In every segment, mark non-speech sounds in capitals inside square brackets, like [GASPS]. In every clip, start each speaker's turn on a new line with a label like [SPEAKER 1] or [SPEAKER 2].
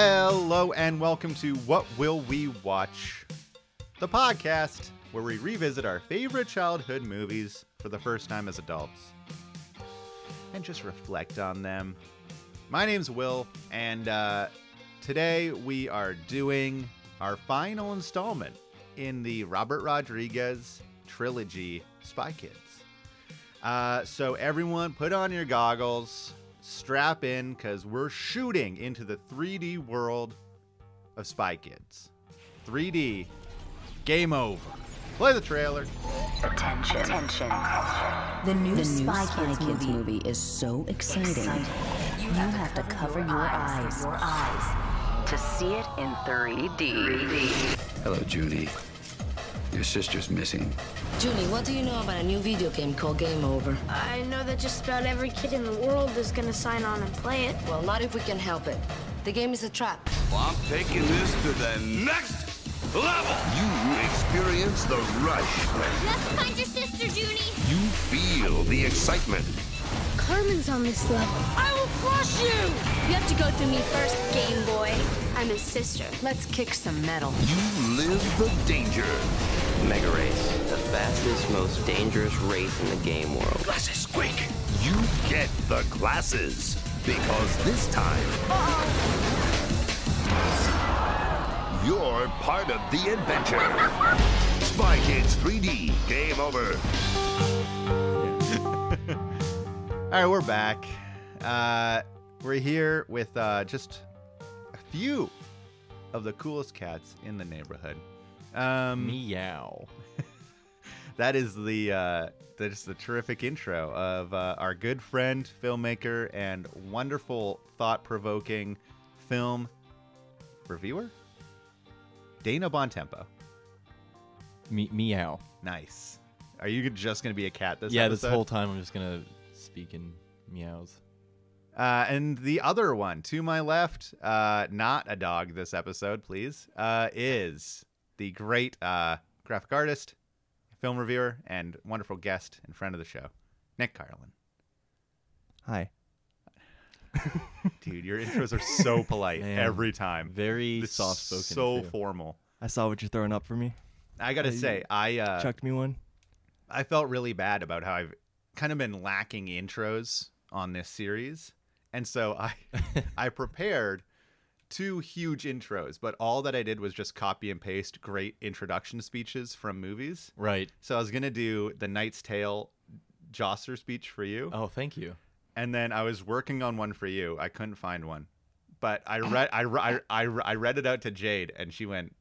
[SPEAKER 1] Hello and welcome to What Will We Watch, the podcast where we revisit our favorite childhood movies for the first time as adults and just reflect on them. My name's Will, and uh, today we are doing our final installment in the Robert Rodriguez trilogy Spy Kids. Uh, so everyone, put on your goggles, strap in, because we're shooting into the 3D world of Spy Kids. 3D, game over. Play the trailer.
[SPEAKER 2] Attention. The new, Spy, Kids, movie, is so exciting. You, have, to cover, your eyes, your eyes to see it in 3D.
[SPEAKER 3] Hello, Judy. Your sister's missing.
[SPEAKER 4] Julie, what do you know about a new video game called Game Over?
[SPEAKER 5] I know that just about every kid in the world is gonna sign on and play it.
[SPEAKER 4] Well, not if we can help it. The game is a trap.
[SPEAKER 6] I'm taking this to the next level. You experience the rush.
[SPEAKER 7] Let's find your sister, Junie.
[SPEAKER 6] You feel the excitement.
[SPEAKER 5] Carmen's on this level.
[SPEAKER 7] I will crush you. You have to go through me first, Game Boy. I'm his sister.
[SPEAKER 4] Let's kick some metal.
[SPEAKER 6] You live the danger.
[SPEAKER 8] Mega Race, the fastest, most dangerous race in the game world.
[SPEAKER 6] Glasses, quick. You get the glasses because this time you're part of the adventure. Spy Kids 3D. Game over.
[SPEAKER 1] All right, we're back. Uh, we're here with uh, just a few of the coolest cats in the neighborhood. Um,
[SPEAKER 9] Meow.
[SPEAKER 1] [LAUGHS] that is the uh, that is the terrific intro of uh, our good friend, filmmaker, and wonderful, thought-provoking film reviewer, Dana Bontempo.
[SPEAKER 9] Me- meow.
[SPEAKER 1] Nice. Are you just going to be a cat this
[SPEAKER 9] yeah,
[SPEAKER 1] episode?
[SPEAKER 9] this whole time I'm just gonna speak in meows.
[SPEAKER 1] Uh, and the other one to my left, uh, not a dog this episode, please, uh, is the great uh, graphic artist, film reviewer, and wonderful guest and friend of the show, Nick Carlin.
[SPEAKER 9] Hi.
[SPEAKER 1] Dude, your intros are
[SPEAKER 9] [LAUGHS]
[SPEAKER 1] so polite
[SPEAKER 9] Man.
[SPEAKER 1] every time.
[SPEAKER 9] Very
[SPEAKER 1] This is
[SPEAKER 9] soft spoken.
[SPEAKER 1] So formal.
[SPEAKER 10] I saw what you're throwing up for me.
[SPEAKER 1] I gotta say, I uh,
[SPEAKER 10] Chucked me one.
[SPEAKER 1] I felt really bad about how I've kind of been lacking intros on this series. And so I I prepared two huge intros, but all that I did was just copy and paste great introduction speeches from movies.
[SPEAKER 9] right.
[SPEAKER 1] So I was going to do The Knight's Tale Josser speech for you,
[SPEAKER 9] Oh, thank you.
[SPEAKER 1] and then I was working on one for you. I couldn't find one. But I read I, re- I, I, re- I read it out to Jade and she went,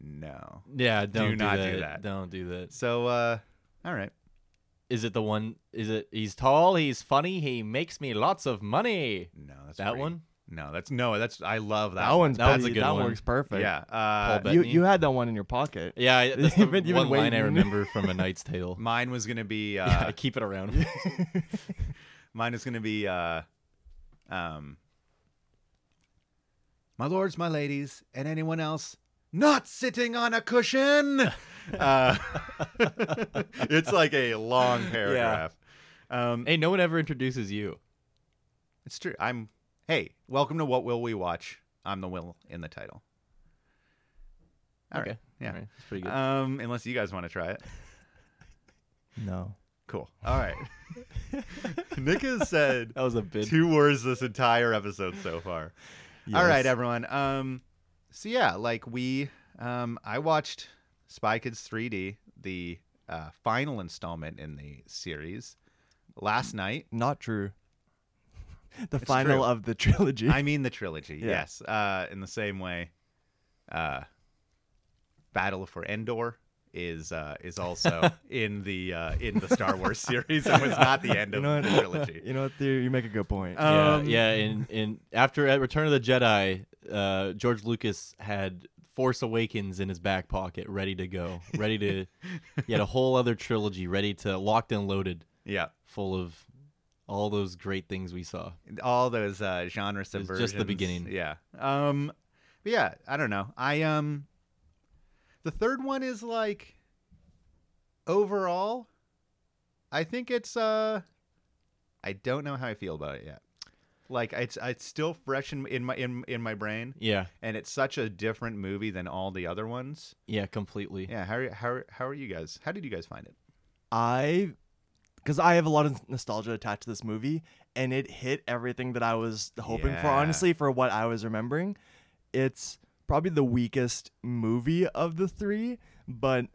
[SPEAKER 1] "No."
[SPEAKER 9] Yeah, don't
[SPEAKER 1] not do
[SPEAKER 9] that.
[SPEAKER 1] that.
[SPEAKER 9] Don't do that.
[SPEAKER 1] So uh all right.
[SPEAKER 9] Is it the one? Is it? He's tall. He's funny. He makes me lots of money.
[SPEAKER 1] No, that's
[SPEAKER 9] That
[SPEAKER 1] pretty-
[SPEAKER 9] one?
[SPEAKER 1] No, that's no, that's I love that,
[SPEAKER 10] That one's
[SPEAKER 9] That one's
[SPEAKER 10] pretty-
[SPEAKER 9] a good
[SPEAKER 10] that
[SPEAKER 9] one.
[SPEAKER 10] works perfect.
[SPEAKER 1] Yeah. Uh,
[SPEAKER 9] Paul
[SPEAKER 10] You
[SPEAKER 9] Bettany?
[SPEAKER 10] you had that one in your pocket.
[SPEAKER 9] Yeah, I- that's the
[SPEAKER 10] You've been- you've
[SPEAKER 9] one
[SPEAKER 10] been
[SPEAKER 9] line I
[SPEAKER 10] waiting.
[SPEAKER 9] remember from A Knight's
[SPEAKER 1] [LAUGHS]
[SPEAKER 9] Tale.
[SPEAKER 1] mine was gonna
[SPEAKER 9] [LAUGHS]
[SPEAKER 1] be uh,
[SPEAKER 9] Yeah, I keep it around.
[SPEAKER 1] mine is gonna be uh, um, my lords, my ladies, and anyone else not sitting on a
[SPEAKER 9] [LAUGHS]
[SPEAKER 1] cushion. uh, [LAUGHS] it's like a long paragraph. Um,
[SPEAKER 9] [LAUGHS] hey, no one ever introduces you.
[SPEAKER 1] it's true. I'm. Hey, welcome to what will we watch? I'm the will in the title. All right.
[SPEAKER 9] Okay.
[SPEAKER 1] Yeah.
[SPEAKER 9] Alright, that's pretty good.
[SPEAKER 1] Um, unless you guys want to try it.
[SPEAKER 10] No.
[SPEAKER 1] Cool. All right. Nick has said
[SPEAKER 9] that was a bit.
[SPEAKER 1] two words this entire episode so far. All right,
[SPEAKER 10] Yes.
[SPEAKER 1] everyone. Um, so yeah, like we, um, I watched Spy Kids 3D, the uh, final installment in the series, last night.
[SPEAKER 10] Not true. [LAUGHS] The final
[SPEAKER 1] true.
[SPEAKER 10] of the trilogy.
[SPEAKER 1] I mean the trilogy,
[SPEAKER 10] Yeah.
[SPEAKER 1] yes. Uh, in the same way, uh, Battle for Endor is uh, is also in the uh, in the Star Wars series and was not the end
[SPEAKER 10] you
[SPEAKER 1] of
[SPEAKER 10] know
[SPEAKER 1] the
[SPEAKER 10] what?
[SPEAKER 9] [LAUGHS]
[SPEAKER 1] trilogy.
[SPEAKER 10] [LAUGHS] you know what? There, you make a good point.
[SPEAKER 9] Yeah,
[SPEAKER 1] Um,
[SPEAKER 9] yeah. In in after at Return of the Jedi, uh, George Lucas had Force Awakens in his back pocket, ready to go,
[SPEAKER 1] [LAUGHS]
[SPEAKER 9] ready to. he had a whole other trilogy ready to locked and loaded,
[SPEAKER 1] Yeah.
[SPEAKER 9] full of all those great things we saw.
[SPEAKER 1] all those uh, genre
[SPEAKER 9] the
[SPEAKER 1] subversions.
[SPEAKER 9] beginning.
[SPEAKER 1] Yeah. Um, but yeah, I don't know. I um, the third one is like overall, I think it's uh, I don't know how I feel about it yet. Like it's it's still fresh in, in my in, in my brain.
[SPEAKER 9] Yeah.
[SPEAKER 1] And it's such a different movie than all the other ones.
[SPEAKER 9] Yeah, completely.
[SPEAKER 1] Yeah. How are, how are- how are you guys? How did you guys find it?
[SPEAKER 10] I, because I have a lot of nostalgia attached to this movie, and it hit everything that I was hoping for.
[SPEAKER 1] Yeah.
[SPEAKER 10] Honestly, for what I was remembering, it's probably the weakest movie of the three, but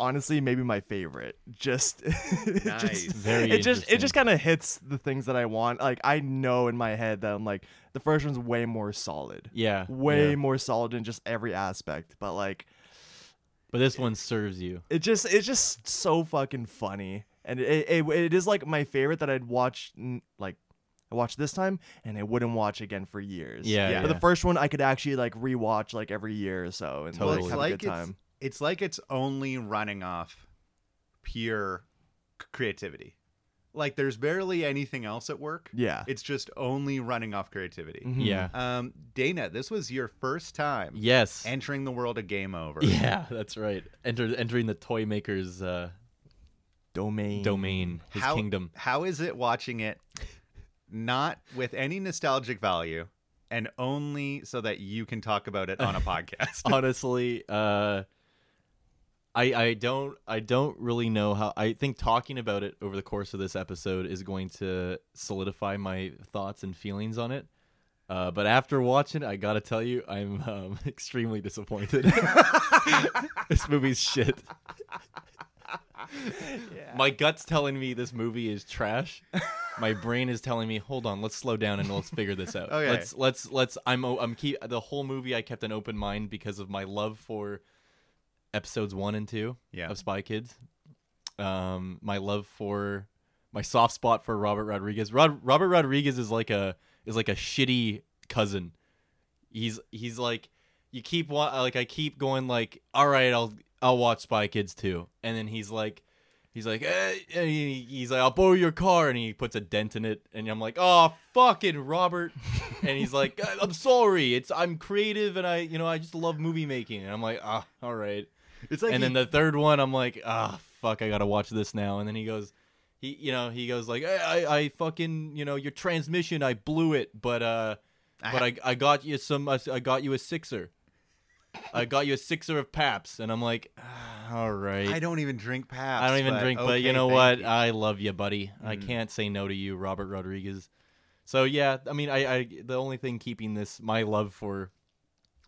[SPEAKER 10] honestly, maybe my favorite. Just, [LAUGHS] it
[SPEAKER 1] Nice.
[SPEAKER 10] just
[SPEAKER 9] Very
[SPEAKER 10] it just it just
[SPEAKER 9] interesting.
[SPEAKER 10] kind of hits the things that I want. Like I know in my head that I'm like the first one's way more solid.
[SPEAKER 9] Yeah,
[SPEAKER 10] Way
[SPEAKER 9] yeah.
[SPEAKER 10] more solid in just every aspect, but like
[SPEAKER 9] But this one serves you.
[SPEAKER 10] it just it's just so fucking funny, and it it, it is like my favorite that I'd watch n- like I watched this time, and I wouldn't watch again for years.
[SPEAKER 9] Yeah, Yeah.
[SPEAKER 10] But
[SPEAKER 9] yeah.
[SPEAKER 10] the first one I could actually like rewatch like every year or so, and
[SPEAKER 9] Well,
[SPEAKER 10] like,
[SPEAKER 9] it's
[SPEAKER 10] have a
[SPEAKER 1] like
[SPEAKER 10] good time.
[SPEAKER 1] It's, it's like it's only running off pure c- creativity. Like there's barely anything else at work.
[SPEAKER 10] Yeah. Mm-hmm.
[SPEAKER 1] It's just only running off creativity.
[SPEAKER 9] Yeah.
[SPEAKER 1] Um, Dana, this was your first time
[SPEAKER 9] Yes.
[SPEAKER 1] entering the world of Game Over.
[SPEAKER 9] [LAUGHS] yeah, that's right. Enter entering the toy maker's uh,
[SPEAKER 10] Domain.
[SPEAKER 9] domain, his
[SPEAKER 1] how, [LAUGHS]
[SPEAKER 9] kingdom.
[SPEAKER 1] How is it watching it not with any nostalgic value and only so that you can talk about it on
[SPEAKER 9] [LAUGHS]
[SPEAKER 1] a podcast?
[SPEAKER 9] honestly uh i i don't i don't really know how i think talking about it over the course of this episode is going to solidify my thoughts and feelings on it uh, but after watching it, I gotta tell you, I'm um, [LAUGHS] extremely disappointed. [LAUGHS] this movie's shit. My gut's telling me this movie is trash. My brain is telling me, hold on, let's slow down and let's figure this out.
[SPEAKER 1] Okay.
[SPEAKER 9] Let's let's let's. I'm o- I'm keep the whole movie. I kept an open mind because of my love for episodes one and two
[SPEAKER 1] Yeah.
[SPEAKER 9] of Spy Kids. Um, my love for my soft spot for Robert Rodriguez. Rod- Robert Rodriguez is like a is like a shitty cousin. He's he's like you keep wa- like I keep going like all right I'll I'll watch Spy Kids too, and then he's like he's like eh, and he- he's like I'll borrow your car, and he puts a dent in it, and I'm like oh fucking Robert, [LAUGHS] and he's like "I- I'm sorry, it's I'm creative and I you know I just love movie making, and I'm like ah all right,
[SPEAKER 1] It's like
[SPEAKER 9] and
[SPEAKER 1] he-
[SPEAKER 9] then the third one I'm like ah fuck I gotta watch this now, and then he goes. He, you know, he goes like, I, I, I fucking, you know, your transmission, I blew it, but, uh, but I, I got you some, I, I got you a sixer. I got you a sixer of Paps, and I'm like, "Ah, all right.
[SPEAKER 1] I don't even drink Pabst.
[SPEAKER 9] I don't even drink, but you
[SPEAKER 1] okay,
[SPEAKER 9] know
[SPEAKER 1] thank
[SPEAKER 9] what?
[SPEAKER 1] you. Mm.
[SPEAKER 9] I love you, buddy. I can't say no to you, Robert Rodriguez. So yeah, I mean, I, I the only thing keeping this my love for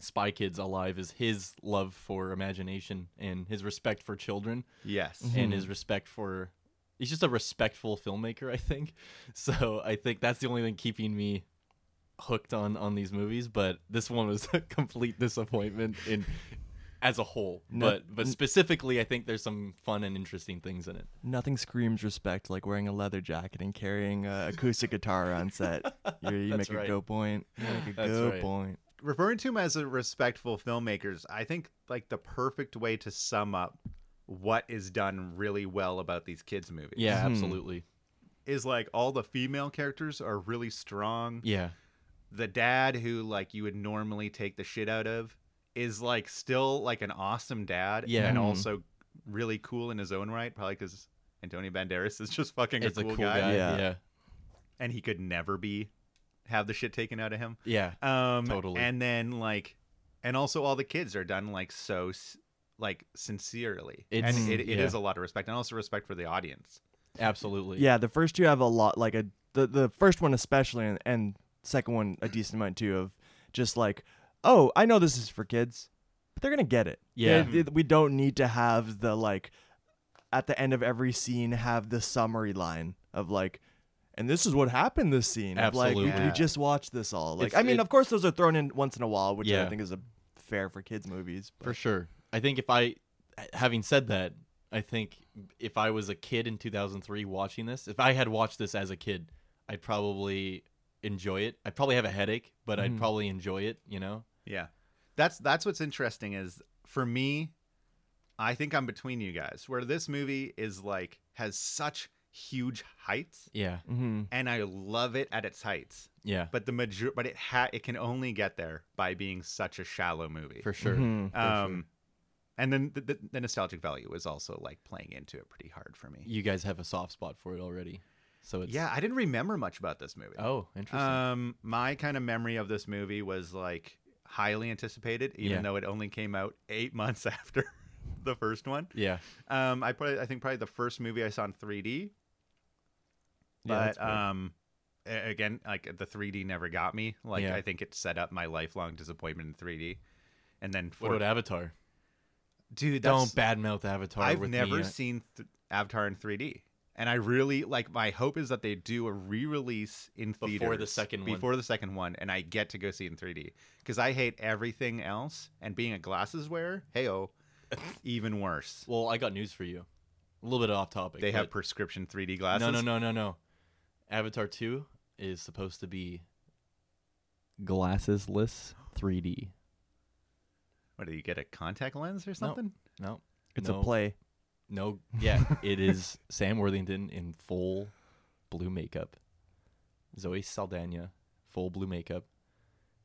[SPEAKER 9] Spy Kids alive is his love for imagination and his respect for children
[SPEAKER 1] Yes.
[SPEAKER 10] Mm-hmm.
[SPEAKER 9] and his respect for he's just a respectful filmmaker i think [LAUGHS] so i think that's the only thing keeping me hooked on on these movies but this one was [LAUGHS] a complete disappointment in as a whole but but specifically i think there's some fun and interesting things in it
[SPEAKER 10] Nothing screams respect like wearing a leather jacket and carrying an acoustic guitar on set. You're, you make
[SPEAKER 9] right.
[SPEAKER 10] a go point. You make a
[SPEAKER 9] [LAUGHS] That's
[SPEAKER 10] go
[SPEAKER 9] right.
[SPEAKER 10] point.
[SPEAKER 1] referring to him as a respectful filmmakers, I think like the perfect way to sum up what is done really well about these kids movies
[SPEAKER 9] yeah
[SPEAKER 10] Hmm.
[SPEAKER 9] absolutely
[SPEAKER 1] is like all the female characters are really strong.
[SPEAKER 9] yeah
[SPEAKER 1] The dad who like you would normally take the shit out of is like still like an awesome dad
[SPEAKER 9] Yeah.
[SPEAKER 1] and
[SPEAKER 9] Mhm.
[SPEAKER 1] also really cool in his own right, probably cuz Antonio Banderas is just fucking
[SPEAKER 9] it's
[SPEAKER 1] a cool, guy,
[SPEAKER 9] guy, yeah
[SPEAKER 10] Yeah.
[SPEAKER 9] yeah,
[SPEAKER 1] and he could never be have the shit taken out of him.
[SPEAKER 9] yeah.
[SPEAKER 1] Um,
[SPEAKER 9] Totally.
[SPEAKER 1] And then like, and also all the kids are done like so, s- like sincerely,
[SPEAKER 9] It's-
[SPEAKER 1] and it, it is
[SPEAKER 9] yeah.
[SPEAKER 1] a lot of respect, and also respect for the audience.
[SPEAKER 9] absolutely
[SPEAKER 10] Yeah, the first two have a lot, like a the the first one especially, and, and second one a decent amount too of just like, oh, I know this is for kids, but they're gonna get it.
[SPEAKER 9] Yeah.
[SPEAKER 10] It- it- we don't need to have the like, at the end of every scene have the summary line of like. And this is what happened this scene. of, Like we-
[SPEAKER 9] Absolutely.
[SPEAKER 10] we, just watched this all. Like
[SPEAKER 9] It's-
[SPEAKER 10] I mean,
[SPEAKER 9] it-
[SPEAKER 10] of course those are thrown in once in a while, which
[SPEAKER 9] Yeah.
[SPEAKER 10] I think is a fair for kids movies. But
[SPEAKER 9] For sure. I think if I, having said that, I think if I was a kid in 2003 watching this, if I had watched this as a kid, I'd probably enjoy it. I'd probably have a headache, but
[SPEAKER 10] Mm-hmm.
[SPEAKER 9] I'd probably enjoy it, you know?
[SPEAKER 1] Yeah, that's that's what's interesting is for me, I think I'm between you guys, where this movie is like has such huge heights,
[SPEAKER 9] Yeah.
[SPEAKER 10] Mm-hmm.
[SPEAKER 1] and I love it at its heights,
[SPEAKER 9] Mm. Yeah.
[SPEAKER 1] but the major, but it ha it can only get there by being such a shallow movie.
[SPEAKER 9] For sure.
[SPEAKER 10] Mm-hmm.
[SPEAKER 1] um. And then the, the, the nostalgic value is also like playing into it pretty hard for me.
[SPEAKER 9] You guys have a soft spot for it already. So it's
[SPEAKER 1] Yeah, I didn't remember much about this movie.
[SPEAKER 9] Oh, interesting.
[SPEAKER 1] Um, my kind of memory of this movie was like highly anticipated, even
[SPEAKER 9] Yeah.
[SPEAKER 1] though it only came out eight [LAUGHS] months after the first one.
[SPEAKER 9] yeah.
[SPEAKER 1] Um, I probably, I think probably the first movie I saw in 3D.
[SPEAKER 10] Yeah,
[SPEAKER 1] But
[SPEAKER 10] that's weird.
[SPEAKER 1] um, a- again, like the 3D never got me. Like
[SPEAKER 9] Yeah.
[SPEAKER 1] I think it set up my lifelong disappointment in 3D. And then
[SPEAKER 9] What
[SPEAKER 1] for
[SPEAKER 9] about Avatar?
[SPEAKER 1] dude, that's,
[SPEAKER 9] Don't badmouth Avatar.
[SPEAKER 1] I've
[SPEAKER 9] with uh,
[SPEAKER 1] never
[SPEAKER 9] me.
[SPEAKER 1] seen th- Avatar in 3D. And I really like my hope is that they do a re-release in
[SPEAKER 9] Before the
[SPEAKER 1] theaters
[SPEAKER 9] second one.
[SPEAKER 1] before the second one, and I get to go see it in 3D because I hate everything else, and being a glasses wearer,
[SPEAKER 9] [LAUGHS]
[SPEAKER 1] heyo, even worse.
[SPEAKER 9] Well, I got news for you. A little bit off topic.
[SPEAKER 1] They have
[SPEAKER 9] but-
[SPEAKER 1] prescription 3D glasses.
[SPEAKER 9] No, no, no, no, no. Avatar 2 is supposed to be glassesless 3D.
[SPEAKER 1] What do you get a contact lens or something?
[SPEAKER 9] No.
[SPEAKER 10] It's
[SPEAKER 9] no,
[SPEAKER 10] a play.
[SPEAKER 9] No. [LAUGHS] Yeah, it is Sam Worthington in full blue makeup. Zoe Saldana, full blue makeup.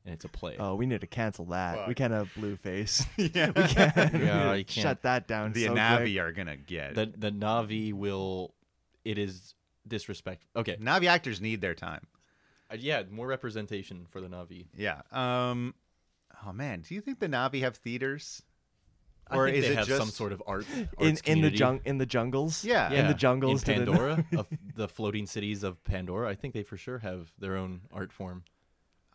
[SPEAKER 9] And it's a play.
[SPEAKER 10] Oh, we need to cancel that. We can't have blue face.
[SPEAKER 1] [LAUGHS] Yeah.
[SPEAKER 10] we can't. we
[SPEAKER 9] [LAUGHS] Yeah,
[SPEAKER 10] need to
[SPEAKER 9] you can't.
[SPEAKER 10] Shut that down.
[SPEAKER 1] The
[SPEAKER 10] so
[SPEAKER 1] Navi
[SPEAKER 10] quick.
[SPEAKER 1] are gonna get
[SPEAKER 9] The
[SPEAKER 1] it.
[SPEAKER 9] the Navi will it is disrespect. Okay.
[SPEAKER 1] Navi actors need their time.
[SPEAKER 9] Uh, yeah, more representation for the Navi.
[SPEAKER 1] Yeah. Um. Oh man, do you think the Navi have theaters?
[SPEAKER 9] I
[SPEAKER 1] Or
[SPEAKER 9] think
[SPEAKER 1] is
[SPEAKER 9] they
[SPEAKER 1] it
[SPEAKER 9] have some
[SPEAKER 1] just-
[SPEAKER 9] sort of
[SPEAKER 10] [LAUGHS]
[SPEAKER 9] art
[SPEAKER 10] in
[SPEAKER 9] arts
[SPEAKER 10] in the
[SPEAKER 9] community.
[SPEAKER 10] jung in the jungles.
[SPEAKER 1] Yeah.
[SPEAKER 10] in the jungles. to
[SPEAKER 9] in
[SPEAKER 10] the- [LAUGHS]
[SPEAKER 9] Pandora, of the floating cities of Pandora. I think they for sure have their own art form.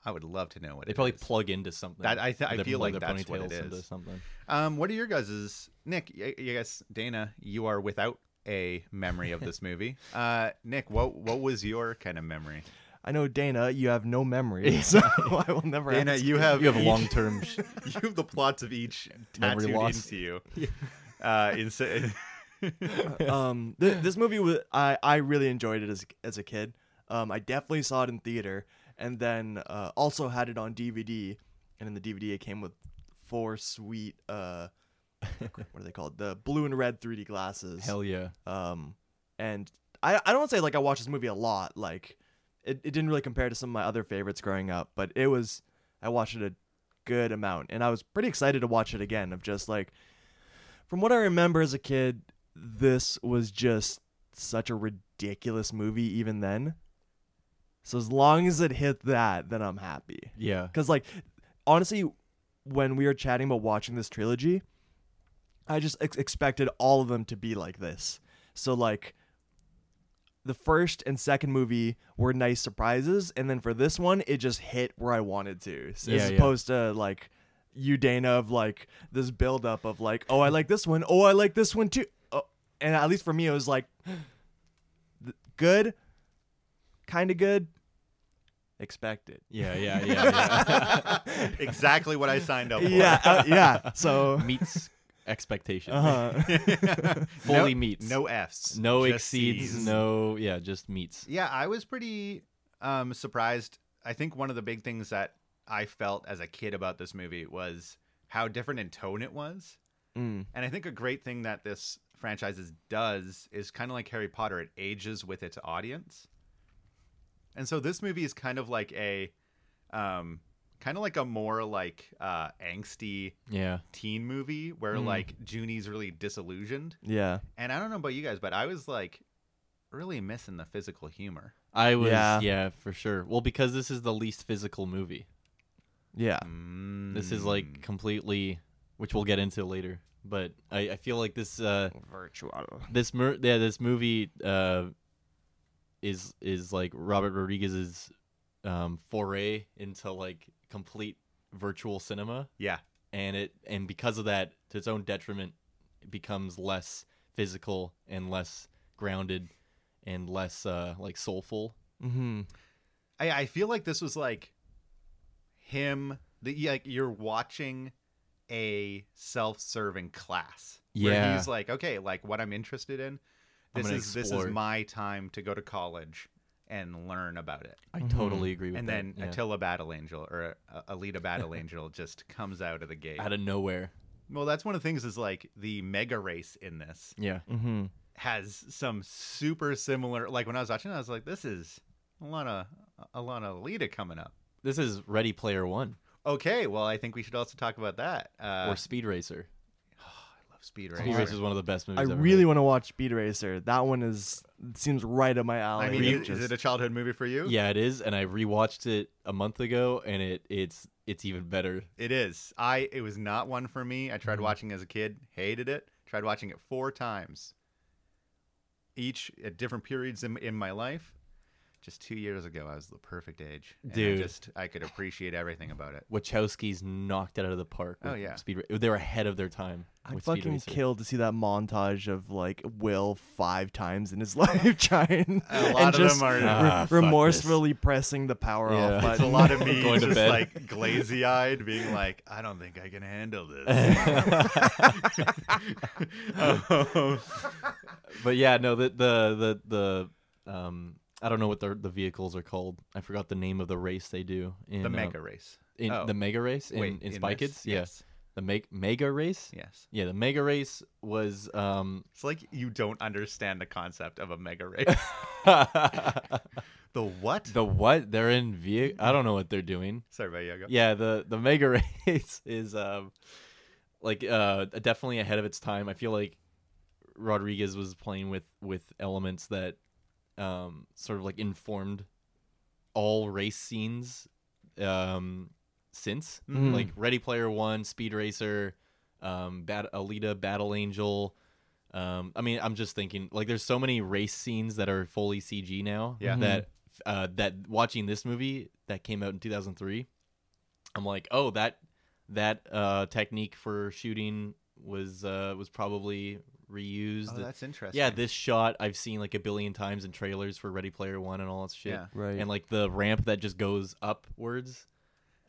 [SPEAKER 1] I would love to know what
[SPEAKER 9] They
[SPEAKER 1] it
[SPEAKER 9] probably
[SPEAKER 1] is.
[SPEAKER 9] plug into something.
[SPEAKER 1] That- I th- I
[SPEAKER 9] They
[SPEAKER 1] feel
[SPEAKER 9] plug
[SPEAKER 1] like
[SPEAKER 9] their
[SPEAKER 1] that's what it
[SPEAKER 9] ponytails
[SPEAKER 1] is.
[SPEAKER 9] Into something.
[SPEAKER 1] Um, what are your guys's Nick? y- I guess Dana, you are without a memory of [LAUGHS] this movie. Uh, Nick, what what was your kind of memory?
[SPEAKER 10] I know Dana. You have no memory,
[SPEAKER 9] [LAUGHS]
[SPEAKER 10] so [LAUGHS] I will never.
[SPEAKER 1] Dana,
[SPEAKER 10] ask
[SPEAKER 1] you have
[SPEAKER 9] You have
[SPEAKER 1] each-
[SPEAKER 9] long term.
[SPEAKER 10] [LAUGHS]
[SPEAKER 1] [LAUGHS]
[SPEAKER 9] Sh-
[SPEAKER 1] you have the plots of each
[SPEAKER 9] Memory
[SPEAKER 1] tattooed
[SPEAKER 9] loss.
[SPEAKER 1] into [LAUGHS] you. Uh, [LAUGHS] insa-
[SPEAKER 10] [LAUGHS] um, th- this movie was I, I really enjoyed it as as a kid. Um, I definitely saw it in theater, and then uh, also had it on DVD. And in the DVD, it came with four sweet uh, [LAUGHS] what are they called? The blue and red 3D glasses.
[SPEAKER 9] Hell yeah!
[SPEAKER 10] Um, and I I don't say like I watched this movie a lot. Like it, it didn't really compare to some of my other favorites growing up, but it was I watched it a good amount, and I was pretty excited to watch it again. Of just like from what I remember as a kid, this was just such a ridiculous movie even then. So as long as it hit that, then I'm happy.
[SPEAKER 9] Yeah,
[SPEAKER 10] Because, like, honestly, when we were chatting about watching this trilogy, I just ex- expected all of them to be like this. So, like, the first and second movie were nice surprises, and then for this one, it just hit where I wanted to, so,
[SPEAKER 9] Yeah,
[SPEAKER 10] as
[SPEAKER 9] yeah.
[SPEAKER 10] opposed to like you, Dana, of like this buildup of like, oh, I like this one, oh, I like this one too, oh, and at least for me, it was like [GASPS] th- good, kind of good, expected.
[SPEAKER 9] yeah,
[SPEAKER 10] [LAUGHS]
[SPEAKER 9] yeah, yeah.
[SPEAKER 1] exactly what I signed up for.
[SPEAKER 10] yeah,
[SPEAKER 1] [LAUGHS]
[SPEAKER 10] uh, yeah. So
[SPEAKER 9] yeah. [LAUGHS] Meets expectations.
[SPEAKER 10] uh,
[SPEAKER 9] [LAUGHS] Fully
[SPEAKER 1] no,
[SPEAKER 9] meets.
[SPEAKER 1] no F's,
[SPEAKER 9] No
[SPEAKER 1] just
[SPEAKER 9] exceeds.
[SPEAKER 1] C's.
[SPEAKER 9] No. Yeah, just meets.
[SPEAKER 1] Yeah, I was pretty um, surprised. I think one of the big things that I felt as a kid about this movie was how different in tone it was.
[SPEAKER 10] Mm.
[SPEAKER 1] And I think a great thing that this franchise is, does is kind of like Harry Potter, it ages with its audience. And so this movie is kind of like a, um, kind of like a more like uh, angsty
[SPEAKER 9] Yeah.
[SPEAKER 1] teen movie where like Junie's really disillusioned.
[SPEAKER 10] yeah,
[SPEAKER 1] And I don't know about you guys, but I was like really missing the physical humor.
[SPEAKER 9] I was.
[SPEAKER 10] Yeah.
[SPEAKER 9] yeah, for sure. Well, because this is the least physical movie. Mm,
[SPEAKER 10] yeah.
[SPEAKER 1] Mm.
[SPEAKER 9] This is like completely, which we'll get into later. But I, I feel like this uh,
[SPEAKER 10] Virtual.
[SPEAKER 9] this mer- yeah this movie uh, is is like Robert Rodriguez's um, foray into like complete virtual cinema,
[SPEAKER 1] Yeah.
[SPEAKER 9] and it and because of that, to its own detriment, it becomes less physical and less grounded and less uh, like soulful.
[SPEAKER 10] Mm-hmm.
[SPEAKER 1] I, I feel like this was like him the yeah, like you're watching a self-serving class where
[SPEAKER 9] Yeah.
[SPEAKER 1] he's like okay like what i'm interested in
[SPEAKER 9] I'm
[SPEAKER 1] this
[SPEAKER 9] gonna
[SPEAKER 1] is this
[SPEAKER 9] explore.
[SPEAKER 1] is my time to go to college and learn about it
[SPEAKER 9] I
[SPEAKER 10] Mm-hmm.
[SPEAKER 9] totally agree with
[SPEAKER 1] and
[SPEAKER 9] that.
[SPEAKER 1] then
[SPEAKER 9] yeah.
[SPEAKER 1] attila battle angel or uh, alita
[SPEAKER 9] [LAUGHS]
[SPEAKER 1] battle angel just comes out of the gate
[SPEAKER 9] out of nowhere,
[SPEAKER 1] well that's one of the things is like the mega race in this
[SPEAKER 9] yeah,
[SPEAKER 10] Mm-hmm.
[SPEAKER 1] has some super similar like when i was watching it, i was like this is a lot of a lot of alita coming up
[SPEAKER 9] this is Ready Player One
[SPEAKER 1] Okay, well, I think we should also talk about that. Uh,
[SPEAKER 9] or Speed Racer.
[SPEAKER 1] Speed
[SPEAKER 9] Speed
[SPEAKER 1] Racer.
[SPEAKER 9] Racer is one of the best
[SPEAKER 10] I
[SPEAKER 9] movies. ever made.
[SPEAKER 10] really want to watch Speed Racer. That one is seems right up my alley.
[SPEAKER 1] I mean,
[SPEAKER 10] It
[SPEAKER 1] is,
[SPEAKER 10] just-
[SPEAKER 1] is it a childhood movie for you?
[SPEAKER 9] Yeah, it is, and I rewatched it a month ago, and it it's it's even better.
[SPEAKER 1] It is. I it was not one for me. I
[SPEAKER 9] Mm-hmm.
[SPEAKER 1] tried watching it as a kid, hated it. Tried watching it four times. Each at different periods in, in my life. Just two years ago, I was the perfect age. and I
[SPEAKER 9] Dude.
[SPEAKER 1] just I could appreciate everything about it.
[SPEAKER 9] Wachowskis knocked it out of the park.
[SPEAKER 1] Oh,
[SPEAKER 9] with
[SPEAKER 1] yeah.
[SPEAKER 9] Speed Ra- they were ahead of their time.
[SPEAKER 10] I'd
[SPEAKER 9] with Speed
[SPEAKER 10] fucking
[SPEAKER 9] Racer.
[SPEAKER 10] kill to see that montage of like Will five times in his [LAUGHS] life trying
[SPEAKER 1] lot
[SPEAKER 10] and
[SPEAKER 1] of them
[SPEAKER 10] just
[SPEAKER 1] are-
[SPEAKER 10] re-
[SPEAKER 9] Ah, fuck
[SPEAKER 10] remorsefully pressing the power
[SPEAKER 9] Yeah.
[SPEAKER 10] off
[SPEAKER 1] It's a
[SPEAKER 10] button.
[SPEAKER 1] lot of me
[SPEAKER 9] [LAUGHS] Going to
[SPEAKER 1] just
[SPEAKER 9] bed.
[SPEAKER 1] like glazy eyed, being like, I don't think I can handle
[SPEAKER 9] [LAUGHS]
[SPEAKER 1] this. Um,
[SPEAKER 9] But yeah, no, the the the the um. I don't know what the the vehicles are called. I forgot the name of the race they do [LAUGHS] in
[SPEAKER 1] the
[SPEAKER 9] uh,
[SPEAKER 1] mega race.
[SPEAKER 9] in
[SPEAKER 1] Oh,
[SPEAKER 9] the mega race in,
[SPEAKER 1] wait,
[SPEAKER 9] in
[SPEAKER 1] in
[SPEAKER 9] Spy
[SPEAKER 1] this,
[SPEAKER 9] Kids. Yeah.
[SPEAKER 1] yes.
[SPEAKER 9] the make mega race.
[SPEAKER 1] Yes.
[SPEAKER 9] Yeah, the mega race was
[SPEAKER 1] [LAUGHS]
[SPEAKER 9] um [LAUGHS]
[SPEAKER 1] It's like you don't understand the concept of a mega race. the what?
[SPEAKER 9] the what they're in vehicle. I don't know what they're doing.
[SPEAKER 1] Sorry about Yoga.
[SPEAKER 9] Yeah, the the mega [LAUGHS] race is um like uh definitely ahead of its time. I feel like Rodriguez was playing with with elements that um sort of like informed all race scenes um since like Ready Player 1, Speed Racer, um Bat- Alita Battle Angel. Um I mean, I'm just thinking like there's so many race scenes that are fully CG now
[SPEAKER 1] Yeah.
[SPEAKER 9] that uh that watching this movie that came out in 2003 I'm like, oh, that that uh, technique for shooting was uh, was probably reused.
[SPEAKER 1] Oh, that's interesting.
[SPEAKER 9] yeah, this shot I've seen like a billion times in trailers for Ready Player One and all that shit.
[SPEAKER 1] Yeah.
[SPEAKER 10] Right.
[SPEAKER 9] And like the ramp that just goes upwards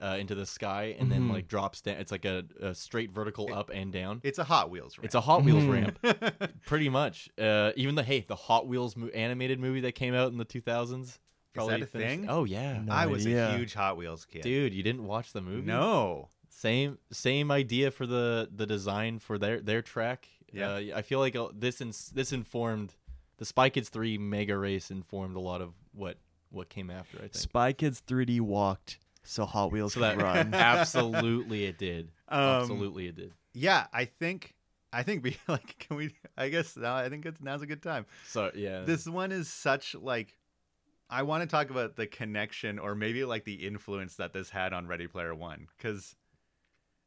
[SPEAKER 9] uh, into the sky and
[SPEAKER 10] Mm-hmm.
[SPEAKER 9] then like drops down. It's like a, a straight vertical up and down.
[SPEAKER 1] It's a Hot Wheels race.
[SPEAKER 9] It's a Hot
[SPEAKER 10] Mm-hmm.
[SPEAKER 9] Wheels ramp, pretty much. Uh, even the hey, the Hot Wheels mo- animated movie that came out in the 2000s. Probably
[SPEAKER 1] that a
[SPEAKER 9] finished-
[SPEAKER 1] thing?
[SPEAKER 9] Oh yeah,
[SPEAKER 1] [LAUGHS] I was a
[SPEAKER 10] idea.
[SPEAKER 1] huge Hot Wheels kid.
[SPEAKER 9] dude, you didn't watch the movie?
[SPEAKER 1] No.
[SPEAKER 9] Same same idea for the the design for their their track.
[SPEAKER 1] Yeah.
[SPEAKER 9] Uh, I feel like uh, this in, this informed the Spy Kids 3 mega race informed a lot of what what came after, I think.
[SPEAKER 10] Spy Kids 3D walked so Hot Wheels
[SPEAKER 9] so
[SPEAKER 10] could
[SPEAKER 9] that
[SPEAKER 10] run. [LAUGHS]
[SPEAKER 9] [LAUGHS] absolutely it did.
[SPEAKER 1] Um,
[SPEAKER 9] absolutely it did.
[SPEAKER 1] Yeah, I think I think be like can we [LAUGHS] I guess now I think it's now's a good time.
[SPEAKER 9] So yeah.
[SPEAKER 1] This one is such like I want to talk about the connection or maybe like the influence that this had on Ready Player 1 cuz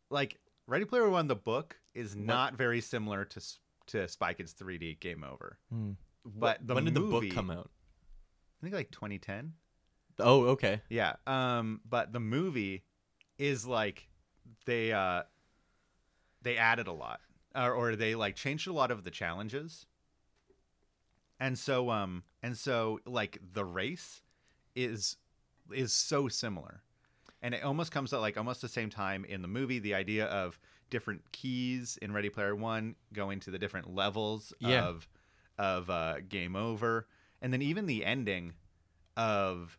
[SPEAKER 1] like Ready Player 1 the book is not very similar to S- to Spy Kids 3D Game Over. But the
[SPEAKER 9] Hmm. when did the
[SPEAKER 1] movie-
[SPEAKER 9] book come out?
[SPEAKER 1] I think like 2010.
[SPEAKER 9] Oh, okay.
[SPEAKER 1] Yeah. Um, but the movie is like they uh they added a lot. Or or they like changed a lot of the challenges. And so um and so like the race is is so similar. And it almost comes at like almost the same time in the movie, the idea of different keys in Ready Player One going to the different levels
[SPEAKER 9] Yeah.
[SPEAKER 1] of of uh, game over. And then even the ending of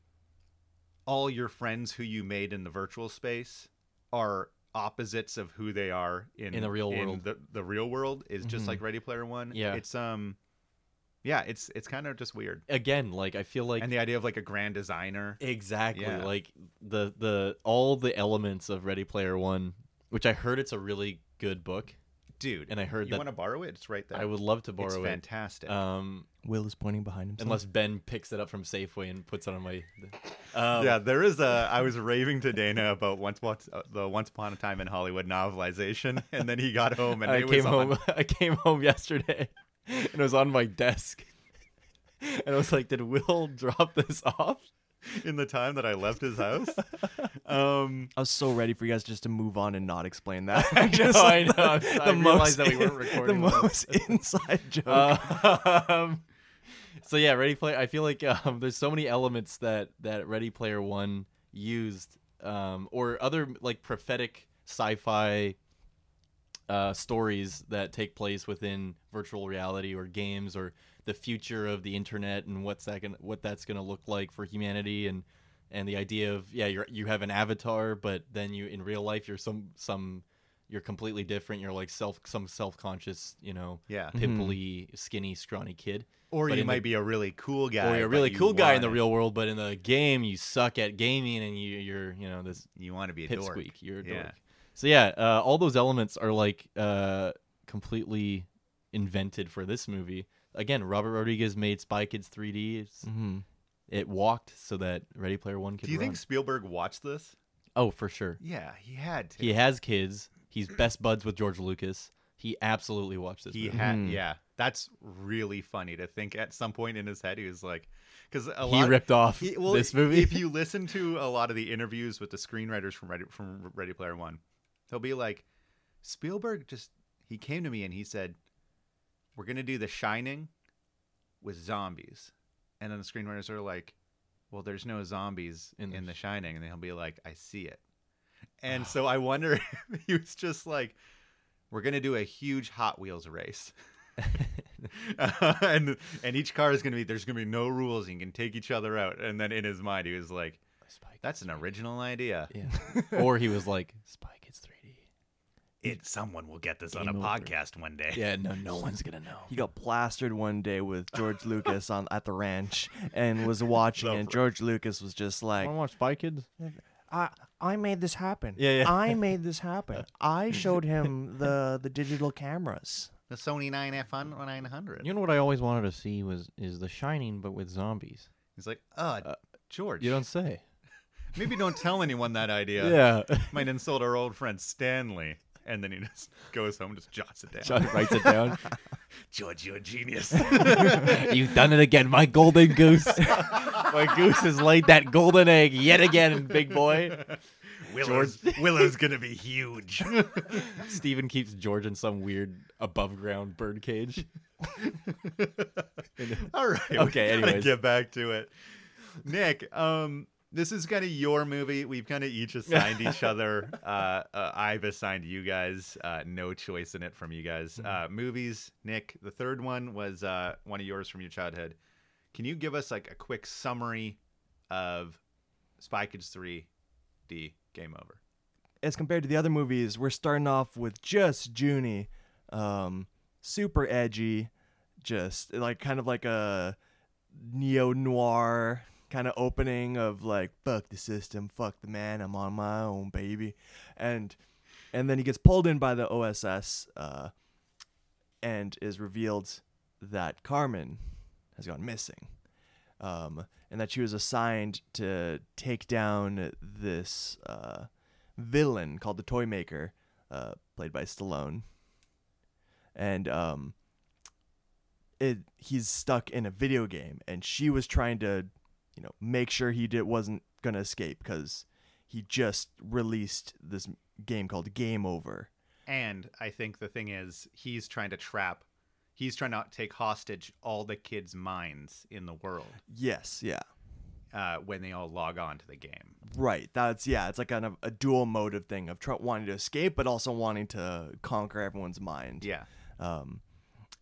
[SPEAKER 1] all your friends who you made in the virtual space are opposites of who they are in,
[SPEAKER 9] In the real world. Mm-hmm.
[SPEAKER 1] The, the real world is just like Ready Player One.
[SPEAKER 9] Yeah.
[SPEAKER 1] it's um, yeah, it's it's kind of just weird.
[SPEAKER 9] Again, like I feel like
[SPEAKER 1] and the idea of like a grand designer.
[SPEAKER 9] Exactly.
[SPEAKER 1] Yeah.
[SPEAKER 9] Like the the all the elements of Ready Player 1, which I heard it's a really good book.
[SPEAKER 1] Dude,
[SPEAKER 9] and I heard
[SPEAKER 1] you
[SPEAKER 9] that-
[SPEAKER 1] want to borrow it? It's right there.
[SPEAKER 9] I would love to borrow
[SPEAKER 1] It's
[SPEAKER 9] it.
[SPEAKER 1] fantastic.
[SPEAKER 9] Um
[SPEAKER 10] Will is pointing behind himself.
[SPEAKER 9] unless Ben picks it up from Safeway and puts it on my.
[SPEAKER 1] yeah, there is a. I was raving to Dana about once, once uh, the Once Upon a Time in Hollywood novelization, and then he got home and
[SPEAKER 9] I
[SPEAKER 1] it
[SPEAKER 9] came
[SPEAKER 1] was on.
[SPEAKER 9] home. [LAUGHS] I came home yesterday, [LAUGHS] and it was on my desk, [LAUGHS] and I was like, "Did Will drop this
[SPEAKER 10] [LAUGHS]
[SPEAKER 9] off?"
[SPEAKER 1] in the time that I left his house. Um,
[SPEAKER 10] I was so ready for you guys just to move on and not explain that. I just
[SPEAKER 9] know,
[SPEAKER 10] like,
[SPEAKER 9] I know. I'm sorry. I realized that we weren't recording
[SPEAKER 10] [LAUGHS] The
[SPEAKER 9] that. [LAUGHS]
[SPEAKER 10] most inside joke.
[SPEAKER 9] Um, so yeah, Ready Player. I feel like um, there's so many elements that that Ready Player One used, um, or other like prophetic sci-fi uh, stories that take place within virtual reality or games or the future of the internet and what's that gonna, what that's going to look like for humanity and and the idea of yeah you you have an avatar but then you in real life you're some some you're completely different you're like self some self-conscious you know
[SPEAKER 1] Yeah.
[SPEAKER 9] pimply skinny scrawny kid
[SPEAKER 1] or
[SPEAKER 9] But
[SPEAKER 1] you
[SPEAKER 9] in
[SPEAKER 1] might
[SPEAKER 9] the-
[SPEAKER 1] be a really cool guy.
[SPEAKER 9] or you're a
[SPEAKER 1] but
[SPEAKER 9] really
[SPEAKER 1] you
[SPEAKER 9] cool guy in the
[SPEAKER 1] wanna-
[SPEAKER 9] real world but in the game you suck at gaming and you you're you know this
[SPEAKER 1] You want to be a dork.
[SPEAKER 9] pipsqueak. You're a
[SPEAKER 1] Yeah.
[SPEAKER 9] dork. So yeah, uh, all those elements are like uh, completely invented for this movie. Again, Robert Rodriguez made Spy Kids 3D. It's- It walked so that Ready Player One
[SPEAKER 1] Mm-hmm.
[SPEAKER 9] could.
[SPEAKER 1] Do you
[SPEAKER 9] run.
[SPEAKER 1] think Spielberg watched this?
[SPEAKER 9] Oh, for sure.
[SPEAKER 1] Yeah, he had to.
[SPEAKER 9] He has kids. He's best buds with George Lucas. He absolutely watched this.
[SPEAKER 1] He
[SPEAKER 9] movie. Mm-hmm.
[SPEAKER 1] had, yeah. That's really funny to think. At some point in his head, he was like, because a
[SPEAKER 9] He
[SPEAKER 1] lot
[SPEAKER 9] ripped off this movie. [LAUGHS]
[SPEAKER 1] If you listen to a lot of the interviews with the screenwriters from Ready from Ready Player One, he'll be like, Spielberg just he came to me and he said, "We're gonna do The Shining with zombies," and then the screenwriters are like, "Well, there's no zombies in,
[SPEAKER 9] In The
[SPEAKER 1] The Shining," and then he'll be like, "I see it."
[SPEAKER 9] [SIGHS]
[SPEAKER 1] And so I wonder [LAUGHS] if he was just like, we're gonna do a huge Hot Wheels race. [LAUGHS] and and each car is gonna be there's gonna be no rules and you can take each other out. And then in his mind he was like, That's an original idea.
[SPEAKER 9] Yeah. or he was like, Spy Kids 3D.
[SPEAKER 1] It someone will get this on a
[SPEAKER 9] Game over.
[SPEAKER 1] podcast one day.
[SPEAKER 9] Yeah, no, no one's gonna know.
[SPEAKER 10] He got plastered one day with
[SPEAKER 9] [LAUGHS]
[SPEAKER 10] George Lucas on at the ranch and was watching, and George Lucas was just like,
[SPEAKER 9] watch Spy Kids?
[SPEAKER 10] I, I made this happen.
[SPEAKER 9] Yeah, yeah.
[SPEAKER 10] I made this
[SPEAKER 9] [LAUGHS]
[SPEAKER 10] happen. I showed him the the digital cameras.
[SPEAKER 1] The Sony 9F 900.
[SPEAKER 9] You know what I always wanted to see was is The Shining, but with zombies.
[SPEAKER 1] He's like, uh, George.
[SPEAKER 9] You don't say.
[SPEAKER 1] maybe don't tell anyone that
[SPEAKER 9] [LAUGHS]
[SPEAKER 1] idea. Might insult our old friend Stanley. And then he just goes home and just jots it down.
[SPEAKER 9] John writes it [LAUGHS] down.
[SPEAKER 1] George, you're a genius.
[SPEAKER 9] You've done it again, my golden [LAUGHS] goose. my goose has laid that golden egg yet again, big boy.
[SPEAKER 1] Willow's, Willow's gonna be huge.
[SPEAKER 9] Steven keeps George in some weird above ground bird cage. [LAUGHS]
[SPEAKER 1] All right.
[SPEAKER 9] Okay,
[SPEAKER 1] we gotta
[SPEAKER 9] anyways.
[SPEAKER 1] get back to it. Nick, um, this is kind of your movie. We've kind of each assigned
[SPEAKER 9] [LAUGHS]
[SPEAKER 1] each other. Uh, uh, I've assigned you guys. Uh, no choice in it from you
[SPEAKER 9] Mm-hmm.
[SPEAKER 1] guys. Uh, movies, Nick. The third one was uh, one of yours from your childhood. Can you give us like a quick summary of Spy Kids 3D Game Over?
[SPEAKER 10] as compared to the other movies, we're starting off with just Junie, um, super edgy, just like kind of like a neo noir kind of opening of like fuck the system, fuck the man, I'm on my own, baby, and and then he gets pulled in by the OSS uh, and is revealed that Carmen has gone missing um, and that she was assigned to take down this uh, villain called the Toy Maker, uh, played by Stallone. And um, it he's stuck in a video game, and she was trying to, you know, make sure he did, wasn't gonna escape because he just released this m- game called Game Over.
[SPEAKER 1] And I think the thing is, he's trying to trap. He's trying to take hostage all the kids' minds in the world.
[SPEAKER 10] Yes, yeah,
[SPEAKER 1] uh, when they all log on to the game.
[SPEAKER 10] right. That's yeah. It's like kind of a dual motive thing of tr- wanting to escape, but also wanting to conquer everyone's mind.
[SPEAKER 1] Yeah.
[SPEAKER 10] um,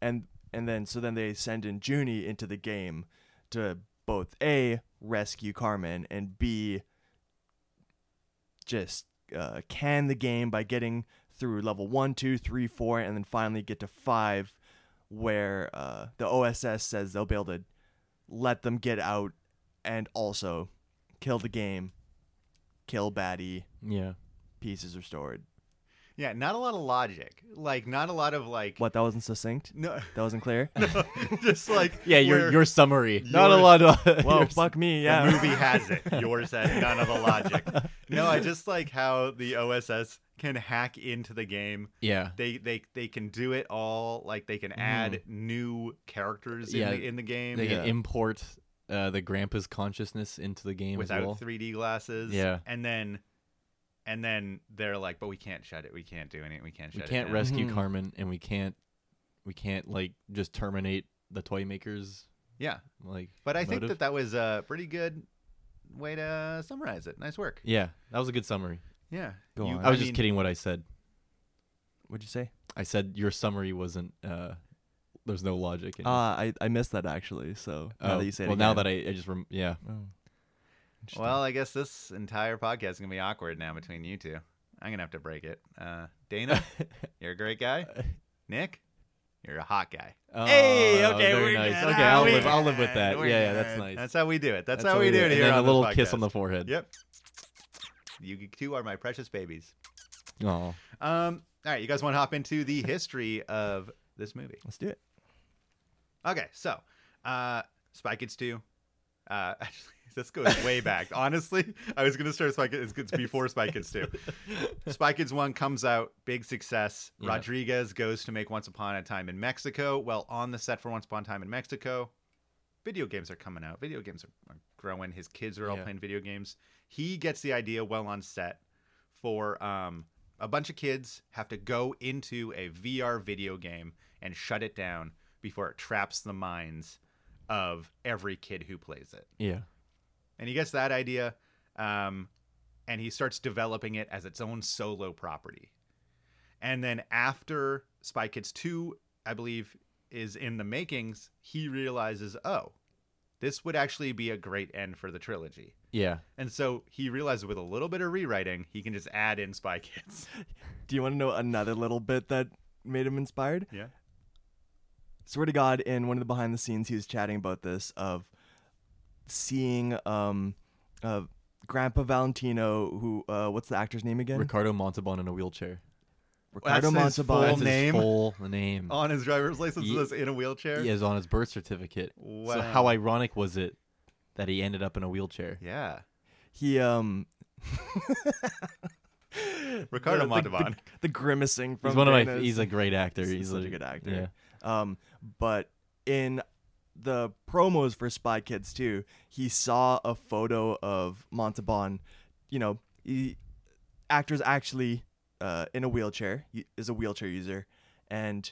[SPEAKER 10] and and then so then they send in Junie into the game to both a rescue Carmen and b just uh, can the game by getting through level one, two, three, four, and then finally get to five, where uh, the OSS says they'll be able to let them get out and also kill the game, kill baddie,
[SPEAKER 9] Yeah.
[SPEAKER 10] pieces restored.
[SPEAKER 1] Yeah, not a lot of logic. Like not a lot of like
[SPEAKER 10] What that wasn't succinct?
[SPEAKER 1] no [LAUGHS]
[SPEAKER 10] That wasn't clear.
[SPEAKER 1] just like
[SPEAKER 9] Yeah, your
[SPEAKER 1] where
[SPEAKER 9] your summary. Not a lot
[SPEAKER 1] [LAUGHS]
[SPEAKER 10] [LAUGHS]
[SPEAKER 9] of
[SPEAKER 10] Well, fuck me,
[SPEAKER 1] the
[SPEAKER 10] yeah.
[SPEAKER 1] movie has it. Yours has none of the logic. No, I just like how the OSS can hack into the game.
[SPEAKER 9] [LAUGHS] Yeah.
[SPEAKER 1] They they they can do it all. Like they can add new characters in,
[SPEAKER 9] Mm. Yeah,
[SPEAKER 1] the, in the game
[SPEAKER 9] They
[SPEAKER 10] Yeah.
[SPEAKER 9] can import uh, the grandpa's consciousness into the game
[SPEAKER 1] without
[SPEAKER 9] as well.
[SPEAKER 1] 3D glasses.
[SPEAKER 9] Yeah.
[SPEAKER 1] And then and then they're like, but we can't shut it. We can't do anything. We can't
[SPEAKER 9] we
[SPEAKER 1] shut
[SPEAKER 9] can't
[SPEAKER 1] it. down."
[SPEAKER 9] rescue
[SPEAKER 10] Mhm.
[SPEAKER 9] Carmen, and we can't we can't like just terminate the toy makers.
[SPEAKER 1] Yeah.
[SPEAKER 9] Like,
[SPEAKER 1] But I think
[SPEAKER 9] motive.
[SPEAKER 1] that that was a pretty good way to summarize it. Nice work.
[SPEAKER 9] yeah, that was a good summary.
[SPEAKER 1] Yeah.
[SPEAKER 10] Go on.
[SPEAKER 9] I was just
[SPEAKER 1] mean,
[SPEAKER 9] kidding what I said.
[SPEAKER 10] What'd you say?
[SPEAKER 9] I said your summary wasn't. uh There's no logic. In it.
[SPEAKER 10] Uh, I, I missed that actually. So now
[SPEAKER 9] Oh,
[SPEAKER 10] that you say it Oh.
[SPEAKER 9] well, now that I, I just rem- yeah,
[SPEAKER 1] Well, I guess this entire podcast is going to be awkward now between you two. I'm going to have to break it. Uh,
[SPEAKER 9] [LAUGHS]
[SPEAKER 1] Dana, you're a great guy. Nick, you're a hot guy.
[SPEAKER 10] okay,
[SPEAKER 9] hey, Oh, very
[SPEAKER 10] we're
[SPEAKER 9] nice.
[SPEAKER 10] good.
[SPEAKER 9] Okay,
[SPEAKER 10] Ah,
[SPEAKER 9] I'll
[SPEAKER 10] we
[SPEAKER 9] live. I'll live with that. Yeah,
[SPEAKER 1] We're
[SPEAKER 9] yeah, that's
[SPEAKER 1] good.
[SPEAKER 9] nice.
[SPEAKER 1] That's how we do it. That's,
[SPEAKER 9] That's
[SPEAKER 1] how we do it
[SPEAKER 9] and
[SPEAKER 1] here
[SPEAKER 9] then
[SPEAKER 1] on
[SPEAKER 9] a
[SPEAKER 1] this
[SPEAKER 9] little kiss on
[SPEAKER 1] podcast.
[SPEAKER 9] the forehead.
[SPEAKER 1] Yep. You two are my precious babies.
[SPEAKER 9] Oh,
[SPEAKER 1] Um, all right, you guys want to hop into the history of this movie.
[SPEAKER 10] Let's do it.
[SPEAKER 1] Okay, so uh, Spy Kids 2. Uh, [LAUGHS] actually, this goes way back. Honestly, I was going to start Spy Kids. It's before Spy Kids 2. [LAUGHS] Spy Kids 1 comes out, big success.
[SPEAKER 9] Yeah.
[SPEAKER 1] Rodriguez goes to make Once Upon a Time in Mexico. Well, on the set for Once Upon a Time in Mexico, video games are coming out. Video games are, are growing. His kids are all
[SPEAKER 9] Yeah.
[SPEAKER 1] playing video games. He gets the idea well on set for um, a bunch of kids have to go into a VR video game and shut it down before it traps the minds of every kid who plays it.
[SPEAKER 9] Yeah.
[SPEAKER 1] And he gets that idea, um, and he starts developing it as its own solo property. And then after Spy Kids 2, I believe, is in the makings, he realizes, oh, this would actually be a great end for the trilogy.
[SPEAKER 9] Yeah.
[SPEAKER 1] And so he realized with a little bit of rewriting, he can just add in Spy Kids.
[SPEAKER 10] Do you want to know another little bit that made him inspired?
[SPEAKER 1] Yeah.
[SPEAKER 10] swear to God, in one of the behind the scenes, he was chatting about this of seeing um, uh, Grandpa Valentino, who uh, what's the actor's name again?
[SPEAKER 9] Ricardo Montalban in a wheelchair.
[SPEAKER 10] Ricardo
[SPEAKER 1] that's his full
[SPEAKER 10] Montalban. Oh,
[SPEAKER 9] That's
[SPEAKER 1] name?
[SPEAKER 9] his full name.
[SPEAKER 1] [LAUGHS] On his driver's license,
[SPEAKER 9] Ye-
[SPEAKER 1] was in a wheelchair.
[SPEAKER 9] He is on his birth certificate. So
[SPEAKER 1] Wow.
[SPEAKER 9] how ironic was it that he ended up in a wheelchair?
[SPEAKER 1] Yeah.
[SPEAKER 10] He um,
[SPEAKER 1] Ricardo
[SPEAKER 10] the- the-
[SPEAKER 1] Montalban.
[SPEAKER 10] The, the grimacing from
[SPEAKER 9] He's one of my.
[SPEAKER 10] Dana's-
[SPEAKER 9] He's a great actor. He's,
[SPEAKER 10] such a good actor.
[SPEAKER 9] Yeah.
[SPEAKER 10] Um, but in the promos for Spy Kids 2, he saw a photo of Montalban. You know, he, actors actually uh, in a wheelchair he is a wheelchair user, and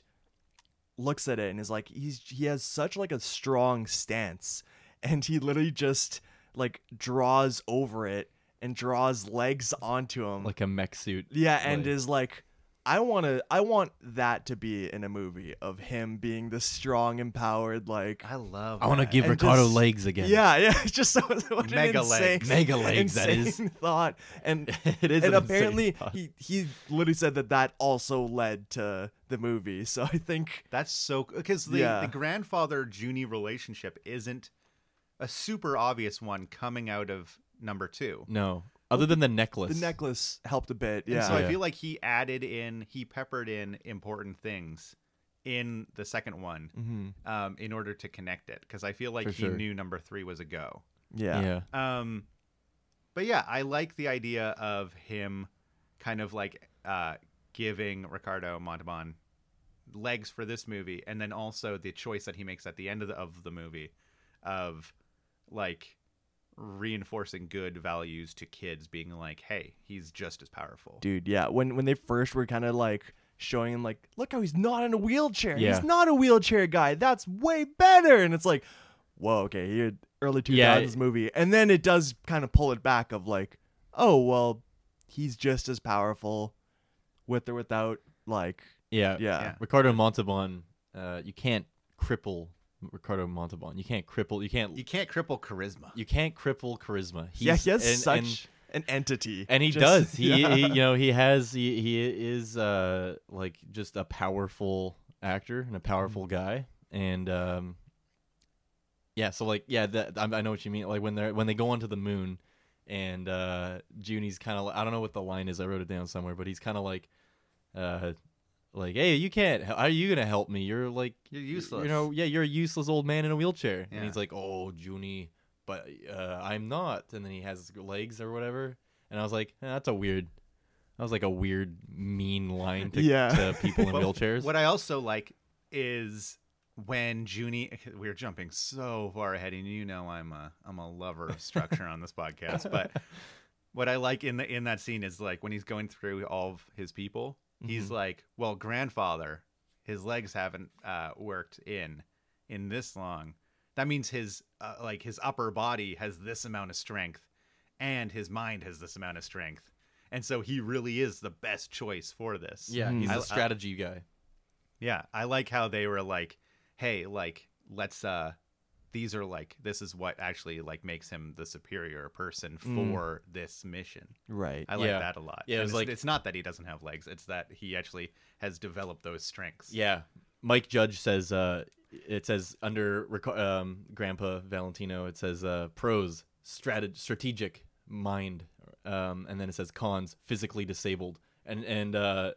[SPEAKER 10] looks at it and is like, he's he has such like a strong stance, [LAUGHS] and he literally just like draws over it and draws legs onto him
[SPEAKER 9] Like a mech suit.
[SPEAKER 10] yeah, and
[SPEAKER 9] like-
[SPEAKER 10] is like, I want to, I want that to be in a movie of him being the strong, empowered, like.
[SPEAKER 1] I love
[SPEAKER 9] I want to
[SPEAKER 1] that.
[SPEAKER 9] give
[SPEAKER 10] and
[SPEAKER 9] Ricardo
[SPEAKER 10] just-
[SPEAKER 9] legs again.
[SPEAKER 10] Yeah, [LAUGHS] yeah, it's just so what an
[SPEAKER 1] Mega
[SPEAKER 10] insane-
[SPEAKER 1] legs.
[SPEAKER 9] Mega legs, that is.
[SPEAKER 10] insane [LAUGHS] thought, and
[SPEAKER 9] [LAUGHS] It is
[SPEAKER 10] and
[SPEAKER 9] an insane
[SPEAKER 10] apparently
[SPEAKER 9] thought.
[SPEAKER 10] he he literally said that that also led to the movie. So I think
[SPEAKER 1] That's so because the,
[SPEAKER 10] Yeah.
[SPEAKER 1] the grandfather Junie relationship isn't a super obvious one coming out of number two.
[SPEAKER 9] No. Other than the
[SPEAKER 10] the
[SPEAKER 9] necklace.
[SPEAKER 10] necklace helped a bit.
[SPEAKER 1] And
[SPEAKER 10] Yeah,
[SPEAKER 1] so I
[SPEAKER 9] Yeah.
[SPEAKER 1] feel like he added in, he peppered in important things in the second one um, in order to connect it because I feel like
[SPEAKER 9] Mm-hmm. For
[SPEAKER 1] he
[SPEAKER 9] sure.
[SPEAKER 1] knew number three was a go.
[SPEAKER 10] yeah,
[SPEAKER 9] Yeah.
[SPEAKER 1] Um, but yeah, I like the idea of him kind of like uh, giving Ricardo Montalban legs for this movie, and then also the choice that he makes at the end of the, of the movie of like reinforcing good values to kids, being like, "Hey, he's just as powerful."
[SPEAKER 10] dude. Yeah, when when they first were kind of like showing him like, look how he's not in a wheelchair.
[SPEAKER 9] Yeah.
[SPEAKER 10] He's not a wheelchair guy. That's way better. And it's like, whoa, okay, here early two
[SPEAKER 9] Yeah,
[SPEAKER 10] thousands movie, and then it does kind of pull it back of like, oh well, he's just as powerful, with or without. Like,
[SPEAKER 9] Yeah.
[SPEAKER 10] yeah,
[SPEAKER 1] Yeah.
[SPEAKER 9] Ricardo Montalban. Uh, you can't cripple Ricardo Montalban. You can't cripple. You can't.
[SPEAKER 1] You can't cripple charisma.
[SPEAKER 9] You can't cripple charisma. He's,
[SPEAKER 10] yeah, he has
[SPEAKER 9] and-
[SPEAKER 10] such
[SPEAKER 9] and-
[SPEAKER 10] an entity,
[SPEAKER 9] and he
[SPEAKER 10] Just-
[SPEAKER 9] does he,
[SPEAKER 10] [LAUGHS] yeah.
[SPEAKER 9] he you know he has he, he is uh like just a powerful actor and a powerful
[SPEAKER 10] Mm-hmm.
[SPEAKER 9] guy and um yeah so like yeah that I, I know what you mean like when they're when they go onto the moon and uh junie's kind of i don't know what the line is i wrote it down somewhere but he's kind of like uh like hey you can't how are you gonna help me you're like
[SPEAKER 1] You're
[SPEAKER 9] you-
[SPEAKER 1] useless."
[SPEAKER 9] you know yeah you're a useless old man in a wheelchair
[SPEAKER 1] Yeah.
[SPEAKER 9] and he's like oh junie but uh, i'm not and then he has legs or whatever and i was like eh, that's a weird that was like a weird mean
[SPEAKER 1] [LAUGHS]
[SPEAKER 9] line to,
[SPEAKER 10] Yeah.
[SPEAKER 9] to people in
[SPEAKER 1] But
[SPEAKER 9] wheelchairs
[SPEAKER 1] What I also like is when Junie. [LAUGHS] We're jumping so far ahead, and you know I'm a I'm a lover of structure
[SPEAKER 9] [LAUGHS]
[SPEAKER 1] on this podcast. But what I like in the in that scene is like when he's going through all of his people, he's
[SPEAKER 9] Mm-hmm.
[SPEAKER 1] like, "Well, grandfather, his legs haven't uh, worked in in this long. That means his uh, like his upper body has this amount of strength, and his mind has this amount of strength." And so he really is the best choice for this.
[SPEAKER 9] yeah he's
[SPEAKER 1] Hmm. I-
[SPEAKER 9] a
[SPEAKER 1] I-
[SPEAKER 9] strategy guy
[SPEAKER 1] yeah, I like how they were like, "Hey, like let's uh these are like this is what actually like makes him the superior person for this mission."
[SPEAKER 10] right.
[SPEAKER 1] I like
[SPEAKER 9] Mm. Yeah.
[SPEAKER 1] that a lot.
[SPEAKER 9] Yeah, it
[SPEAKER 1] And
[SPEAKER 9] was
[SPEAKER 1] it's,
[SPEAKER 9] like-
[SPEAKER 1] it's not that he doesn't have legs; it's that he actually has developed those strengths.
[SPEAKER 9] Yeah, Mike Judge says uh, it says under Rica- um, Grandpa Valentino it says uh, pros strateg- strategic mind, um, and then [LAUGHS] it says cons physically disabled, and and uh,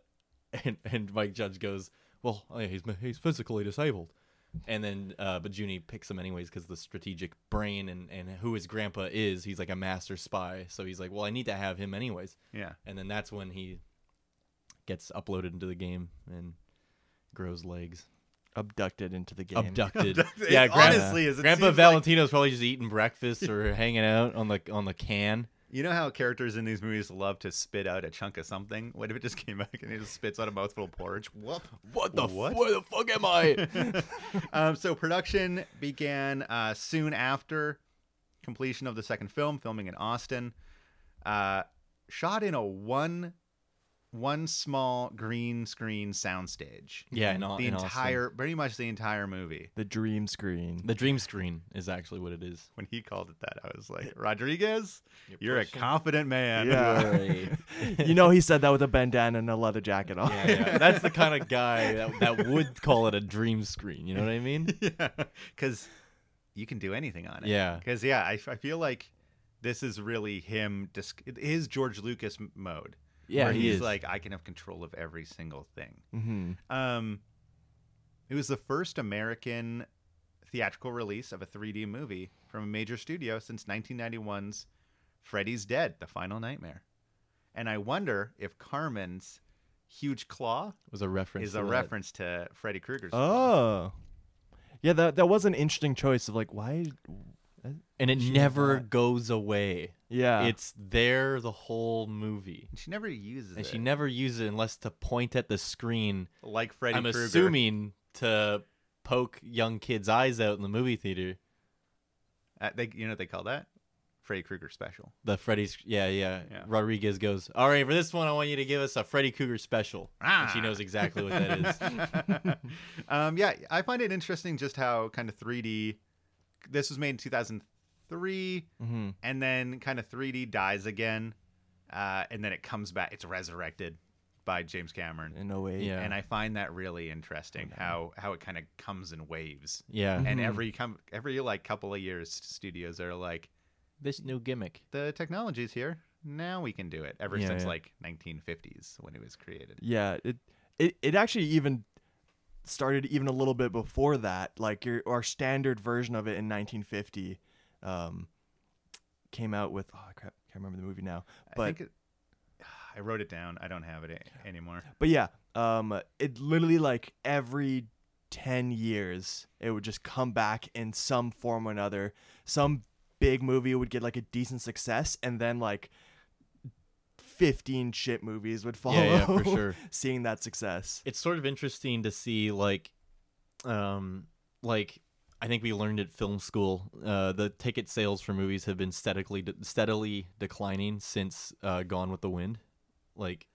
[SPEAKER 9] and and Mike Judge goes. well, oh yeah, he's he's physically disabled. And then, uh, but Junie picks him anyways because the strategic brain and, and who his grandpa is, he's like a master spy. So he's like, well, I need to have him anyways.
[SPEAKER 1] Yeah.
[SPEAKER 9] And then that's when he gets uploaded into the game and grows legs.
[SPEAKER 10] Abducted into the game.
[SPEAKER 9] Abducted.
[SPEAKER 1] [LAUGHS] Abducted.
[SPEAKER 9] Yeah,
[SPEAKER 1] It
[SPEAKER 9] grandpa,
[SPEAKER 1] honestly is. It
[SPEAKER 9] Grandpa
[SPEAKER 1] seems like-
[SPEAKER 9] Valentino's probably just eating breakfast or hanging out on the on the can.
[SPEAKER 1] You know how characters in these movies love to spit out a chunk of something? What if it just came back and he just spits out a mouthful of porridge? Whoop.
[SPEAKER 9] What the
[SPEAKER 1] What?
[SPEAKER 9] Where the fuck am [LAUGHS] I?
[SPEAKER 1] Um, so production began uh, soon after completion of the second film, filming in Austin. Uh, shot in a one one small green screen soundstage.
[SPEAKER 9] yeah, in, Au-
[SPEAKER 1] The
[SPEAKER 9] in Austin.
[SPEAKER 1] entire, pretty much the entire movie.
[SPEAKER 10] The dream screen.
[SPEAKER 9] the dream screen is actually what it is.
[SPEAKER 1] When he called it that, I was like, Rodriguez, you're a confident man.
[SPEAKER 9] [LAUGHS]
[SPEAKER 10] you know he said that with a bandana and a leather jacket on.
[SPEAKER 9] Yeah, yeah. That's the kind of guy that, that would call it a dream screen. You know what I mean?
[SPEAKER 1] [LAUGHS] yeah, because you can do anything on it.
[SPEAKER 9] Yeah.
[SPEAKER 1] because yeah, I, I feel like this is really him. Dis- his George Lucas m- mode.
[SPEAKER 9] Yeah,
[SPEAKER 1] where
[SPEAKER 9] he
[SPEAKER 1] he's
[SPEAKER 9] is.
[SPEAKER 1] like, I can have control of every single thing.
[SPEAKER 10] Mm-hmm.
[SPEAKER 1] Um, it was the first American theatrical release of a 3D movie from a major studio since 1991's Freddy's Dead: The Final Nightmare. And I wonder if Carmen's huge claw
[SPEAKER 9] Was a reference.
[SPEAKER 1] is
[SPEAKER 9] to
[SPEAKER 1] a
[SPEAKER 9] that.
[SPEAKER 1] reference to Freddy Krueger's. claw.
[SPEAKER 10] Oh. Yeah, that that was an interesting choice of like why
[SPEAKER 9] and it never goes away.
[SPEAKER 10] Yeah.
[SPEAKER 9] It's there the whole movie,
[SPEAKER 1] she never uses
[SPEAKER 9] and
[SPEAKER 1] it.
[SPEAKER 9] she never uses it unless to point at the screen.
[SPEAKER 1] like Freddy
[SPEAKER 9] I'm
[SPEAKER 1] Krueger.
[SPEAKER 9] assuming to poke young kids' eyes out in the movie theater.
[SPEAKER 1] Uh, they, you know what they call that? Freddy Krueger special.
[SPEAKER 9] The Freddy's, yeah, yeah,
[SPEAKER 1] Yeah.
[SPEAKER 9] Rodriguez goes, all right, for this one, I want you to give us a Freddy Cougar special. And she
[SPEAKER 1] Ah.
[SPEAKER 9] knows exactly what that [LAUGHS] is.
[SPEAKER 1] um, yeah, I find it interesting just how kind of 3D. This was made in 2003,
[SPEAKER 9] Mm-hmm.
[SPEAKER 1] and then kind of 3D dies again, uh, and then it comes back. It's resurrected by James Cameron,
[SPEAKER 10] [LAUGHS] in a way.
[SPEAKER 9] Yeah.
[SPEAKER 1] and I find that really interesting how how it kind of comes in waves.
[SPEAKER 9] yeah. Mm-hmm.
[SPEAKER 10] Mm-hmm.
[SPEAKER 1] And every com- every like couple of years, studios are like,
[SPEAKER 9] this new gimmick.
[SPEAKER 1] the technology's here. Now we can do it. Ever
[SPEAKER 9] Yeah,
[SPEAKER 1] since
[SPEAKER 9] yeah.
[SPEAKER 1] like 1950s when it was created.
[SPEAKER 10] Yeah, it it, it actually even started even a little bit before that. Like your our standard version of it in 1950 um, came out with oh crap, can't remember the movie now. But
[SPEAKER 1] I think it, [SIGHS] I wrote it down. I don't have it a- anymore.
[SPEAKER 10] But yeah, um, it literally like every ten years, it would just come back in some form or another. Some big movie would get like a decent success, and then like fifteen shit movies would follow.
[SPEAKER 9] yeah, for sure.
[SPEAKER 10] [LAUGHS] seeing that success.
[SPEAKER 9] it's sort of interesting to see like um like I think we learned at film school uh, the ticket sales for movies have been steadily steadily declining since uh, Gone with the Wind. Like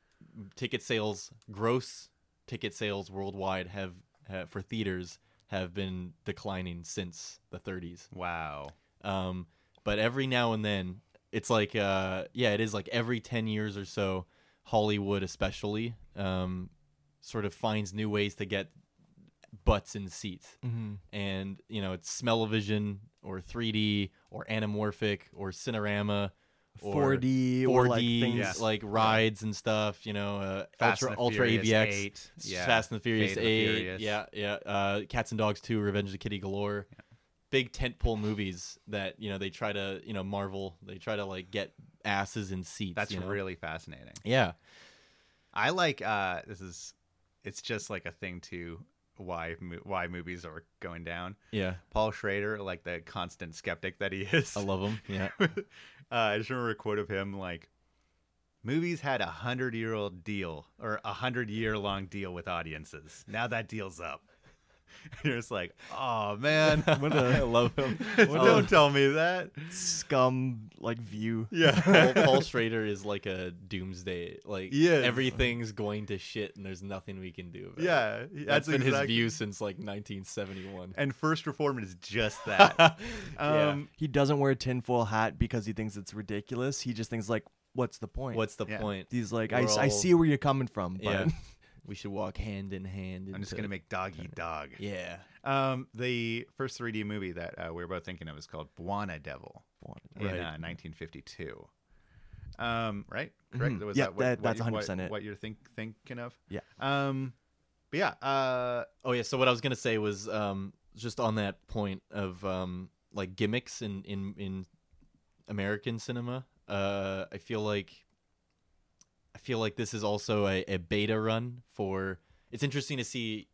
[SPEAKER 9] ticket sales, gross ticket sales worldwide have uh, for theaters have been declining since the 30s.
[SPEAKER 1] Wow.
[SPEAKER 9] Um, but every now and then, it's like, uh, yeah, it is like every 10 years or so, Hollywood especially um, sort of finds new ways to get butts in seats. Mm-hmm. And, you know, it's smell-o-vision or 3D or anamorphic or Cinerama. Or
[SPEAKER 10] 4D or, like,
[SPEAKER 9] 4D,
[SPEAKER 10] things-
[SPEAKER 1] Yeah.
[SPEAKER 9] like rides and stuff, you know, uh,
[SPEAKER 1] Fast
[SPEAKER 9] Ultra,
[SPEAKER 1] and the
[SPEAKER 9] Ultra
[SPEAKER 1] Furious
[SPEAKER 9] AVX,
[SPEAKER 1] 8,
[SPEAKER 9] s-
[SPEAKER 1] yeah.
[SPEAKER 9] Fast and the Furious
[SPEAKER 1] Fate of the
[SPEAKER 9] 8,
[SPEAKER 1] Furious.
[SPEAKER 9] yeah, yeah, uh, Cats and Dogs 2, Revenge of the Kitty Galore big tentpole movies that you know they try to you know Marvel they try to like get asses in seats.
[SPEAKER 1] That's
[SPEAKER 9] you know?
[SPEAKER 1] really fascinating.
[SPEAKER 9] yeah.
[SPEAKER 1] I like uh this is it's just like a thing to why mo- why movies are going down.
[SPEAKER 9] Yeah,
[SPEAKER 1] Paul Schrader, like the constant skeptic that he [LAUGHS] is.
[SPEAKER 9] I love them.
[SPEAKER 1] [LAUGHS]
[SPEAKER 9] Yeah,
[SPEAKER 1] uh, I just remember a quote of him like, "Movies had a hundred year old deal or a hundred year long deal with audiences. Now that deal's up." [LAUGHS] You're just like, "Oh man,
[SPEAKER 9] [LAUGHS]
[SPEAKER 10] What a
[SPEAKER 9] love
[SPEAKER 1] [LAUGHS]
[SPEAKER 9] Oh, him. [LAUGHS]
[SPEAKER 1] don't tell me that."
[SPEAKER 10] scum like view.
[SPEAKER 1] [LAUGHS] Yeah,
[SPEAKER 9] Paul, Paul Schrader is like a doomsday. Like
[SPEAKER 1] Yes.
[SPEAKER 9] everything's going to shit, and there's nothing we can do. About it.
[SPEAKER 1] yeah,
[SPEAKER 9] that's been his
[SPEAKER 1] exact-
[SPEAKER 9] view since like 1971.
[SPEAKER 1] And first reform is just that. um,
[SPEAKER 10] He doesn't wear a tinfoil hat because he thinks it's ridiculous. He just thinks like, what's the point?
[SPEAKER 9] What's the
[SPEAKER 1] Yeah.
[SPEAKER 9] point?
[SPEAKER 10] He's like, I,
[SPEAKER 9] We're
[SPEAKER 10] I
[SPEAKER 9] all-
[SPEAKER 10] see where you're coming from, but
[SPEAKER 9] Yeah, [LAUGHS] we should walk hand in hand.
[SPEAKER 1] I'm just
[SPEAKER 9] into-
[SPEAKER 1] gonna make dog eat dog.
[SPEAKER 9] Yeah,
[SPEAKER 1] Um, the first 3D movie that uh, we were both thinking of is called Buona Devil in
[SPEAKER 9] Right.
[SPEAKER 1] uh, 1952. Um, right? Correct. Was
[SPEAKER 10] Yeah,
[SPEAKER 1] that what,
[SPEAKER 10] that-
[SPEAKER 1] what
[SPEAKER 10] that's
[SPEAKER 1] you- what-
[SPEAKER 10] 100% it.
[SPEAKER 1] What you're think, thinking of?
[SPEAKER 10] Yeah.
[SPEAKER 1] Um, But yeah, uh,
[SPEAKER 9] Oh yeah. So what I was gonna say was um, just on that point of um, like gimmicks in in in American cinema. Uh, I feel like I feel like this is also a, a beta run for. It's interesting to see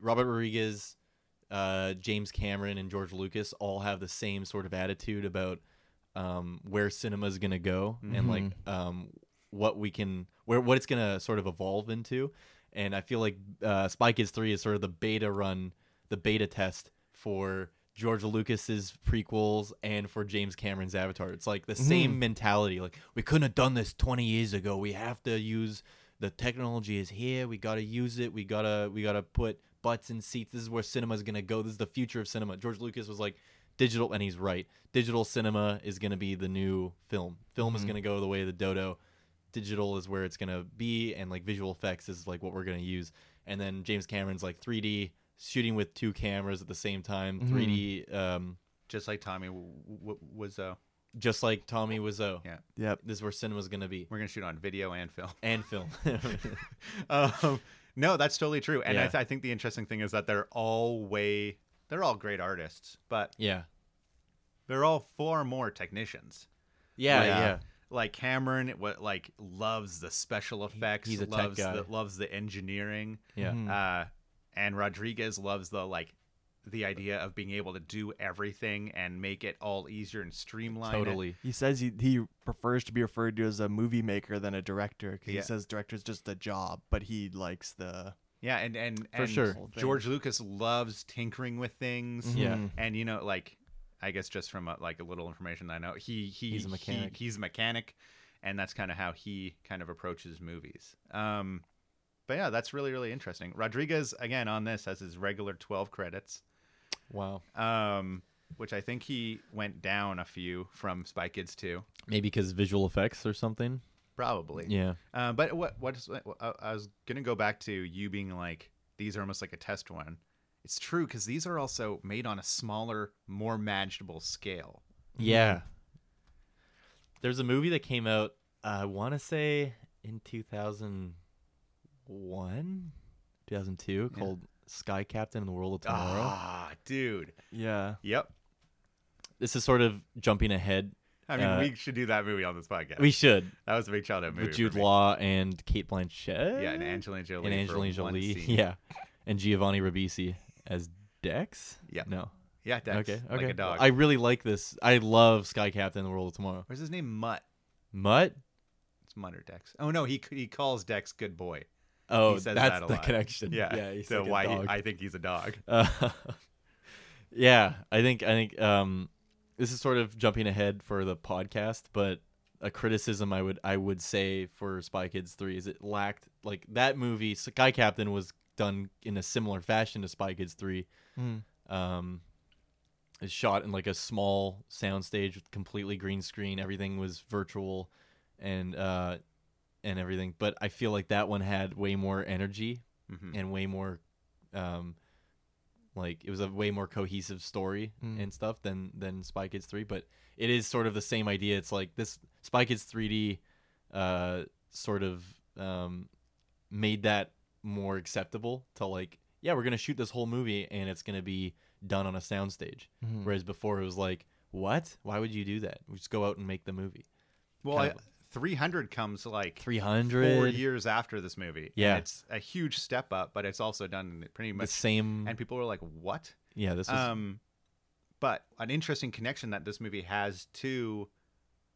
[SPEAKER 9] Robert Rodriguez, uh, James Cameron, and George Lucas all have the same sort of attitude about um, where cinema is gonna go and like um, what we can where what it's gonna sort of evolve into. And I feel like uh, Spy Kids Three is sort of the beta run, the beta test for George Lucas's prequels and for James Cameron's Avatar. It's like the same mentality. Like we couldn't have done this 20 years ago. We have to use the technology is here. We got to use it. We got to we got to put butts in seats. This is where cinema is going to go. This is the future of cinema. George Lucas was like digital and he's right. Digital cinema is going to be the new film. Film is going to go the way of the dodo. Digital is where it's going to be and like visual effects is like what we're going to use. And then James Cameron's like 3D shooting with two cameras at the same time,
[SPEAKER 10] Mm-hmm.
[SPEAKER 9] 3D um
[SPEAKER 1] just like Tommy w- w- Wiseau.
[SPEAKER 9] just like Tommy Wiseau.
[SPEAKER 1] Yeah,
[SPEAKER 10] Yep.
[SPEAKER 9] This is where cinema's gonna be.
[SPEAKER 1] we're gonna shoot on video and film. [LAUGHS]
[SPEAKER 9] And film.
[SPEAKER 1] um, no, that's totally true. And I,
[SPEAKER 9] Yeah.
[SPEAKER 1] th- I think the interesting thing is that they're all way they're all great artists, but
[SPEAKER 9] [LAUGHS] yeah.
[SPEAKER 1] they're all far more technicians.
[SPEAKER 9] Yeah,
[SPEAKER 1] Like-
[SPEAKER 9] yeah.
[SPEAKER 1] Like Cameron, what like loves the special effects.
[SPEAKER 9] he's a tech
[SPEAKER 1] loves
[SPEAKER 9] guy.
[SPEAKER 1] The, loves the engineering.
[SPEAKER 9] Yeah.
[SPEAKER 1] Uh, and Rodriguez loves the like the idea of being able to do everything and make it all easier and streamline. it.
[SPEAKER 9] Totally.
[SPEAKER 10] He says he, he prefers to be referred to as a movie maker than a director 'cause
[SPEAKER 1] Yeah.
[SPEAKER 10] he says director's just a job, but he likes the
[SPEAKER 1] Yeah, and and
[SPEAKER 9] For
[SPEAKER 1] and
[SPEAKER 9] sure. Mm-hmm.
[SPEAKER 10] Whole thing.
[SPEAKER 1] George Lucas loves tinkering with things.
[SPEAKER 9] Yeah.
[SPEAKER 1] and you know, like I guess just from a, like a little information I know, he, he
[SPEAKER 9] He's a
[SPEAKER 1] he-
[SPEAKER 9] mechanic.
[SPEAKER 1] he's a mechanic, and that's kind of how he kind of approaches movies. Um, but yeah, that's really really interesting. Rodriguez again on this has his regular twelve credits,
[SPEAKER 9] Wow.
[SPEAKER 1] um, which I think he went down a few from Spy Kids two,
[SPEAKER 9] Maybe because visual effects or something.
[SPEAKER 1] probably.
[SPEAKER 9] Yeah.
[SPEAKER 1] Uh, but what what is, I I was gonna go back to you being like these are almost like a test one. It's true because these are also made on a smaller, more manageable scale.
[SPEAKER 9] Yeah. There's a movie that came out, I want to say in 2001, 2002, called Sky Captain and the World of Tomorrow.
[SPEAKER 1] Ah, dude.
[SPEAKER 10] yeah.
[SPEAKER 1] Yep.
[SPEAKER 9] This is sort of jumping ahead.
[SPEAKER 1] I mean,
[SPEAKER 9] Uh,
[SPEAKER 1] we should do that movie on this podcast.
[SPEAKER 9] We should.
[SPEAKER 1] that was a big childhood movie.
[SPEAKER 9] With Jude
[SPEAKER 1] for me.
[SPEAKER 9] Law and Kate Blanchett.
[SPEAKER 1] Yeah, and Angelina Jolie.
[SPEAKER 9] and
[SPEAKER 1] for
[SPEAKER 9] Angelina
[SPEAKER 1] one
[SPEAKER 9] Jolie.
[SPEAKER 1] scene.
[SPEAKER 9] Yeah. And Giovanni Ribisi as Dex?
[SPEAKER 1] Yeah.
[SPEAKER 9] No.
[SPEAKER 1] Yeah, Dex.
[SPEAKER 9] okay. Okay.
[SPEAKER 1] Like a dog.
[SPEAKER 9] I really like this. I love Sky Captain and the World of Tomorrow.
[SPEAKER 1] Where's his name? Mutt.
[SPEAKER 9] Mutt?
[SPEAKER 1] It's Mutt or Dex. Oh, no. He, he calls Dex good boy.
[SPEAKER 9] Oh,
[SPEAKER 1] he says
[SPEAKER 9] that's
[SPEAKER 1] that a
[SPEAKER 9] the
[SPEAKER 1] lot.
[SPEAKER 9] connection.
[SPEAKER 1] Yeah.
[SPEAKER 9] Yeah. He's
[SPEAKER 1] so
[SPEAKER 9] like a
[SPEAKER 1] why
[SPEAKER 9] dog.
[SPEAKER 1] He, I think he's a
[SPEAKER 9] [LAUGHS]
[SPEAKER 1] dog.
[SPEAKER 9] Uh, [LAUGHS] yeah, I think I think um, this is sort of jumping ahead for the podcast, but a criticism I would I would say for Spy Kids Three is it lacked like that movie Sky Captain was done in a similar fashion to Spy Kids Three. Um, it's shot in like a small soundstage with completely green screen. Everything was virtual, and uh, and everything. But I feel like that one had way more energy and way more um like it was a way more cohesive story
[SPEAKER 1] Mm.
[SPEAKER 9] and stuff than than Spy Kids 3 but it is sort of the same idea it's like this Spy Kids 3D uh sort of um made that more acceptable to like yeah we're going to shoot this whole movie and it's going to be done on a soundstage
[SPEAKER 1] Mm-hmm.
[SPEAKER 9] whereas before it was like what why would you do that we just go out and make the movie
[SPEAKER 1] Well,
[SPEAKER 9] Kind
[SPEAKER 1] I-
[SPEAKER 9] of-
[SPEAKER 1] 300 comes like
[SPEAKER 9] 300
[SPEAKER 1] four years after this movie. And
[SPEAKER 9] Yeah.
[SPEAKER 1] it's a huge step up, but it's also done in pretty
[SPEAKER 9] the
[SPEAKER 1] much.
[SPEAKER 9] same
[SPEAKER 1] and people were like, what?
[SPEAKER 9] yeah this was
[SPEAKER 1] Um, but an interesting connection that this movie has to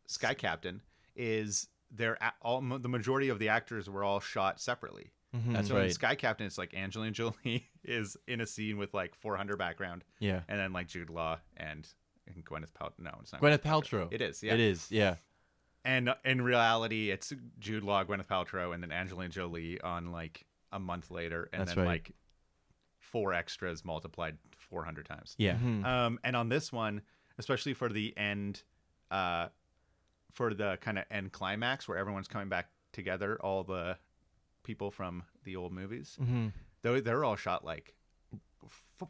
[SPEAKER 1] Sky Captain is they're a- all the majority of the actors were all shot separately.
[SPEAKER 9] that's
[SPEAKER 1] So in
[SPEAKER 9] Hmm, right
[SPEAKER 1] Sky Captain, mm-hmm. it's like Angelina Jolie [LAUGHS] is in a scene with like 400 background,
[SPEAKER 9] yeah
[SPEAKER 1] and then like Jude Law and, and Gwyneth Paltrow. No, it's not.
[SPEAKER 9] Gwyneth Paltrow
[SPEAKER 1] It is, yeah.
[SPEAKER 9] it is yeah
[SPEAKER 1] And uh, in reality, it's Jude Law, Gwyneth Paltrow, and then Angelina Jolie on like a month later, and
[SPEAKER 9] That's
[SPEAKER 1] then
[SPEAKER 9] right.
[SPEAKER 1] like four extras multiplied 400 times.
[SPEAKER 9] yeah
[SPEAKER 1] Um, and on this one, especially for the end, uh, for the kind of end climax where everyone's coming back together, all the people from the old movies,
[SPEAKER 9] Mm-hmm.
[SPEAKER 1] though they're all shot like f-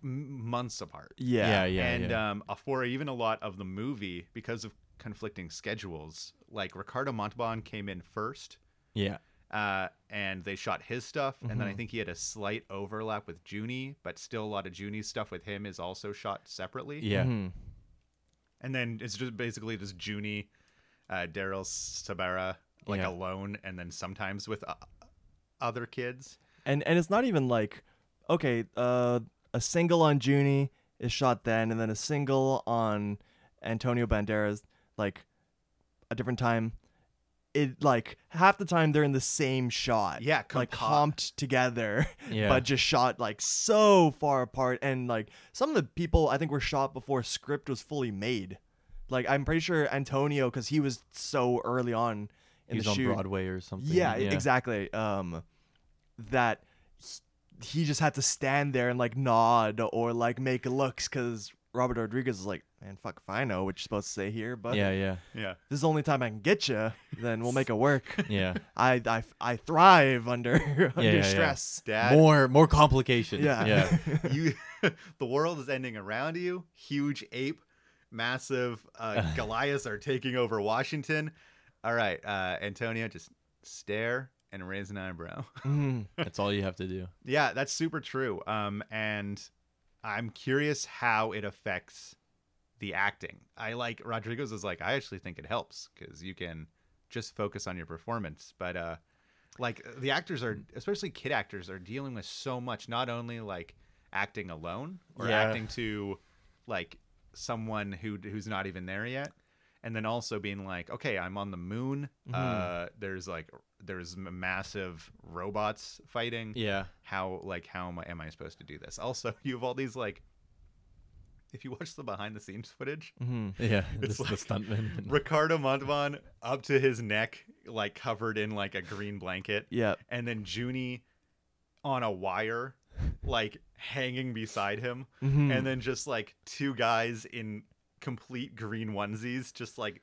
[SPEAKER 1] months apart.
[SPEAKER 10] Yeah.
[SPEAKER 9] yeah yeah
[SPEAKER 1] and
[SPEAKER 9] yeah.
[SPEAKER 1] Um, uh, for even a lot of the movie, because of conflicting schedules, like Ricardo Montalban came in first,
[SPEAKER 9] yeah
[SPEAKER 1] uh, and they shot his stuff. And
[SPEAKER 9] Mm-hmm.
[SPEAKER 1] then I think he had a slight overlap with Junie, but still a lot of Junie's stuff with him is also shot separately.
[SPEAKER 11] Yeah.
[SPEAKER 1] And then it's just basically just Junie, uh, Daryl Sabara, like
[SPEAKER 11] Yeah.
[SPEAKER 1] alone, and then sometimes with uh, other kids.
[SPEAKER 9] And and it's not even like, okay, uh, a single on Junie is shot then, and then a single on Antonio Banderas, like a different time. It like half the time they're in the same shot.
[SPEAKER 1] Yeah,
[SPEAKER 9] like
[SPEAKER 1] compa-
[SPEAKER 9] comped together, [LAUGHS]
[SPEAKER 11] Yeah.
[SPEAKER 9] but just shot like so far apart. And like some of the people I think were shot before script was fully made. Like I'm pretty sure Antonio, because he was so early on
[SPEAKER 11] He
[SPEAKER 9] in
[SPEAKER 11] was
[SPEAKER 9] the
[SPEAKER 11] on
[SPEAKER 9] shoot.
[SPEAKER 11] Broadway or something.
[SPEAKER 9] Yeah, e- exactly. Um, that he- he just had to stand there and like nod or like make looks because Robert Rodriguez is like, man, fuck if I know what you're supposed to say here, but
[SPEAKER 11] Yeah, yeah,
[SPEAKER 1] Yeah.
[SPEAKER 9] this is the only time I can get you. Then we'll make it work.
[SPEAKER 11] [LAUGHS] yeah.
[SPEAKER 9] [LAUGHS] I, I, I thrive under [LAUGHS] under
[SPEAKER 11] yeah, yeah.
[SPEAKER 9] stress.
[SPEAKER 1] Dad, [LAUGHS]
[SPEAKER 11] more, more complications.
[SPEAKER 9] Yeah. [LAUGHS]
[SPEAKER 11] yeah.
[SPEAKER 1] you [LAUGHS] the world is ending around you huge ape massive uh,
[SPEAKER 11] [LAUGHS]
[SPEAKER 1] goliaths are taking over washington all right uh antonio just stare and raise an eyebrow
[SPEAKER 9] Mm.
[SPEAKER 11] That's all you have to do.
[SPEAKER 1] yeah that's super true um and i'm curious how it affects the acting i like rodriguez is like i actually think it helps because you can just focus on your performance but uh like the actors are especially kid actors are dealing with so much not only like acting alone or
[SPEAKER 11] Yeah.
[SPEAKER 1] acting to like someone who who's not even there yet and then also being like okay i'm on the moon uh there's like there's m- massive robots fighting
[SPEAKER 11] Yeah.
[SPEAKER 1] how like how am I, am I supposed to do this also [LAUGHS] you have all these like if you watch the behind the scenes footage
[SPEAKER 11] [LAUGHS] Yeah.
[SPEAKER 1] It's
[SPEAKER 11] This is Mm-hmm. the stuntman.
[SPEAKER 9] [LAUGHS]
[SPEAKER 1] ricardo montalban up to his neck like covered in like a green blanket
[SPEAKER 9] Yep.
[SPEAKER 1] and then Junie on a wire, like hanging beside him,
[SPEAKER 11] Mm-hmm.
[SPEAKER 1] and then just like two guys in complete green onesies, just like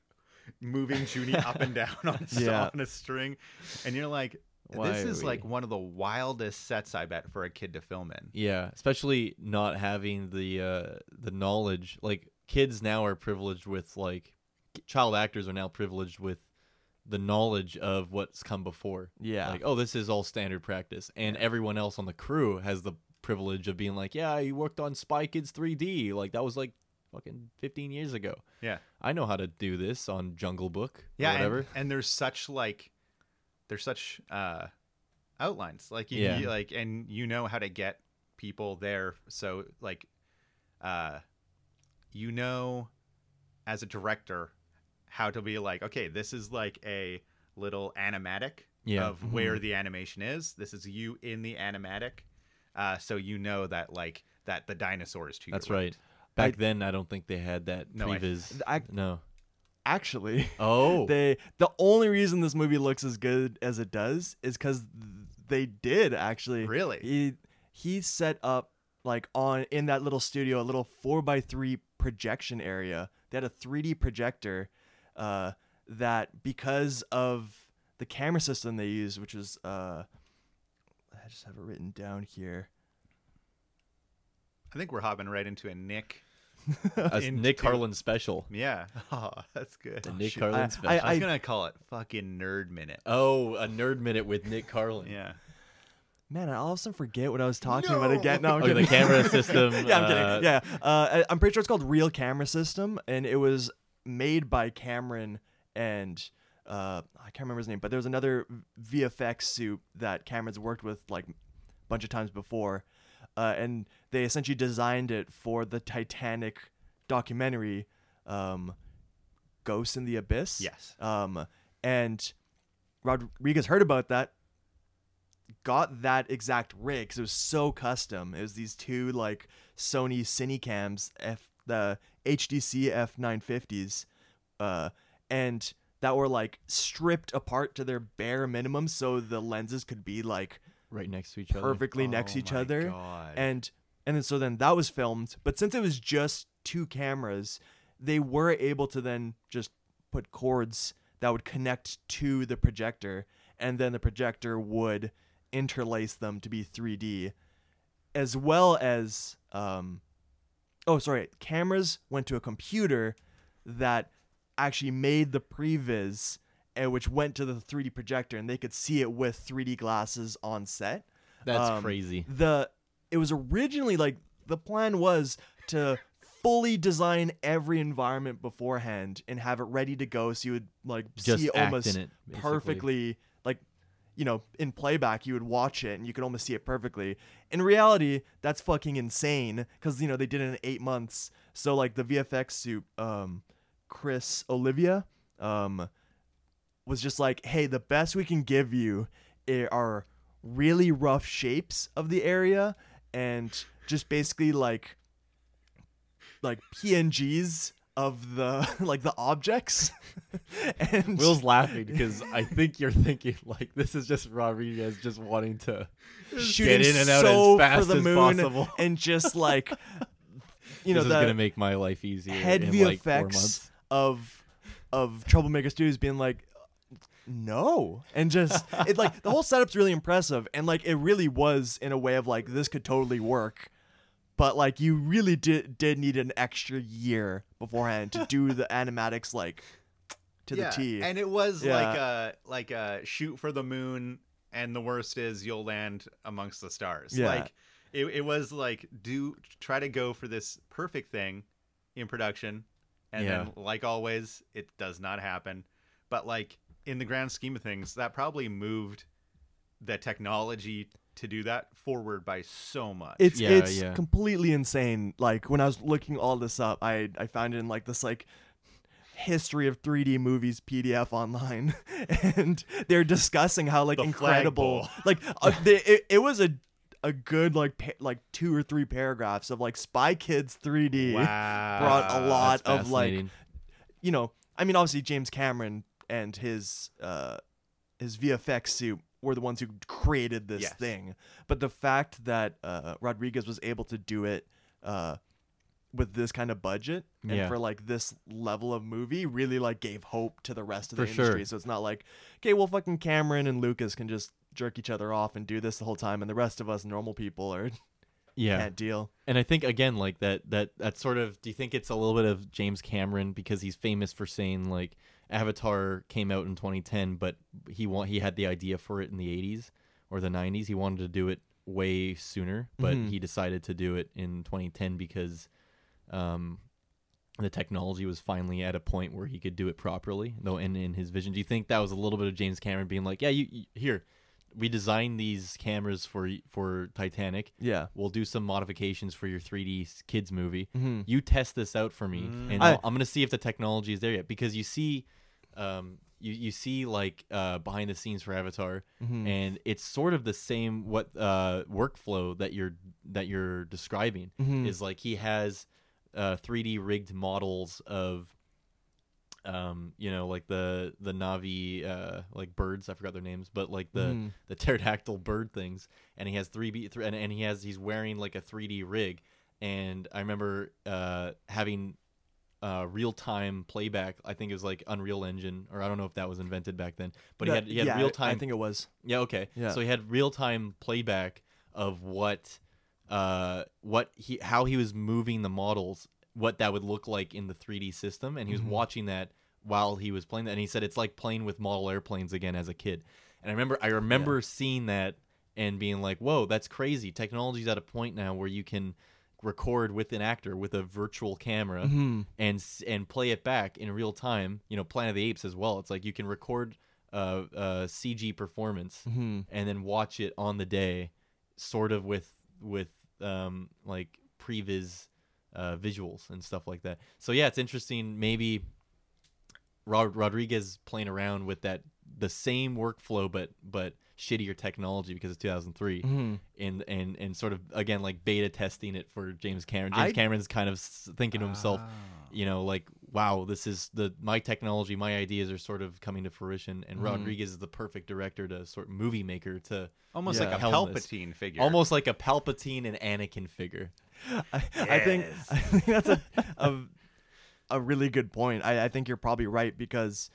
[SPEAKER 1] moving Junie
[SPEAKER 11] [LAUGHS]
[SPEAKER 1] up and down on a, st-
[SPEAKER 9] Yeah.
[SPEAKER 1] on a string, and you're like,
[SPEAKER 11] Why
[SPEAKER 1] this
[SPEAKER 11] are
[SPEAKER 1] is like
[SPEAKER 11] we-
[SPEAKER 1] one of the wildest sets I bet for a kid to film in.
[SPEAKER 11] Yeah, especially not having the uh the knowledge. Like kids now are privileged with like child actors are now privileged with the knowledge of what's come before.
[SPEAKER 9] Yeah.
[SPEAKER 11] Like, oh, this is all standard practice. And everyone else on the crew has the privilege of being like, "Yeah, you worked on Spy Kids 3D. Like that was like fucking 15 years ago.
[SPEAKER 1] Yeah,
[SPEAKER 11] I know how to do this on Jungle Book or
[SPEAKER 1] yeah, and-
[SPEAKER 11] whatever."
[SPEAKER 1] And, there's such like, there's such uh outlines like you,
[SPEAKER 11] Yeah.
[SPEAKER 1] you like, and you know how to get people there. So like, uh, you know, as a director, how to be like, okay, this is like a little animatic
[SPEAKER 11] Yeah. Mm-hmm.
[SPEAKER 1] of where the animation is. This is you in the animatic, uh, so you know that like that the dinosaur is to your
[SPEAKER 11] That's
[SPEAKER 1] right.
[SPEAKER 11] right. Back then, I don't think they had that
[SPEAKER 1] No, I-
[SPEAKER 11] previs.
[SPEAKER 9] I-
[SPEAKER 11] no.
[SPEAKER 9] Actually,
[SPEAKER 4] [LAUGHS]
[SPEAKER 11] Oh.
[SPEAKER 9] they the only reason this movie looks as good as it does is because they did actually
[SPEAKER 1] Really?
[SPEAKER 9] he he set up like on in that little studio a little 4x3 projection area they had a 3d projector uh that because of the camera system they used which was uh i just have it written down here
[SPEAKER 1] I think we're hopping right into a Nick.
[SPEAKER 9] [LAUGHS]
[SPEAKER 11] a
[SPEAKER 1] into-
[SPEAKER 11] Nick Harlan special.
[SPEAKER 1] Yeah, [LAUGHS] oh, that's good.
[SPEAKER 11] The Nick
[SPEAKER 9] I-
[SPEAKER 11] Carlin
[SPEAKER 9] I-
[SPEAKER 11] special.
[SPEAKER 1] I was gonna call it fucking nerd minute.
[SPEAKER 11] oh, a nerd minute with Nick Carlin.
[SPEAKER 1] Yeah.
[SPEAKER 9] man i often forget what i was talking about again no i'm
[SPEAKER 11] Oh, the
[SPEAKER 9] kidding.
[SPEAKER 11] camera
[SPEAKER 9] [LAUGHS]
[SPEAKER 11] system.
[SPEAKER 9] yeah, I'm
[SPEAKER 11] uh,
[SPEAKER 9] kidding. Yeah, uh, I- I'm pretty sure it's called Real Camera System, and it was made by Cameron and uh, I can't remember his name, but there was another VFX suit that Cameron's worked with like a bunch of times before, uh, and they essentially designed it for the Titanic documentary, um, Ghosts in the Abyss.
[SPEAKER 1] Yes.
[SPEAKER 9] Um, and Rodriguez heard about that, got that exact rig because it was so custom. It was these two like Sony Cinecams F the HDC F nine fifties, uh, and that were like stripped apart to their bare minimum so the lenses could be like
[SPEAKER 11] Right next to each other. Oh
[SPEAKER 9] perfectly next to each
[SPEAKER 1] my
[SPEAKER 9] other
[SPEAKER 1] God.
[SPEAKER 9] and and then so then that was filmed but since it was just two cameras they were able to then just put cords that would connect to the projector and then the projector would interlace them to be 3d as well as um oh sorry cameras went to a computer that actually made the previs
[SPEAKER 10] and eh, which went to the 3D projector, and they could see it with 3D glasses on set.
[SPEAKER 9] That's
[SPEAKER 10] Um,
[SPEAKER 9] crazy.
[SPEAKER 10] The it was originally like the plan was to fully design every environment beforehand and have it ready to go, so you would like
[SPEAKER 9] Just
[SPEAKER 10] see
[SPEAKER 9] act in
[SPEAKER 10] almost
[SPEAKER 9] it, basically.
[SPEAKER 10] perfectly, like you know, in playback, you would watch it and you could almost see it perfectly. In reality, that's fucking insane because you know they did it in eight months. So like the VFX suit, um, Chris Olivia, um, was just like, hey, the best we can give you i- are really rough shapes of the area and just basically like like PNGs of the [LAUGHS] like the objects. [LAUGHS] and
[SPEAKER 9] Will's laughing because I think you're thinking like this is just Rodriguez just wanting to
[SPEAKER 10] shooting
[SPEAKER 9] get in and out
[SPEAKER 10] so
[SPEAKER 9] as fast
[SPEAKER 10] for the
[SPEAKER 9] as
[SPEAKER 10] moon
[SPEAKER 9] possible.
[SPEAKER 10] [LAUGHS] and just
[SPEAKER 9] [LAUGHS]
[SPEAKER 10] like you know
[SPEAKER 9] this is
[SPEAKER 10] the
[SPEAKER 9] gonna make my life easier.
[SPEAKER 10] head
[SPEAKER 9] in,
[SPEAKER 10] VFX
[SPEAKER 9] like, four months.
[SPEAKER 10] of of Troublemaker Studios being like, no, and
[SPEAKER 9] [LAUGHS]
[SPEAKER 10] just it like the whole setup's really impressive, and like it really was in a way of like this could totally work, but like you really did did need an extra year beforehand to do the [LAUGHS] animatics like to
[SPEAKER 1] Yeah,
[SPEAKER 10] the T.
[SPEAKER 1] And it was
[SPEAKER 10] Yeah.
[SPEAKER 1] like a like a shoot for the moon, and the worst is you'll land amongst the stars.
[SPEAKER 10] Yeah.
[SPEAKER 1] Like it, it was like do try to go for this perfect thing in production, and then like always, it does not happen. But like in the grand scheme of things, that probably moved the technology to do that forward by so much.
[SPEAKER 10] It's
[SPEAKER 9] Yeah,
[SPEAKER 10] it's
[SPEAKER 9] yeah.
[SPEAKER 10] completely insane. Like when I was looking all this up, I I found it in like this like history of 3D movies PDF online, [LAUGHS] and they're discussing how like
[SPEAKER 1] The
[SPEAKER 10] incredible
[SPEAKER 1] flagpole.
[SPEAKER 10] like
[SPEAKER 1] [LAUGHS]
[SPEAKER 10] uh, they, it, it was a a good like pa- like two or three paragraphs of like Spy Kids 3D
[SPEAKER 1] wow.
[SPEAKER 10] brought a lot
[SPEAKER 9] Ah, That's
[SPEAKER 10] of like
[SPEAKER 9] fascinating.
[SPEAKER 10] you know, I mean, obviously James Cameron and his uh, his VFX suit were the ones who created this
[SPEAKER 1] Yes.
[SPEAKER 10] thing, but the fact that uh, Rodriguez was able to do it uh, with this kind of budget and
[SPEAKER 9] Yeah.
[SPEAKER 10] for like this level of movie really like gave hope to the rest of the
[SPEAKER 9] For sure.
[SPEAKER 10] industry. So it's not like, okay, well, fucking Cameron and Lucas can just jerk each other off and do this the whole time, and the rest of us normal people are
[SPEAKER 9] yeah,
[SPEAKER 10] can't deal.
[SPEAKER 9] and I think again like that that that sort of do you think it's a little bit of James Cameron because he's famous for saying like Avatar came out in 2010 but he want he had the idea for it in the 80s or the 90s he wanted to do it way sooner but he decided to do it in 2010 because um the technology was finally at a point where he could do it properly though in in his vision do you think that was a little bit of James Cameron being like yeah you, you here we designed these cameras for y- for Titanic
[SPEAKER 10] Yeah.
[SPEAKER 9] we'll do some modifications for your 3D s- kids movie. You test this out for me, and
[SPEAKER 10] Mm-hmm. I-
[SPEAKER 9] I, I'm gonna see if the technology is there yet. Because you see, um, you you see like uh, behind the scenes for Avatar, and it's sort of the same what uh, workflow that you're that you're describing is like he has uh, 3D rigged models of um, you know, like the the Navi uh, like birds. I forgot their names, but like the the pterodactyl bird things. And he has three B and, and he has he's wearing like a three D rig. And I remember uh, having uh, real time playback. I think it was like Unreal Engine, or I don't know if that was invented back then. But he
[SPEAKER 10] That-
[SPEAKER 9] had he had
[SPEAKER 10] yeah, I-
[SPEAKER 9] real time.
[SPEAKER 10] I think it was.
[SPEAKER 9] Yeah, okay.
[SPEAKER 10] Yeah.
[SPEAKER 9] So he had real time playback of what uh what he how he was moving the models, what that would look like in the 3D system, and he was watching that while he was playing that and he said it's like playing with model airplanes again as a kid. And I remember I remember seeing that and being like, "Whoa, that's crazy. Technology's at a point now where you can record with an actor with a virtual camera and s- and play it back in real time. You know, Planet of the Apes as well. It's like you can record uh, a, a CG performance and then watch it on the day, sort of with with um, like previs uh, visuals and stuff like that. So yeah, it's interesting. Maybe Rod- Rodriguez playing around with that the same workflow but but shittier technology because it's 2003
[SPEAKER 1] Mm-hmm.
[SPEAKER 9] and and and sort of again like beta testing it for James Cameron. James
[SPEAKER 10] I-
[SPEAKER 9] Cameron's kind of s- thinking to himself,
[SPEAKER 1] Ah.
[SPEAKER 9] you know, like wow, this is the my technology, my ideas are sort of coming to fruition
[SPEAKER 1] Mm-hmm.
[SPEAKER 9] and Rodriguez is the perfect director to sort of movie maker to
[SPEAKER 1] almost
[SPEAKER 9] Yeah.
[SPEAKER 1] like a
[SPEAKER 9] helm this.
[SPEAKER 1] Palpatine figure.
[SPEAKER 9] Almost like a Palpatine and Anakin figure.
[SPEAKER 10] [LAUGHS] I think I think that's a a, a really good point. I, I think you're probably right because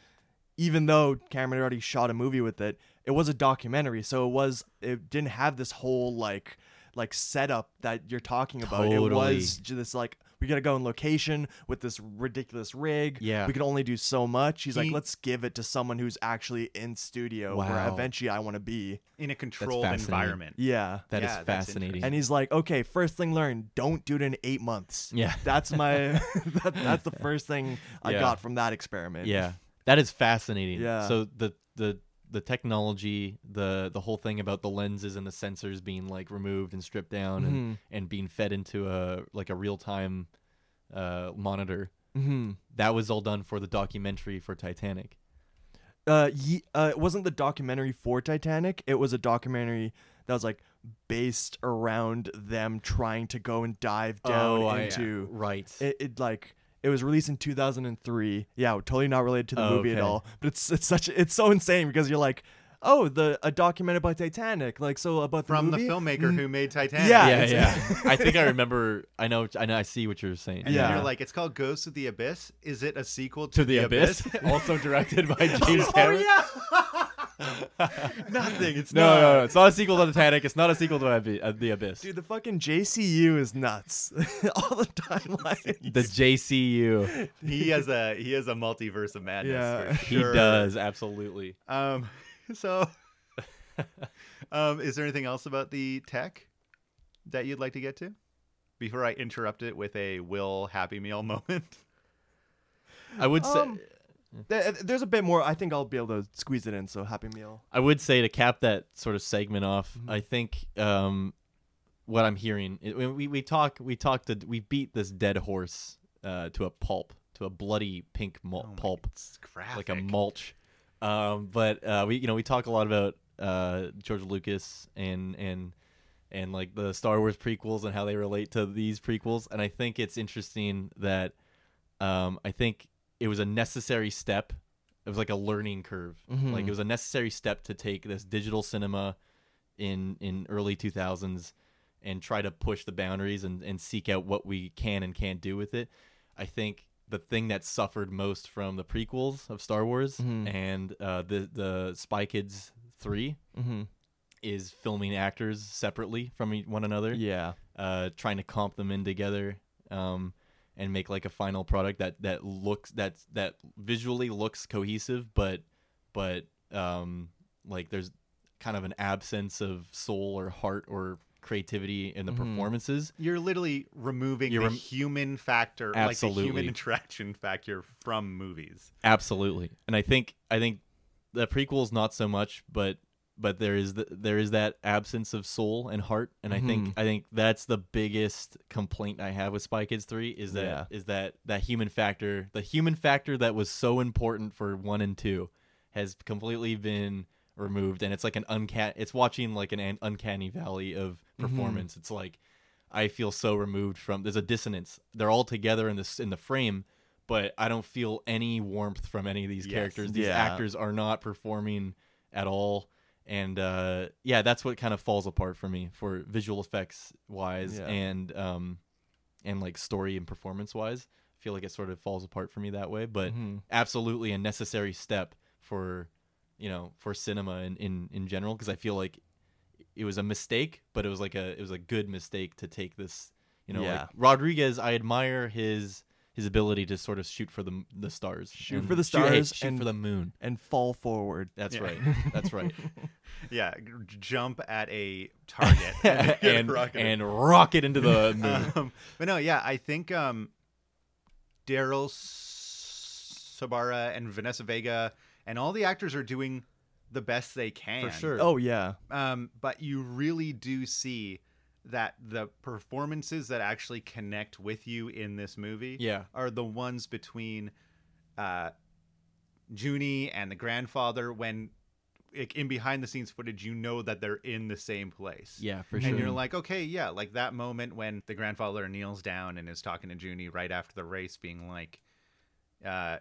[SPEAKER 10] even though Cameron already shot a movie with it, it was a documentary, so it was it didn't have this whole like like setup that you're talking about. It
[SPEAKER 9] Totally.
[SPEAKER 10] was just this like we gotta go on location with this ridiculous rig.
[SPEAKER 9] Yeah.
[SPEAKER 10] we can only do so much. He's like,
[SPEAKER 1] He-
[SPEAKER 10] let's give it to someone who's actually in studio where
[SPEAKER 9] Wow.
[SPEAKER 10] eventually I want to be.
[SPEAKER 1] in a controlled
[SPEAKER 9] fascinating.
[SPEAKER 1] environment.
[SPEAKER 10] Yeah,
[SPEAKER 9] That is
[SPEAKER 1] Yeah, that's
[SPEAKER 9] fascinating.
[SPEAKER 10] and he's like, okay, first thing learned, don't do it in eight months.
[SPEAKER 9] Yeah.
[SPEAKER 10] [LAUGHS] that's my that, that's
[SPEAKER 9] [LAUGHS]
[SPEAKER 10] the first thing I
[SPEAKER 9] Yeah.
[SPEAKER 10] got from that experiment.
[SPEAKER 9] yeah, that is fascinating.
[SPEAKER 10] Yeah.
[SPEAKER 9] So the the the technology, the the whole thing about the lenses and the sensors being like removed and stripped down
[SPEAKER 10] Mm-hmm.
[SPEAKER 9] and, and being fed into a like a real time uh, monitor.
[SPEAKER 10] hmm
[SPEAKER 9] That was all done for the documentary for Titanic.
[SPEAKER 10] uh, ye- uh, it wasn't the documentary for Titanic. It was a documentary that was like based around them trying to go and dive down
[SPEAKER 9] Oh, I-
[SPEAKER 10] into.
[SPEAKER 9] Right.
[SPEAKER 10] It, it like it was released in 2003. Yeah, totally not related to the movie at
[SPEAKER 9] Okay.
[SPEAKER 10] all. But it's it's such it's so insane because you're like, oh, the a documentary about Titanic, like so about
[SPEAKER 1] From the
[SPEAKER 10] movie?
[SPEAKER 1] filmmaker who made Titanic.
[SPEAKER 10] Yeah,
[SPEAKER 9] yeah,
[SPEAKER 10] it's-
[SPEAKER 9] yeah.
[SPEAKER 10] [LAUGHS]
[SPEAKER 9] I think I remember. I know. I know. I see what you're saying.
[SPEAKER 1] And
[SPEAKER 10] Yeah.
[SPEAKER 1] then you're like, it's called Ghost of the Abyss. Is it a sequel to,
[SPEAKER 9] To the Abyss, [LAUGHS] also directed
[SPEAKER 10] [LAUGHS]
[SPEAKER 9] by
[SPEAKER 1] [LAUGHS]
[SPEAKER 9] James
[SPEAKER 10] Oh
[SPEAKER 9] Cameron.
[SPEAKER 10] yeah.
[SPEAKER 9] [LAUGHS]
[SPEAKER 1] Nothing. It's
[SPEAKER 9] No,
[SPEAKER 1] not.
[SPEAKER 9] no, no. It's not a sequel to Titanic. It's not a sequel to Ab- uh, The Abyss.
[SPEAKER 10] Dude, the fucking JCU is nuts. [LAUGHS] All the timelines.
[SPEAKER 9] The JCU.
[SPEAKER 1] He has a he has a multiverse of madness.
[SPEAKER 10] Yeah.
[SPEAKER 1] for
[SPEAKER 9] He
[SPEAKER 1] sure.
[SPEAKER 9] does, absolutely.
[SPEAKER 1] Um, [LAUGHS]
[SPEAKER 9] [LAUGHS]
[SPEAKER 1] so, um, is there anything else about the tech that you'd like to get to before I interrupt it with a Will Happy Meal [LAUGHS] moment?
[SPEAKER 9] I would say
[SPEAKER 10] Um, There- There's a bit more. I think I'll be able to squeeze it in. So happy meal. Mm-hmm.
[SPEAKER 9] I would say to cap that sort of segment off, I think um, what I'm hearing it- we- we we talk we talk to we beat this dead horse uh, to a pulp, to a bloody pink
[SPEAKER 10] Oh
[SPEAKER 9] mul- pulp.
[SPEAKER 1] It's graphic.
[SPEAKER 9] like a mulch. Um, but uh, we you know we talk a lot about uh, George Lucas and and and like the Star Wars prequels and how they relate to these prequels, and I think it's interesting that um, I think it was a necessary step. It was like a learning curve. Like it was a necessary step to take this digital cinema in in early 2000s and try to push the boundaries and, and seek out what we can and can't do with it. I think the thing that suffered most from the prequels of Star Wars and uh, the the Spy Kids 3 is filming actors separately from e- one another,
[SPEAKER 10] Yeah.
[SPEAKER 9] uh, trying to comp them in together. Um, and make like a final product that that looks that that visually looks cohesive, but but um, like there's kind of an absence of soul or heart or creativity in the performances.
[SPEAKER 1] You're literally removing
[SPEAKER 9] You're
[SPEAKER 1] the
[SPEAKER 9] rem-
[SPEAKER 1] human factor, like the human
[SPEAKER 9] Absolutely.
[SPEAKER 1] interaction factor from movies.
[SPEAKER 9] Absolutely, and I think I think the prequels not so much, but but there is the, there is that absence of soul and heart, and I think I think that's the biggest complaint I have with Spy Kids Three is that is
[SPEAKER 10] Yeah.
[SPEAKER 9] that that human factor, the human factor that was so important for one and two, has completely been removed, and it's like an uncat. It's watching like an, an uncanny valley of performance. It's like I feel so removed from. There's a dissonance. They're all together in this in the frame, but I don't feel any warmth from any of these
[SPEAKER 1] Yes.
[SPEAKER 9] characters. These
[SPEAKER 10] Yeah.
[SPEAKER 9] actors are not performing at all, and uh, yeah, that's what kind of falls apart for me for visual effects wise
[SPEAKER 10] Yeah.
[SPEAKER 9] and um, and like story and performance wise. I feel like it sort of falls apart for me that way, but
[SPEAKER 10] Mm-hmm.
[SPEAKER 9] absolutely a necessary step for you know for cinema in in, in general because I feel like it was a mistake, but it was like a it was a good mistake to take this. You know,
[SPEAKER 10] Yeah.
[SPEAKER 9] like Rodriguez, I admire his his ability to sort of shoot for the the stars,
[SPEAKER 10] Shoot
[SPEAKER 9] and-
[SPEAKER 10] for the
[SPEAKER 9] hey,
[SPEAKER 10] stars
[SPEAKER 9] shoot,
[SPEAKER 10] and-
[SPEAKER 9] for the moon.
[SPEAKER 10] And fall forward. [LAUGHS]
[SPEAKER 9] That's right. That's right.
[SPEAKER 1] Yeah, g- jump at a target
[SPEAKER 9] [LAUGHS]
[SPEAKER 1] and,
[SPEAKER 9] and
[SPEAKER 1] rocket it.
[SPEAKER 9] and rocket
[SPEAKER 10] [LAUGHS]
[SPEAKER 9] into the moon.
[SPEAKER 1] um, but no, yeah, I think um, Daryl S- Sabara and Vanessa Vega and all the actors are doing the best they can.
[SPEAKER 9] sure.
[SPEAKER 10] Oh yeah.
[SPEAKER 1] Um, but you really do see that the performances that actually connect with you in this movie
[SPEAKER 9] Yeah.
[SPEAKER 1] are the ones between uh, Junie and the grandfather when. like, In behind the scenes footage, you know that they're in the same place.
[SPEAKER 9] yeah, for
[SPEAKER 1] And you're like, okay, yeah, like that moment when the grandfather kneels down and is talking to Junie right after the race, being like, uh,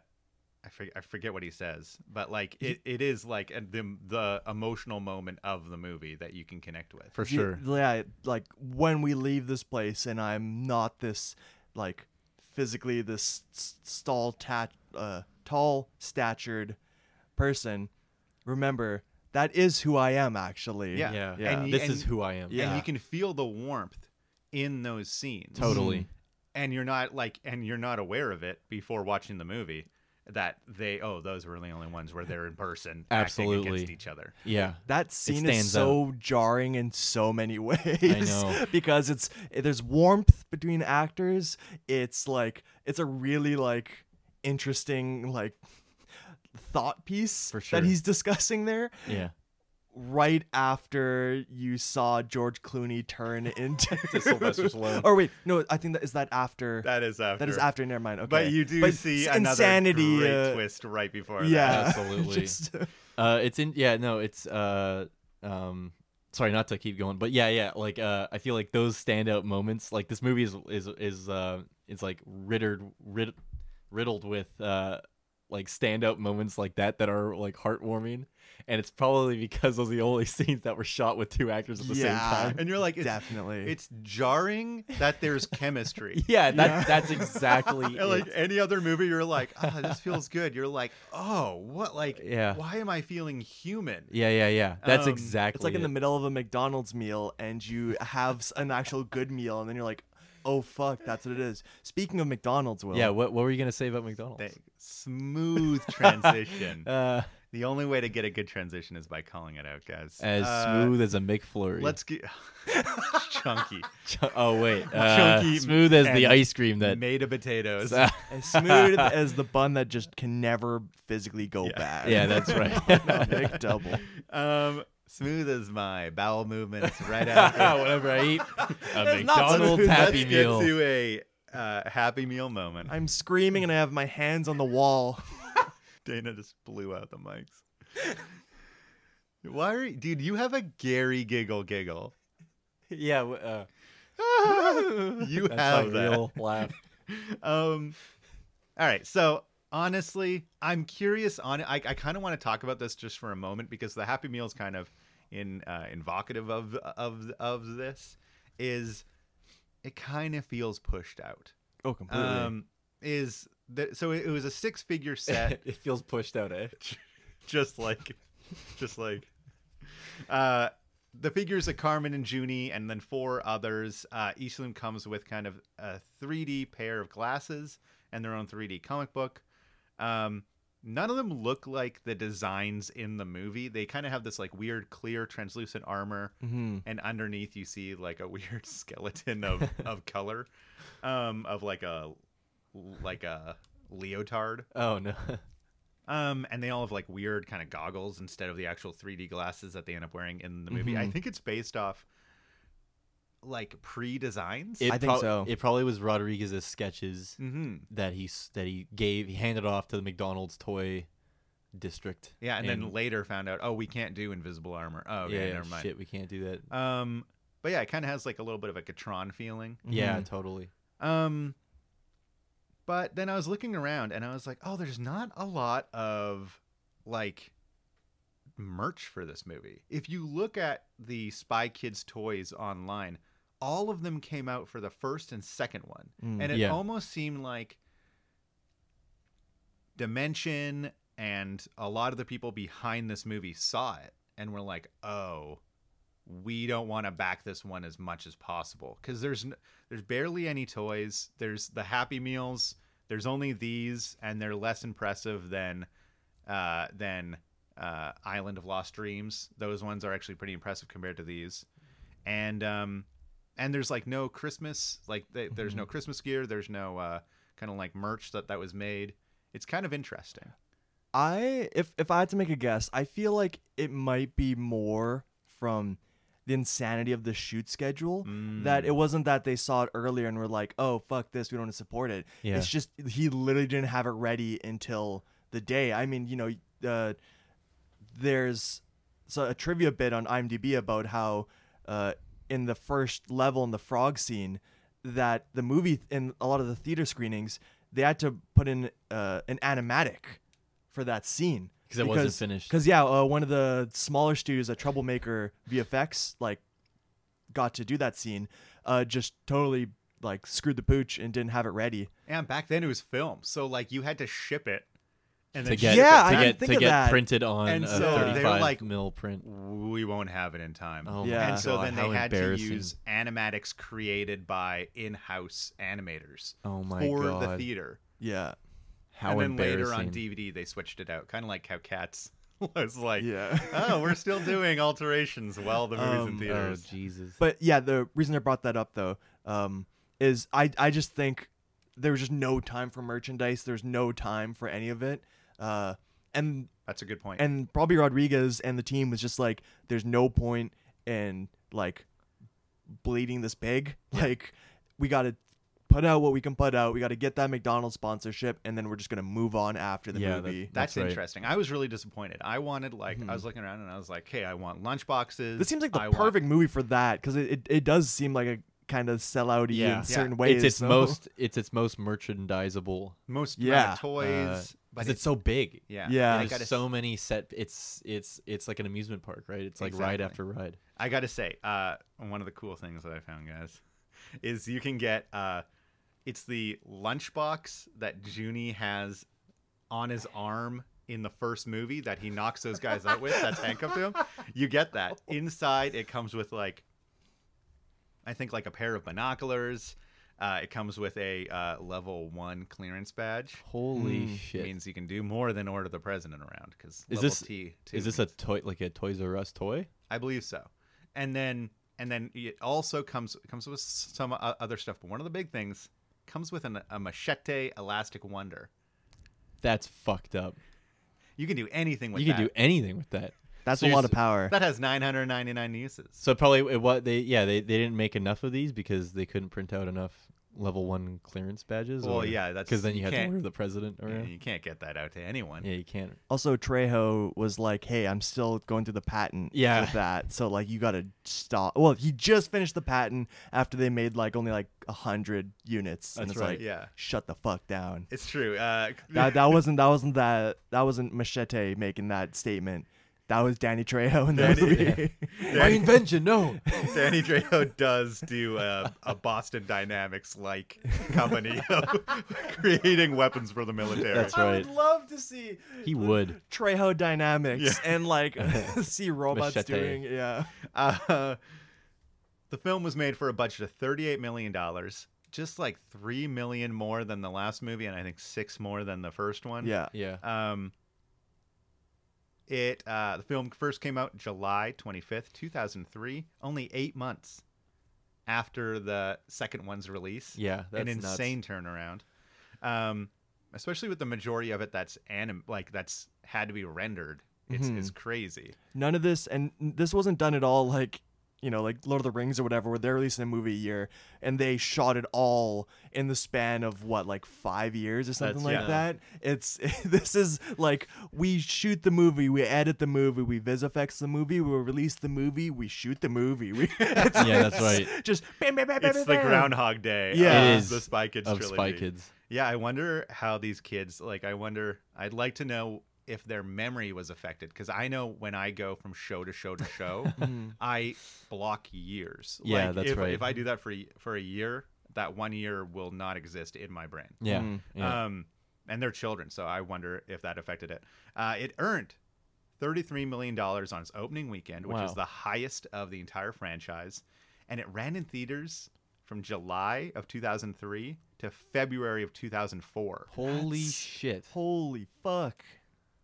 [SPEAKER 1] I, for- I forget what he says, but like it, it is like a, the the emotional moment of the movie that you can connect with.
[SPEAKER 9] for
[SPEAKER 10] Ye-
[SPEAKER 9] sure.
[SPEAKER 10] Yeah. Like when we leave this place, and I'm not this like physically this s- stall tat uh, tall statured person. Remember that is who I am actually.
[SPEAKER 1] Yeah.
[SPEAKER 9] Yeah.
[SPEAKER 1] Yeah.
[SPEAKER 9] This
[SPEAKER 1] And-
[SPEAKER 9] is who I am.
[SPEAKER 10] Yeah.
[SPEAKER 1] And you can feel the warmth in those scenes.
[SPEAKER 9] Totally.
[SPEAKER 1] and you're not like and you're not aware of it before watching the movie that they oh those were the only ones where they're in person
[SPEAKER 9] Absolutely.
[SPEAKER 1] acting against each other.
[SPEAKER 9] Yeah.
[SPEAKER 10] That scene is
[SPEAKER 9] stands
[SPEAKER 10] so jarring in so many [LAUGHS] ways.
[SPEAKER 9] know.
[SPEAKER 10] [LAUGHS] because it's eh, there's warmth between actors. It's like it's a really like interesting like thought piece
[SPEAKER 9] For sure.
[SPEAKER 10] that he's discussing there.
[SPEAKER 9] Yeah.
[SPEAKER 10] Right after you saw George Clooney
[SPEAKER 9] [LAUGHS]
[SPEAKER 10] turn into
[SPEAKER 1] Sylvester Stallone.
[SPEAKER 10] Or wait, no, I think that is that after
[SPEAKER 1] That is after.
[SPEAKER 10] that is after. Never mind. Okay,
[SPEAKER 1] But you do
[SPEAKER 10] But
[SPEAKER 1] see
[SPEAKER 10] s-
[SPEAKER 1] another
[SPEAKER 10] insanity
[SPEAKER 1] great
[SPEAKER 10] uh,
[SPEAKER 1] twist right before that.
[SPEAKER 10] [LAUGHS] Yeah,
[SPEAKER 9] Absolutely.
[SPEAKER 10] Just,
[SPEAKER 9] Uh, it's in. Yeah, no, it's. Uh, um, sorry, not to keep going, but yeah, yeah. Like, uh, I feel like those standout moments. Like this movie is is is uh, it's like riddled rid, riddled with uh, like standout moments like that that are like heartwarming, and it's probably because those are the only [LAUGHS] scenes that were shot with two actors at the same
[SPEAKER 10] Yeah.
[SPEAKER 9] time.
[SPEAKER 1] And you're like it's,
[SPEAKER 10] Definitely.
[SPEAKER 1] it's jarring that there's
[SPEAKER 10] [LAUGHS]
[SPEAKER 1] chemistry.
[SPEAKER 9] Yeah, that that's exactly
[SPEAKER 1] And, [LAUGHS] like
[SPEAKER 9] it.
[SPEAKER 1] any other movie you're like, "Ah, this feels good." You're like, "Oh, what like
[SPEAKER 9] Yeah.
[SPEAKER 1] why am I feeling human?"
[SPEAKER 9] Yeah, yeah, yeah. That's
[SPEAKER 1] Um, it's
[SPEAKER 9] exactly.
[SPEAKER 10] It's like in
[SPEAKER 9] it.
[SPEAKER 10] the middle of a McDonald's meal and you have s- an actual good meal and then you're like, oh fuck, that's what it is. Speaking of McDonald's, Will.
[SPEAKER 9] Yeah. What What were you gonna say about McDonald's?
[SPEAKER 1] They- smooth
[SPEAKER 10] [LAUGHS]
[SPEAKER 1] transition.
[SPEAKER 9] uh,
[SPEAKER 1] the only way to get a good transition is by calling it out, guys.
[SPEAKER 9] as
[SPEAKER 1] Uh,
[SPEAKER 9] smooth as a McFlurry.
[SPEAKER 1] Let's get chunky.
[SPEAKER 9] Ch- [LAUGHS] oh
[SPEAKER 10] [LAUGHS]
[SPEAKER 9] wait, uh,
[SPEAKER 1] Chunky
[SPEAKER 9] smooth as the
[SPEAKER 1] and
[SPEAKER 9] ice cream that. [LAUGHS]
[SPEAKER 1] made of potatoes.
[SPEAKER 10] As smooth as the bun that just can never physically go bad.
[SPEAKER 9] yeah, that's
[SPEAKER 1] [LAUGHS]
[SPEAKER 10] [LAUGHS]
[SPEAKER 9] right.
[SPEAKER 10] McDouble.
[SPEAKER 1] um, smooth as my bowel
[SPEAKER 9] [LAUGHS]
[SPEAKER 1] movements right after.
[SPEAKER 9] Whatever I eat, a
[SPEAKER 10] not
[SPEAKER 9] McDonald's
[SPEAKER 1] Let's
[SPEAKER 9] Happy
[SPEAKER 1] get
[SPEAKER 9] Meal.
[SPEAKER 1] to a uh, Happy Meal moment.
[SPEAKER 10] I'm screaming and I have my hands on the wall.
[SPEAKER 1] [LAUGHS] Dana just blew out the mics. Why are you, dude? You have a Gary giggle
[SPEAKER 9] [LAUGHS]
[SPEAKER 1] giggle.
[SPEAKER 9] yeah, w- uh,
[SPEAKER 1] You
[SPEAKER 9] that's
[SPEAKER 1] have
[SPEAKER 9] a
[SPEAKER 1] that.
[SPEAKER 9] real laugh.
[SPEAKER 1] Um, all right. So honestly, I'm curious on it. I, I kind of want to talk about this just for a moment because the Happy Meal is kind of in uh, invocative of of of this. Is it kind of feels pushed out?
[SPEAKER 10] [LAUGHS] Oh, completely.
[SPEAKER 1] Um, is that so? It, it was a six figure set,
[SPEAKER 9] [LAUGHS] it feels pushed
[SPEAKER 10] [LAUGHS]
[SPEAKER 9] out, eh?
[SPEAKER 1] [LAUGHS] just like, just like, uh. The figures of Carmen and Junie, and then four others. Uh, each of them comes with kind of a 3D pair of glasses and their own 3D comic book. Um, none of them look like the designs in the movie. They kind of have this like weird, clear, translucent armor, and underneath you see like a [LAUGHS] weird skeleton of of color, um, of like a like a leotard.
[SPEAKER 9] Oh no. [LAUGHS]
[SPEAKER 1] Um, and they all have like weird kind of goggles instead of the actual 3D glasses that they end up wearing in the movie.
[SPEAKER 9] Mm-hmm.
[SPEAKER 1] I think it's based off like pre-designs.
[SPEAKER 9] It
[SPEAKER 10] I think
[SPEAKER 9] prob-
[SPEAKER 10] so.
[SPEAKER 9] It probably was Rodriguez's sketches
[SPEAKER 1] mm-hmm.
[SPEAKER 9] that he s- that he gave he handed off to the McDonald's toy district.
[SPEAKER 1] Yeah, and, then later found out, oh, we can't do invisible armor. Oh, okay,
[SPEAKER 9] yeah,
[SPEAKER 1] never mind.
[SPEAKER 9] shit, we can't do that.
[SPEAKER 1] Um, but yeah, it kind of has like a little bit of a Catron feeling.
[SPEAKER 9] Yeah,
[SPEAKER 10] Mm-hmm.
[SPEAKER 9] totally.
[SPEAKER 1] Um, but then I was looking around and I was like, oh, there's not a lot of like merch for this movie. If you look at the Spy Kids toys online, all of them came out for the first and second one, and it
[SPEAKER 9] Yeah.
[SPEAKER 1] almost seemed like Dimension and a lot of the people behind this movie saw it and were like, oh we don't want to back this one as much as possible because there's n- there's barely any toys. There's the Happy Meals. There's only these, and they're less impressive than uh, than uh, Island of Lost Dreams. Those ones are actually pretty impressive compared to these. And um, and there's like no Christmas, like th- there's
[SPEAKER 9] Mm-hmm.
[SPEAKER 1] no Christmas gear. There's no uh, kind of like merch that that was made. It's kind of interesting.
[SPEAKER 10] I if if I had to make a guess, I feel like it might be more from the insanity of the shoot schedule
[SPEAKER 9] Mm.
[SPEAKER 10] that it wasn't that they saw it earlier and were like, "Oh fuck this, we don't want to support it."
[SPEAKER 9] Yeah.
[SPEAKER 10] It's just he literally didn't have it ready until the day. I mean, you know, uh, there's so a trivia bit on IMDb about how uh, in the first level in the frog scene that the movie in a lot of the theater screenings they had to put in uh, an animatic for that scene
[SPEAKER 9] 'Cause it wasn't finished.
[SPEAKER 10] Because yeah, uh, one of the smaller studios at Troublemaker VFX like got to do that scene, uh, just totally like screwed the pooch and didn't have it ready.
[SPEAKER 1] And back then it was film, so like you had to ship it And
[SPEAKER 12] to
[SPEAKER 1] then
[SPEAKER 12] get
[SPEAKER 1] ship
[SPEAKER 9] Yeah,
[SPEAKER 1] it
[SPEAKER 9] I
[SPEAKER 12] to
[SPEAKER 1] to-
[SPEAKER 9] didn't
[SPEAKER 12] get
[SPEAKER 9] think
[SPEAKER 12] to
[SPEAKER 9] of
[SPEAKER 12] get
[SPEAKER 9] that.
[SPEAKER 12] printed on
[SPEAKER 1] And
[SPEAKER 12] a
[SPEAKER 1] so they're
[SPEAKER 12] 35
[SPEAKER 1] like-
[SPEAKER 12] mil print.
[SPEAKER 1] we won't have it in time.
[SPEAKER 12] Oh
[SPEAKER 9] my Yeah.
[SPEAKER 1] And so
[SPEAKER 12] God,
[SPEAKER 1] then they
[SPEAKER 12] how
[SPEAKER 1] had to
[SPEAKER 12] embarrassing.
[SPEAKER 1] use animatics created by in-house animators
[SPEAKER 12] Oh my
[SPEAKER 1] for the
[SPEAKER 12] God.
[SPEAKER 1] theater.
[SPEAKER 9] Yeah.
[SPEAKER 12] How
[SPEAKER 1] and then later on
[SPEAKER 12] embarrassing.
[SPEAKER 1] DVD they switched it out, kind of like how Cats [LAUGHS] was like,
[SPEAKER 9] Yeah.
[SPEAKER 1] oh, we're still
[SPEAKER 12] [LAUGHS]
[SPEAKER 1] doing alterations while the movie's in
[SPEAKER 12] Oh
[SPEAKER 1] theaters.
[SPEAKER 12] Jesus!
[SPEAKER 9] But yeah, the reason I brought that up though um, is I I just think there was just no time for merchandise. There's no time for any of it. Uh, and
[SPEAKER 1] That's a good point.
[SPEAKER 9] and probably Rodriguez and the team was just like, there's no point in like bleeding this big. Like we got to put out what we can put out. We got to get that McDonald's sponsorship, and then we're just gonna move on after the
[SPEAKER 12] Yeah, that-
[SPEAKER 9] movie.
[SPEAKER 1] that's
[SPEAKER 12] That's right. Mm-hmm.
[SPEAKER 1] interesting. I was really disappointed. I wanted like I was looking around and I was like, hey, I want lunchboxes.
[SPEAKER 9] this seems like the
[SPEAKER 1] I want-
[SPEAKER 9] perfect movie for that because it, it, it does seem like a kind of sellout y
[SPEAKER 12] Yeah.
[SPEAKER 9] in
[SPEAKER 12] Yeah.
[SPEAKER 9] certain ways.
[SPEAKER 12] it's its
[SPEAKER 9] so-
[SPEAKER 12] most it's its most merchandisable
[SPEAKER 1] most amount
[SPEAKER 9] Yeah.
[SPEAKER 1] of toys.
[SPEAKER 12] because
[SPEAKER 1] but
[SPEAKER 12] uh, it's so big.
[SPEAKER 1] yeah,
[SPEAKER 9] Yeah.
[SPEAKER 1] And I
[SPEAKER 12] There's
[SPEAKER 1] gotta
[SPEAKER 12] so many set. It's it's it's like an amusement park, right? It's like ride
[SPEAKER 1] Exactly.
[SPEAKER 12] after ride.
[SPEAKER 1] I gotta say, uh, one of the cool things that I found, guys, is you can get uh, it's the lunchbox that Junie has on his arm in the first movie that he knocks those guys out with. That's handcuffed to him. You
[SPEAKER 12] [LAUGHS]
[SPEAKER 1] get that inside. It comes with like, I think like a pair of binoculars. Uh, it comes with a uh, level one clearance badge.
[SPEAKER 12] Holy
[SPEAKER 1] It
[SPEAKER 12] shit!
[SPEAKER 1] means you can do more than order the president around because
[SPEAKER 12] Hmm. is
[SPEAKER 1] level
[SPEAKER 12] this
[SPEAKER 1] T two
[SPEAKER 12] is this a
[SPEAKER 1] means-
[SPEAKER 12] toy like a Toys R Us toy?
[SPEAKER 1] I believe so. And then and then it also comes comes with some o- other stuff, but one of the big things comes with an, a machete elastic wonder.
[SPEAKER 12] That's fucked up.
[SPEAKER 1] You can do anything with
[SPEAKER 12] you can
[SPEAKER 1] that.
[SPEAKER 12] do anything with that.
[SPEAKER 9] That's a lot of
[SPEAKER 12] Seriously.
[SPEAKER 9] power.
[SPEAKER 1] that has 999 uses.
[SPEAKER 12] So probably it, what they yeah they, they didn't make enough of these because they couldn't print out enough level one clearance badges.
[SPEAKER 1] Well, yeah, that's-
[SPEAKER 12] because then
[SPEAKER 1] you
[SPEAKER 12] you, had to
[SPEAKER 1] can't-
[SPEAKER 12] order the president or
[SPEAKER 1] You can't get that out to anyone.
[SPEAKER 12] yeah you can't.
[SPEAKER 9] Also, Trejo was like, "Hey, I'm still going through the patent
[SPEAKER 12] Yeah. [LAUGHS]
[SPEAKER 9] with that, so like you gotta stop." Well, he just finished the patent after they made like only like a hundred units, and
[SPEAKER 12] That's
[SPEAKER 9] it's
[SPEAKER 12] right.
[SPEAKER 9] like,
[SPEAKER 1] Yeah.
[SPEAKER 9] shut the fuck
[SPEAKER 1] [LAUGHS]
[SPEAKER 9] down."
[SPEAKER 1] It's
[SPEAKER 12] [LAUGHS]
[SPEAKER 1] true. Uh,
[SPEAKER 9] That, that wasn't that wasn't that that wasn't Machete making that statement. That was Danny Trejo in the
[SPEAKER 1] Danny-
[SPEAKER 9] movie. [LAUGHS]
[SPEAKER 12] My invention, no.
[SPEAKER 1] [LAUGHS] Danny Trejo does do a, a Boston Dynamics like company of [LAUGHS] creating weapons for the military.
[SPEAKER 12] That's right.
[SPEAKER 9] I would love to see
[SPEAKER 12] He would.
[SPEAKER 9] Trejo dynamics and
[SPEAKER 12] [LAUGHS]
[SPEAKER 9] like see robots
[SPEAKER 12] Machete.
[SPEAKER 9] doing yeah.
[SPEAKER 1] Uh, [LAUGHS] the film was made for a budget of $38 million, just like $3 million more than the last movie, and I think six more than the first one.
[SPEAKER 9] Yeah.
[SPEAKER 12] Yeah.
[SPEAKER 1] Um, it uh, the film first came out July 25th, 2003, only eight months after the second one's release.
[SPEAKER 12] Yeah, that's
[SPEAKER 1] an insane turnaround. Um, especially with the majority of it that's anim like that's had to be rendered. It's it's
[SPEAKER 12] Mm-hmm.
[SPEAKER 1] crazy.
[SPEAKER 9] none of this and this wasn't done at all like you know like lord of the rings or whatever where they're releasing a movie a year and they shot it all in the span of what like five years or something
[SPEAKER 12] That's-
[SPEAKER 9] like that it's [LAUGHS] this is like we shoot the movie we edit the movie we visfx the movie we release the movie we shoot the movie [LAUGHS] we it's,
[SPEAKER 12] Yeah, that's
[SPEAKER 9] it's
[SPEAKER 12] right.
[SPEAKER 9] just bam, bam, bam, bam,
[SPEAKER 1] It's the
[SPEAKER 9] bam, bam.
[SPEAKER 1] Groundhog Day.
[SPEAKER 9] Yeah.
[SPEAKER 1] of
[SPEAKER 12] It is
[SPEAKER 1] the Spy Kids
[SPEAKER 12] of
[SPEAKER 1] trilogy.
[SPEAKER 12] Spy Kids.
[SPEAKER 1] Yeah, I wonder how these kids like. I wonder. I'd like to know if their memory was affected because I know when I go from show to show to
[SPEAKER 12] [LAUGHS]
[SPEAKER 1] show, I block years.
[SPEAKER 12] Mm-hmm. Yeah,
[SPEAKER 1] like,
[SPEAKER 12] that's
[SPEAKER 1] if,
[SPEAKER 12] right.
[SPEAKER 1] If I do that for a- for a year, that one year will not exist in my brain.
[SPEAKER 12] Yeah. yeah.
[SPEAKER 1] Um, and they're children, so I wonder if that affected it. Uh, it earned $33 million on its opening weekend, which is
[SPEAKER 12] Wow.
[SPEAKER 1] the highest of the entire franchise. And it ran in theaters from July of 2003 to February of 2004.
[SPEAKER 12] Holy shit.
[SPEAKER 9] holy fuck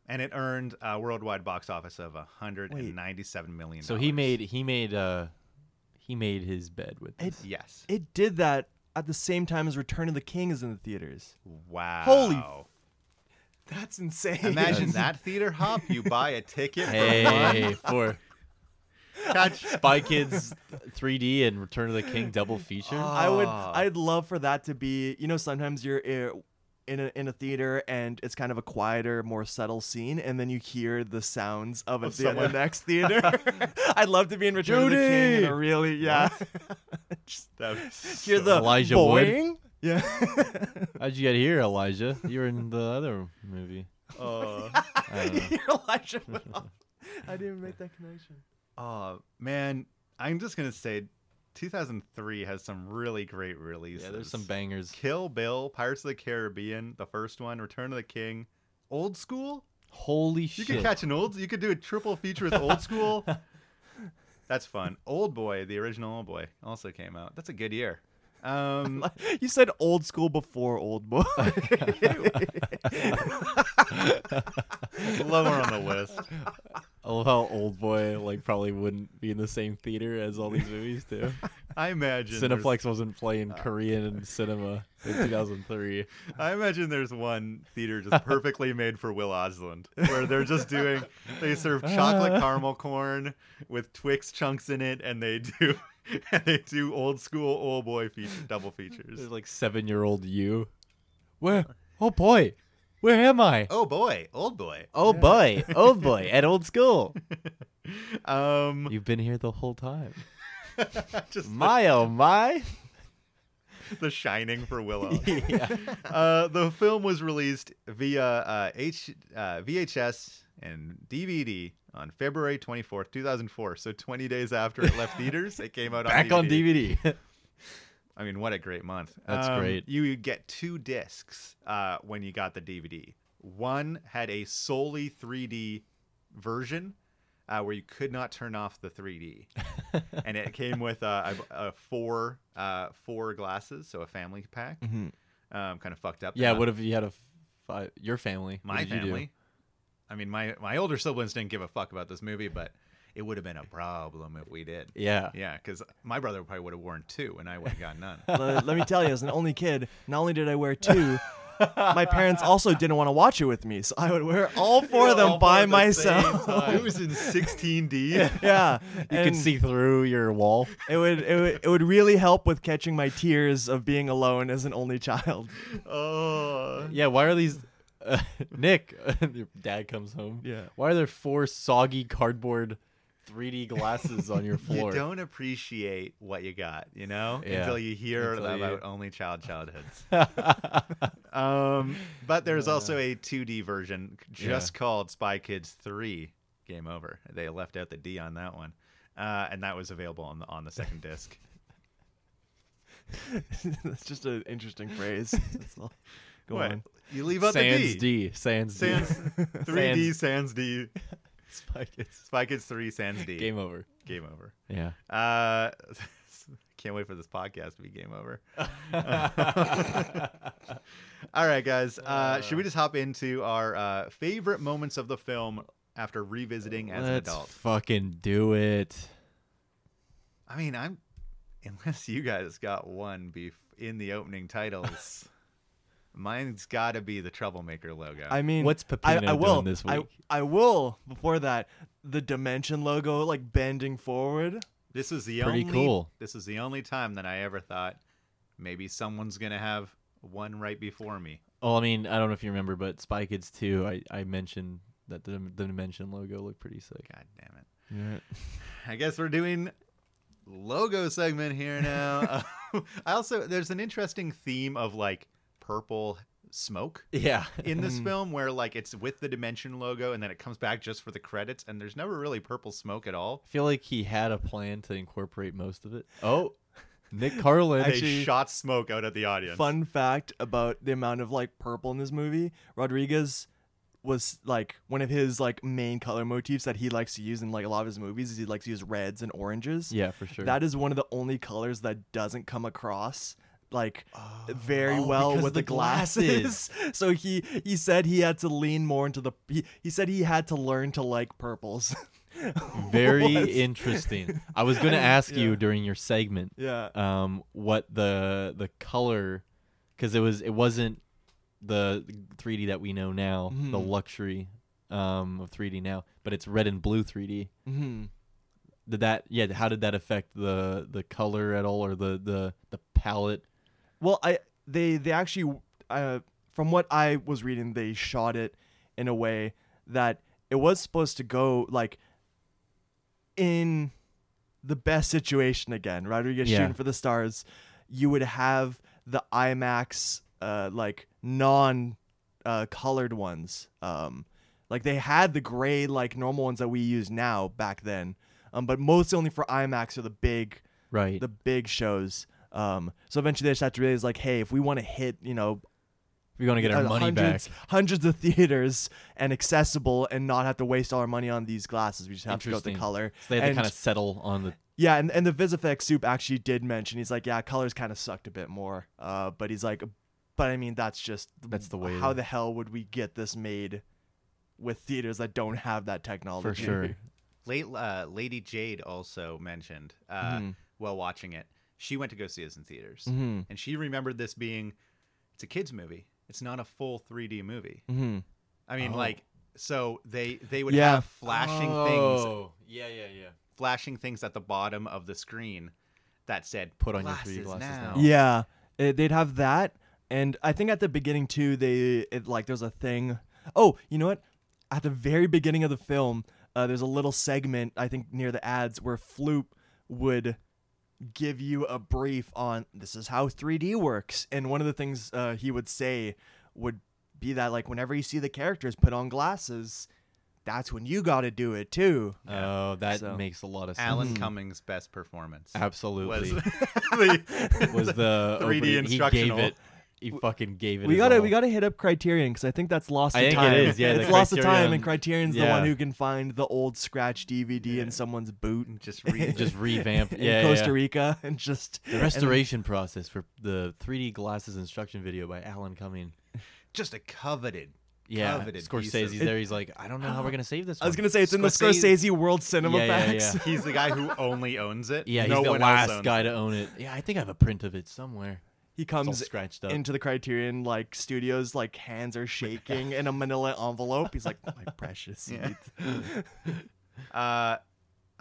[SPEAKER 1] And it earned a worldwide box office of $197 million.
[SPEAKER 12] So he made he made uh he made his bed with
[SPEAKER 9] It-
[SPEAKER 12] this.
[SPEAKER 1] Yes.
[SPEAKER 9] it did that at the same time as return of the king is in the theaters
[SPEAKER 1] Wow.
[SPEAKER 9] that's insane
[SPEAKER 12] [LAUGHS]
[SPEAKER 9] [LAUGHS]
[SPEAKER 1] Imagine that theater hop. You buy a ticket for [LAUGHS]
[SPEAKER 12] Hey, for
[SPEAKER 1] one catch. Oh.
[SPEAKER 12] Spy Kids 3D and Return of the King double feature.
[SPEAKER 9] I would. I'd love for that to be. You know, sometimes you're i- in a in a theater and it's kind of a quieter, more subtle scene, and then you hear the sounds of it in the
[SPEAKER 1] someone-
[SPEAKER 9] next
[SPEAKER 1] [LAUGHS]
[SPEAKER 9] theater. [LAUGHS] I'd love to be in Return of the King. In a really, yeah.
[SPEAKER 1] That was
[SPEAKER 9] hear the
[SPEAKER 12] Elijah Wood.
[SPEAKER 9] boing. [LAUGHS] Yeah.
[SPEAKER 12] How'd you get here, Elijah? You were in the other movie.
[SPEAKER 9] [LAUGHS] Hear Uh. Elijah Wood. [LAUGHS] I didn't make that connection.
[SPEAKER 1] Oh man, I'm just gonna say, 2003 has some really great releases.
[SPEAKER 12] Yeah, there's some bangers.
[SPEAKER 1] Kill Bill, Pirates of the Caribbean, the first one, Return of the King, Old school?
[SPEAKER 9] Holy
[SPEAKER 1] You
[SPEAKER 9] shit!
[SPEAKER 1] could catch an old. You could do a triple feature with old
[SPEAKER 9] [LAUGHS]
[SPEAKER 1] school. That's fun. Old boy, the original old boy, also came out. That's a good
[SPEAKER 9] [LAUGHS]
[SPEAKER 1] year. Um,
[SPEAKER 10] You said old school before old
[SPEAKER 9] [LAUGHS]
[SPEAKER 10] boy.
[SPEAKER 1] lower on the list.
[SPEAKER 9] I love how Old Boy like probably wouldn't be in the same theater as all these movies [LAUGHS] too.
[SPEAKER 1] I imagine there's-
[SPEAKER 9] Cineplex wasn't playing Korean cinema in 2003.
[SPEAKER 1] I imagine there's one theater
[SPEAKER 9] [LAUGHS]
[SPEAKER 1] just perfectly made for Will Osland, where they're just doing they serve
[SPEAKER 9] [LAUGHS]
[SPEAKER 1] chocolate caramel corn with Twix chunks in it, and they do [LAUGHS] and they do old school old boy feature double features.
[SPEAKER 9] There's like seven-year-old you. Where? Oh boy, where am I?
[SPEAKER 1] Oh boy, old boy. [LAUGHS]
[SPEAKER 9] Oh boy, old boy at old school.
[SPEAKER 1] Um,
[SPEAKER 9] You've been here the whole time.
[SPEAKER 1] [LAUGHS] just
[SPEAKER 9] My oh my.
[SPEAKER 1] The Shining for
[SPEAKER 9] [LAUGHS]
[SPEAKER 1] Willow. [LAUGHS] uh, the film was released via uh, H, uh, VHS and DVD on February 24th, 2004. So 20 days after it
[SPEAKER 9] [LAUGHS]
[SPEAKER 1] left theaters, it came out on
[SPEAKER 9] Back
[SPEAKER 1] DVD.
[SPEAKER 9] on [LAUGHS] DVD.
[SPEAKER 1] I mean, what a great month. Um,
[SPEAKER 9] That's great.
[SPEAKER 1] You get two discs uh, when you got the DVD. One had a solely 3D version uh, where you could not turn off the
[SPEAKER 9] [LAUGHS]
[SPEAKER 1] 3D, and it came with uh, a, a four uh, four glasses, so a family pack. Um, kind of fucked up.
[SPEAKER 9] Mm-hmm. yeah.
[SPEAKER 1] enough.
[SPEAKER 9] What if you had a f- fi- your family? What
[SPEAKER 1] my
[SPEAKER 9] did you do? [LAUGHS]
[SPEAKER 1] family. I mean, my my older siblings didn't give a fuck about this movie, but it would have been a problem if we did.
[SPEAKER 9] Yeah.
[SPEAKER 1] Yeah, because my brother probably would have worn two, and I would have got none.
[SPEAKER 10] let, let me tell you, as an only kid, not only did I wear two, my parents also didn't want to watch it with me, so I would wear all four of them by myself.
[SPEAKER 1] [LAUGHS]
[SPEAKER 9] [LAUGHS]
[SPEAKER 1] it was in 16D.
[SPEAKER 10] yeah,
[SPEAKER 9] You could see through your wall.
[SPEAKER 10] It would, it would it would really help with catching my tears of being alone as an only child.
[SPEAKER 1] oh,
[SPEAKER 9] Yeah, why are these? Uh, [LAUGHS] Nick, your dad comes home.
[SPEAKER 10] Yeah.
[SPEAKER 9] Why are there four soggy cardboard 3D
[SPEAKER 10] [LAUGHS]
[SPEAKER 9] glasses on your floor?
[SPEAKER 1] you don't appreciate what you got, you know,
[SPEAKER 9] Yeah.
[SPEAKER 1] until you hear
[SPEAKER 9] Until you-
[SPEAKER 1] about only child childhoods. um, but there's also a 2D version just called Spy Kids 3 Game Over. They left out the D on that one. Uh, and that was available on the, on the second disc.
[SPEAKER 10] That's just an interesting
[SPEAKER 9] [LAUGHS]
[SPEAKER 10] phrase. That's all. Go
[SPEAKER 1] What?
[SPEAKER 10] on.
[SPEAKER 1] You leave out
[SPEAKER 9] Sans
[SPEAKER 1] the D.
[SPEAKER 9] D. [LAUGHS] Sans,
[SPEAKER 1] Sans
[SPEAKER 9] D. [LAUGHS]
[SPEAKER 1] 3D Sans D.
[SPEAKER 9] Spike, it's
[SPEAKER 1] Spy Kids 3 Sans D.
[SPEAKER 9] game over.
[SPEAKER 1] Game over.
[SPEAKER 9] Yeah.
[SPEAKER 1] Uh, [LAUGHS] can't wait for this podcast to be game over. All right, guys. Uh, should we just hop into our uh, favorite moments of the film after revisiting as an
[SPEAKER 9] Let's
[SPEAKER 1] adult?
[SPEAKER 9] fucking do it.
[SPEAKER 1] I mean, I'm unless you guys got one beef in the opening titles. Mine's got to be the troublemaker logo.
[SPEAKER 10] I mean,
[SPEAKER 9] What's
[SPEAKER 10] I,
[SPEAKER 9] Pepino
[SPEAKER 10] I
[SPEAKER 9] doing
[SPEAKER 10] will,
[SPEAKER 9] this
[SPEAKER 10] I,
[SPEAKER 9] week?
[SPEAKER 10] I will. Before that, the dimension logo like bending forward.
[SPEAKER 1] this is the
[SPEAKER 9] pretty
[SPEAKER 1] only
[SPEAKER 9] cool.
[SPEAKER 1] this is the only time that I ever thought maybe someone's gonna have one right before me.
[SPEAKER 9] Oh, I mean, I don't know if you remember, but Spy Kids 2, I, I mentioned that the, the Dimension logo looked pretty sick.
[SPEAKER 1] God damn it. I guess we're doing logo segment here now. Uh, [LAUGHS] I also there's an interesting theme of like purple smoke
[SPEAKER 9] [LAUGHS] Yeah.
[SPEAKER 1] in this film where like it's with the dimension logo and then it comes back just for the credits and there's never really purple smoke at all.
[SPEAKER 9] I feel like he had a plan to incorporate most of it. Oh, Nick Carlin.
[SPEAKER 1] They
[SPEAKER 10] Actually-
[SPEAKER 1] shot smoke out at the audience.
[SPEAKER 10] Fun fact about the amount of like purple in this movie: Rodriguez was like one of his like main color motifs that he likes to use in like a lot of his movies. Is he likes to use reds and oranges.
[SPEAKER 9] yeah, for sure.
[SPEAKER 10] That is one of the only colors that doesn't come across like very
[SPEAKER 9] Oh,
[SPEAKER 10] well
[SPEAKER 9] because
[SPEAKER 10] with
[SPEAKER 9] of
[SPEAKER 10] the,
[SPEAKER 9] the glasses.
[SPEAKER 10] glasses. [LAUGHS] so he he said he had to lean more into the he, he said he had to learn to like purples. [LAUGHS]
[SPEAKER 9] Very
[SPEAKER 10] Was-
[SPEAKER 9] interesting. I
[SPEAKER 10] [LAUGHS]
[SPEAKER 9] was going to ask you during your segment
[SPEAKER 10] yeah.
[SPEAKER 9] um what the the color cuz it was it wasn't the 3D that we know now, the
[SPEAKER 10] Mm-hmm.
[SPEAKER 9] luxury um of 3D now, but it's red and blue 3D.
[SPEAKER 10] hmm
[SPEAKER 9] Did that yeah, how did that affect the the color at all or the the the palette?
[SPEAKER 10] Well, I they they actually uh, from what I was reading, they shot it in a way that it was supposed to go like in the best situation again. Rodriguez
[SPEAKER 9] Yeah.
[SPEAKER 10] shooting for the stars, you would have the IMAX uh, like non uh, colored ones. Um, like they had the gray like normal ones that we use now back then, um, but mostly only for IMAX or the big
[SPEAKER 9] Right.
[SPEAKER 10] the big shows. Um, so eventually they just have to realize like, hey, if we want to hit, you know,
[SPEAKER 9] We're gonna get our
[SPEAKER 10] uh,
[SPEAKER 9] money
[SPEAKER 10] hundreds,
[SPEAKER 9] back.
[SPEAKER 10] Hundreds of [LAUGHS] theaters and accessible, and not have to waste all our money on these glasses. We just have to go with the
[SPEAKER 9] Interesting.
[SPEAKER 10] color.
[SPEAKER 9] So they had
[SPEAKER 10] and,
[SPEAKER 9] to kind of settle on the.
[SPEAKER 10] yeah, and, and the Visifex soup actually did mention he's like, yeah, colors kind of sucked a bit more. Uh, but he's like, but I mean, that's just
[SPEAKER 9] That's the way it
[SPEAKER 10] How
[SPEAKER 9] is."
[SPEAKER 10] the hell would we get this made with theaters that don't have that technology? [LAUGHS]
[SPEAKER 9] For sure.
[SPEAKER 1] Late, uh, Lady Jade also mentioned uh,
[SPEAKER 9] Mm-hmm.
[SPEAKER 1] while watching it, she went to go see this in theaters, and she remembered this being it's a kids movie. It's not a full 3D movie.
[SPEAKER 9] Mm-hmm.
[SPEAKER 1] I
[SPEAKER 9] Oh.
[SPEAKER 1] mean, like so they they would
[SPEAKER 10] Yeah.
[SPEAKER 1] have flashing things,
[SPEAKER 9] Oh, yeah, yeah, yeah.
[SPEAKER 1] flashing things at the bottom of the screen that said
[SPEAKER 9] Put on your 3D glasses now.
[SPEAKER 10] Yeah, eh, they'd have that, and I think at the beginning too, they it, like there's a thing. Oh, you know what? At the very beginning of the film, uh, there's a little segment I think near the ads where Floop would give you a brief on this is how 3D works, and one of the things uh, he would say would be that like whenever you see the characters put on glasses, that's when you got to do it too.
[SPEAKER 9] Oh, that
[SPEAKER 10] So-
[SPEAKER 9] makes a lot of sense.
[SPEAKER 1] Alan Cummings' best performance. [LAUGHS]
[SPEAKER 9] Absolutely.
[SPEAKER 1] was
[SPEAKER 9] Was, [LAUGHS]
[SPEAKER 1] the-
[SPEAKER 9] the
[SPEAKER 1] [LAUGHS] 3D
[SPEAKER 9] opening-
[SPEAKER 1] instructional.
[SPEAKER 9] He gave it. He fucking gave it.
[SPEAKER 10] We
[SPEAKER 9] his
[SPEAKER 10] gotta
[SPEAKER 9] all.
[SPEAKER 10] we gotta hit up Criterion because I think that's lost.
[SPEAKER 9] I
[SPEAKER 10] to
[SPEAKER 9] think it
[SPEAKER 10] time.
[SPEAKER 9] is, yeah, the
[SPEAKER 10] it's lost to time, and
[SPEAKER 9] Criterion-
[SPEAKER 10] Criterion's the one
[SPEAKER 9] yeah.
[SPEAKER 10] who can find the old scratch DVD in someone's boot in
[SPEAKER 1] just read
[SPEAKER 9] [LAUGHS]
[SPEAKER 10] [LAUGHS]
[SPEAKER 9] just revamp. yeah, yeah,
[SPEAKER 10] Costa
[SPEAKER 9] yeah.
[SPEAKER 10] Rica and just
[SPEAKER 9] The restoration process for the 3D glasses instruction video by Alan Cumming.
[SPEAKER 1] just a coveted,
[SPEAKER 9] Yeah,
[SPEAKER 1] coveted piece of-
[SPEAKER 9] Scorsese's there. He's like, I don't know
[SPEAKER 10] [GASPS]
[SPEAKER 9] how we're gonna save this.
[SPEAKER 10] I was
[SPEAKER 9] one."
[SPEAKER 10] gonna say it's in the
[SPEAKER 1] Scorsese-
[SPEAKER 10] Scorsese World Cinema
[SPEAKER 9] Yeah, yeah,
[SPEAKER 10] Facts.
[SPEAKER 9] yeah.
[SPEAKER 1] He's the guy who only owns it.
[SPEAKER 9] Yeah, he's
[SPEAKER 1] no
[SPEAKER 9] the
[SPEAKER 1] one else
[SPEAKER 9] last
[SPEAKER 1] owns
[SPEAKER 9] guy
[SPEAKER 1] it.
[SPEAKER 9] to own it. Yeah, I think I have a print of it somewhere.
[SPEAKER 10] He
[SPEAKER 9] all
[SPEAKER 10] comes
[SPEAKER 9] scratched up.
[SPEAKER 10] into the Criterion like studios, like hands are shaking in a Manila envelope. He's like, my precious.
[SPEAKER 9] [LAUGHS]
[SPEAKER 1] [LAUGHS] Uh,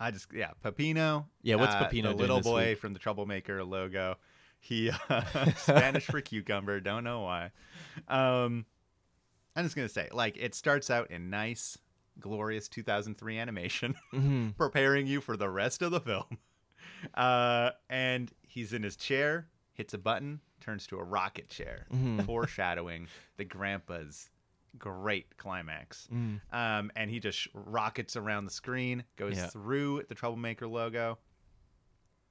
[SPEAKER 1] I just yeah, Pepino.
[SPEAKER 9] Yeah, what's
[SPEAKER 1] uh,
[SPEAKER 9] Pepino
[SPEAKER 1] The
[SPEAKER 9] doing
[SPEAKER 1] little
[SPEAKER 9] this
[SPEAKER 1] boy
[SPEAKER 9] week?
[SPEAKER 1] from the Troublemaker logo. He
[SPEAKER 9] [LAUGHS]
[SPEAKER 1] uh, [LAUGHS] Spanish for cucumber. Don't know why. Um, I'm just gonna say, like, it starts out in nice, glorious 2003 animation, [LAUGHS]
[SPEAKER 9] Mm.
[SPEAKER 1] preparing you for the rest of the film. [LAUGHS] Uh, and he's in his chair, hits a button, turns to a rocket chair,
[SPEAKER 9] Mm-hmm.
[SPEAKER 1] foreshadowing the grandpa's great climax.
[SPEAKER 9] Mm.
[SPEAKER 1] Um, and he just sh- rockets around the screen, goes
[SPEAKER 9] Yeah.
[SPEAKER 1] through the Troublemaker
[SPEAKER 9] [LAUGHS]
[SPEAKER 1] logo.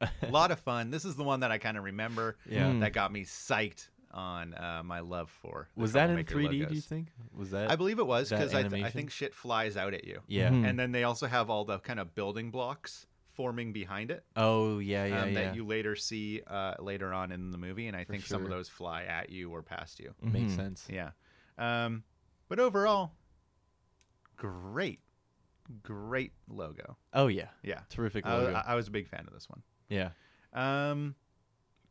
[SPEAKER 1] a lot of fun. This is the one that I kind of remember
[SPEAKER 9] Yeah. Mm.
[SPEAKER 1] that got me psyched on uh, my love for. the
[SPEAKER 9] Was that in
[SPEAKER 1] Troublemaker
[SPEAKER 9] 3D? Do you
[SPEAKER 1] logos.
[SPEAKER 9] think? Was that?
[SPEAKER 1] I believe it was
[SPEAKER 9] that
[SPEAKER 1] because I, th- I
[SPEAKER 9] animation?
[SPEAKER 1] think shit flies out at you.
[SPEAKER 9] Yeah.
[SPEAKER 1] And then they also have all the kind of building blocks forming behind it
[SPEAKER 9] Oh yeah, yeah,
[SPEAKER 1] um,
[SPEAKER 9] yeah.
[SPEAKER 1] that you later see uh, later on in the movie. And I think some of
[SPEAKER 9] sure.
[SPEAKER 1] those fly at you or past you.
[SPEAKER 9] Makes sense.
[SPEAKER 1] Mm-hmm. Yeah. Um, but overall, great, great logo.
[SPEAKER 9] Oh yeah.
[SPEAKER 1] Yeah.
[SPEAKER 9] Terrific
[SPEAKER 1] I-
[SPEAKER 9] logo.
[SPEAKER 1] I, I was a big fan of this one.
[SPEAKER 9] yeah.
[SPEAKER 1] Um,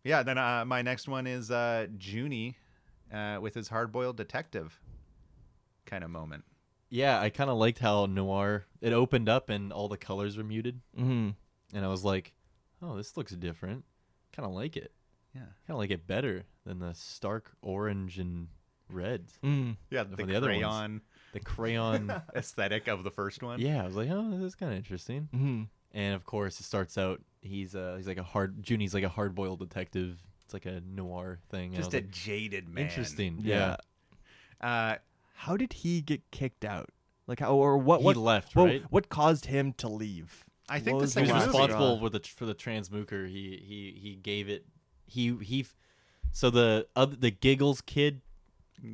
[SPEAKER 1] yeah. Then uh, my next one is uh, Junie uh, with his hard-boiled detective kind of moment.
[SPEAKER 9] Yeah, I kind of liked how noir it opened up and all the colors were muted,
[SPEAKER 10] Mm-hmm.
[SPEAKER 9] and I was like, "Oh, this looks different. Kind of like it.
[SPEAKER 1] Yeah.
[SPEAKER 9] Kind of like it better than the stark orange and red,
[SPEAKER 10] Mm.
[SPEAKER 1] Yeah,
[SPEAKER 9] From
[SPEAKER 1] the,
[SPEAKER 9] Oh, the other ones.
[SPEAKER 1] crayon [LAUGHS]
[SPEAKER 9] the crayon."
[SPEAKER 1] aesthetic of the first one.
[SPEAKER 9] yeah, I was like, "Oh, this is kind of interesting."
[SPEAKER 10] Mm-hmm.
[SPEAKER 9] And of course, it starts out. He's uh, he's like a hard. Junie's like a hard-boiled detective. It's like a noir thing. and I
[SPEAKER 1] Just
[SPEAKER 9] was
[SPEAKER 1] a
[SPEAKER 9] like,
[SPEAKER 1] jaded man.
[SPEAKER 9] interesting.
[SPEAKER 10] Yeah.
[SPEAKER 9] Yeah.
[SPEAKER 1] Uh,
[SPEAKER 10] How did he get kicked out? Like how or what?
[SPEAKER 9] He
[SPEAKER 10] what,
[SPEAKER 9] left,
[SPEAKER 10] what,
[SPEAKER 9] right?
[SPEAKER 10] What caused him to leave?
[SPEAKER 1] I think
[SPEAKER 10] What
[SPEAKER 1] the
[SPEAKER 10] was
[SPEAKER 1] same
[SPEAKER 9] he
[SPEAKER 10] the
[SPEAKER 9] was
[SPEAKER 10] last
[SPEAKER 1] movie.
[SPEAKER 9] responsible for the for the transmuker. He he he gave it. He he. f- So the other the giggles kid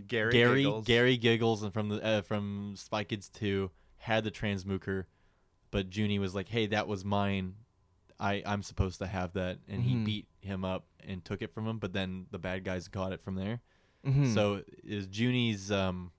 [SPEAKER 1] Gary.
[SPEAKER 9] Gary
[SPEAKER 1] Giggles.
[SPEAKER 9] Gary giggles and from the uh, from Spy Kids two had the transmuker, but Junie was like, "Hey, that was mine. I I'm supposed to have that," and he beat him up and took it from him. But then the bad guys got it from there. So is Junie's um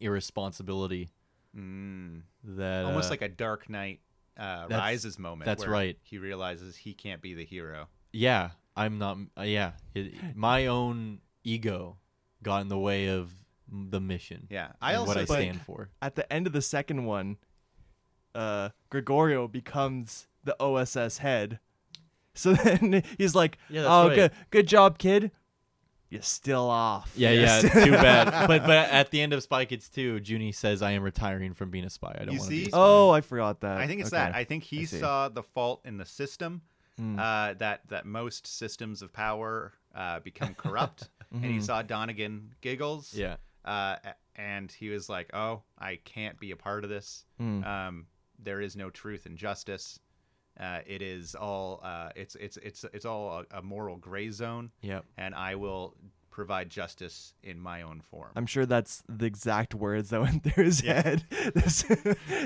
[SPEAKER 9] irresponsibility
[SPEAKER 1] Mm.
[SPEAKER 9] that
[SPEAKER 1] Almost
[SPEAKER 9] uh,
[SPEAKER 1] like a Dark Knight uh,
[SPEAKER 9] that's-
[SPEAKER 1] Rises moment.
[SPEAKER 9] that's
[SPEAKER 1] where
[SPEAKER 9] right.
[SPEAKER 1] He realizes he can't be the hero.
[SPEAKER 9] yeah I'm not uh, yeah it, my own ego got in the way of the mission.
[SPEAKER 1] Yeah. I
[SPEAKER 9] and
[SPEAKER 1] also
[SPEAKER 9] what I
[SPEAKER 1] but-
[SPEAKER 9] stand for.
[SPEAKER 10] at the end of the second one, uh, Gregorio becomes the OSS head. So [LAUGHS] then he's like,
[SPEAKER 9] Yeah, that's
[SPEAKER 10] "Oh,
[SPEAKER 9] right.
[SPEAKER 10] good, good job, kid. You're still off."
[SPEAKER 9] Yeah,
[SPEAKER 10] [LAUGHS]
[SPEAKER 9] yeah, too bad. But but at the end of Spy Kids 2, Junie says, "I am retiring from being a spy. I don't
[SPEAKER 1] You
[SPEAKER 9] want to be."
[SPEAKER 1] see?
[SPEAKER 9] A spy.
[SPEAKER 10] Oh, I forgot that.
[SPEAKER 1] I think it's
[SPEAKER 10] Okay.
[SPEAKER 1] that. I think he
[SPEAKER 10] see.
[SPEAKER 1] saw the fault in the system uh, that that most systems of power uh, become corrupt, and he saw Donegan giggles.
[SPEAKER 9] Yeah.
[SPEAKER 1] uh, a- and he was like, "Oh, I can't be a part of this. Um, there is no truth and justice. Uh, it is all uh, it's it's it's it's all a, a moral gray zone.
[SPEAKER 9] Yep.
[SPEAKER 1] and I will." provide justice in my own form.
[SPEAKER 9] I'm sure that's the exact words that went through his head. [LAUGHS] This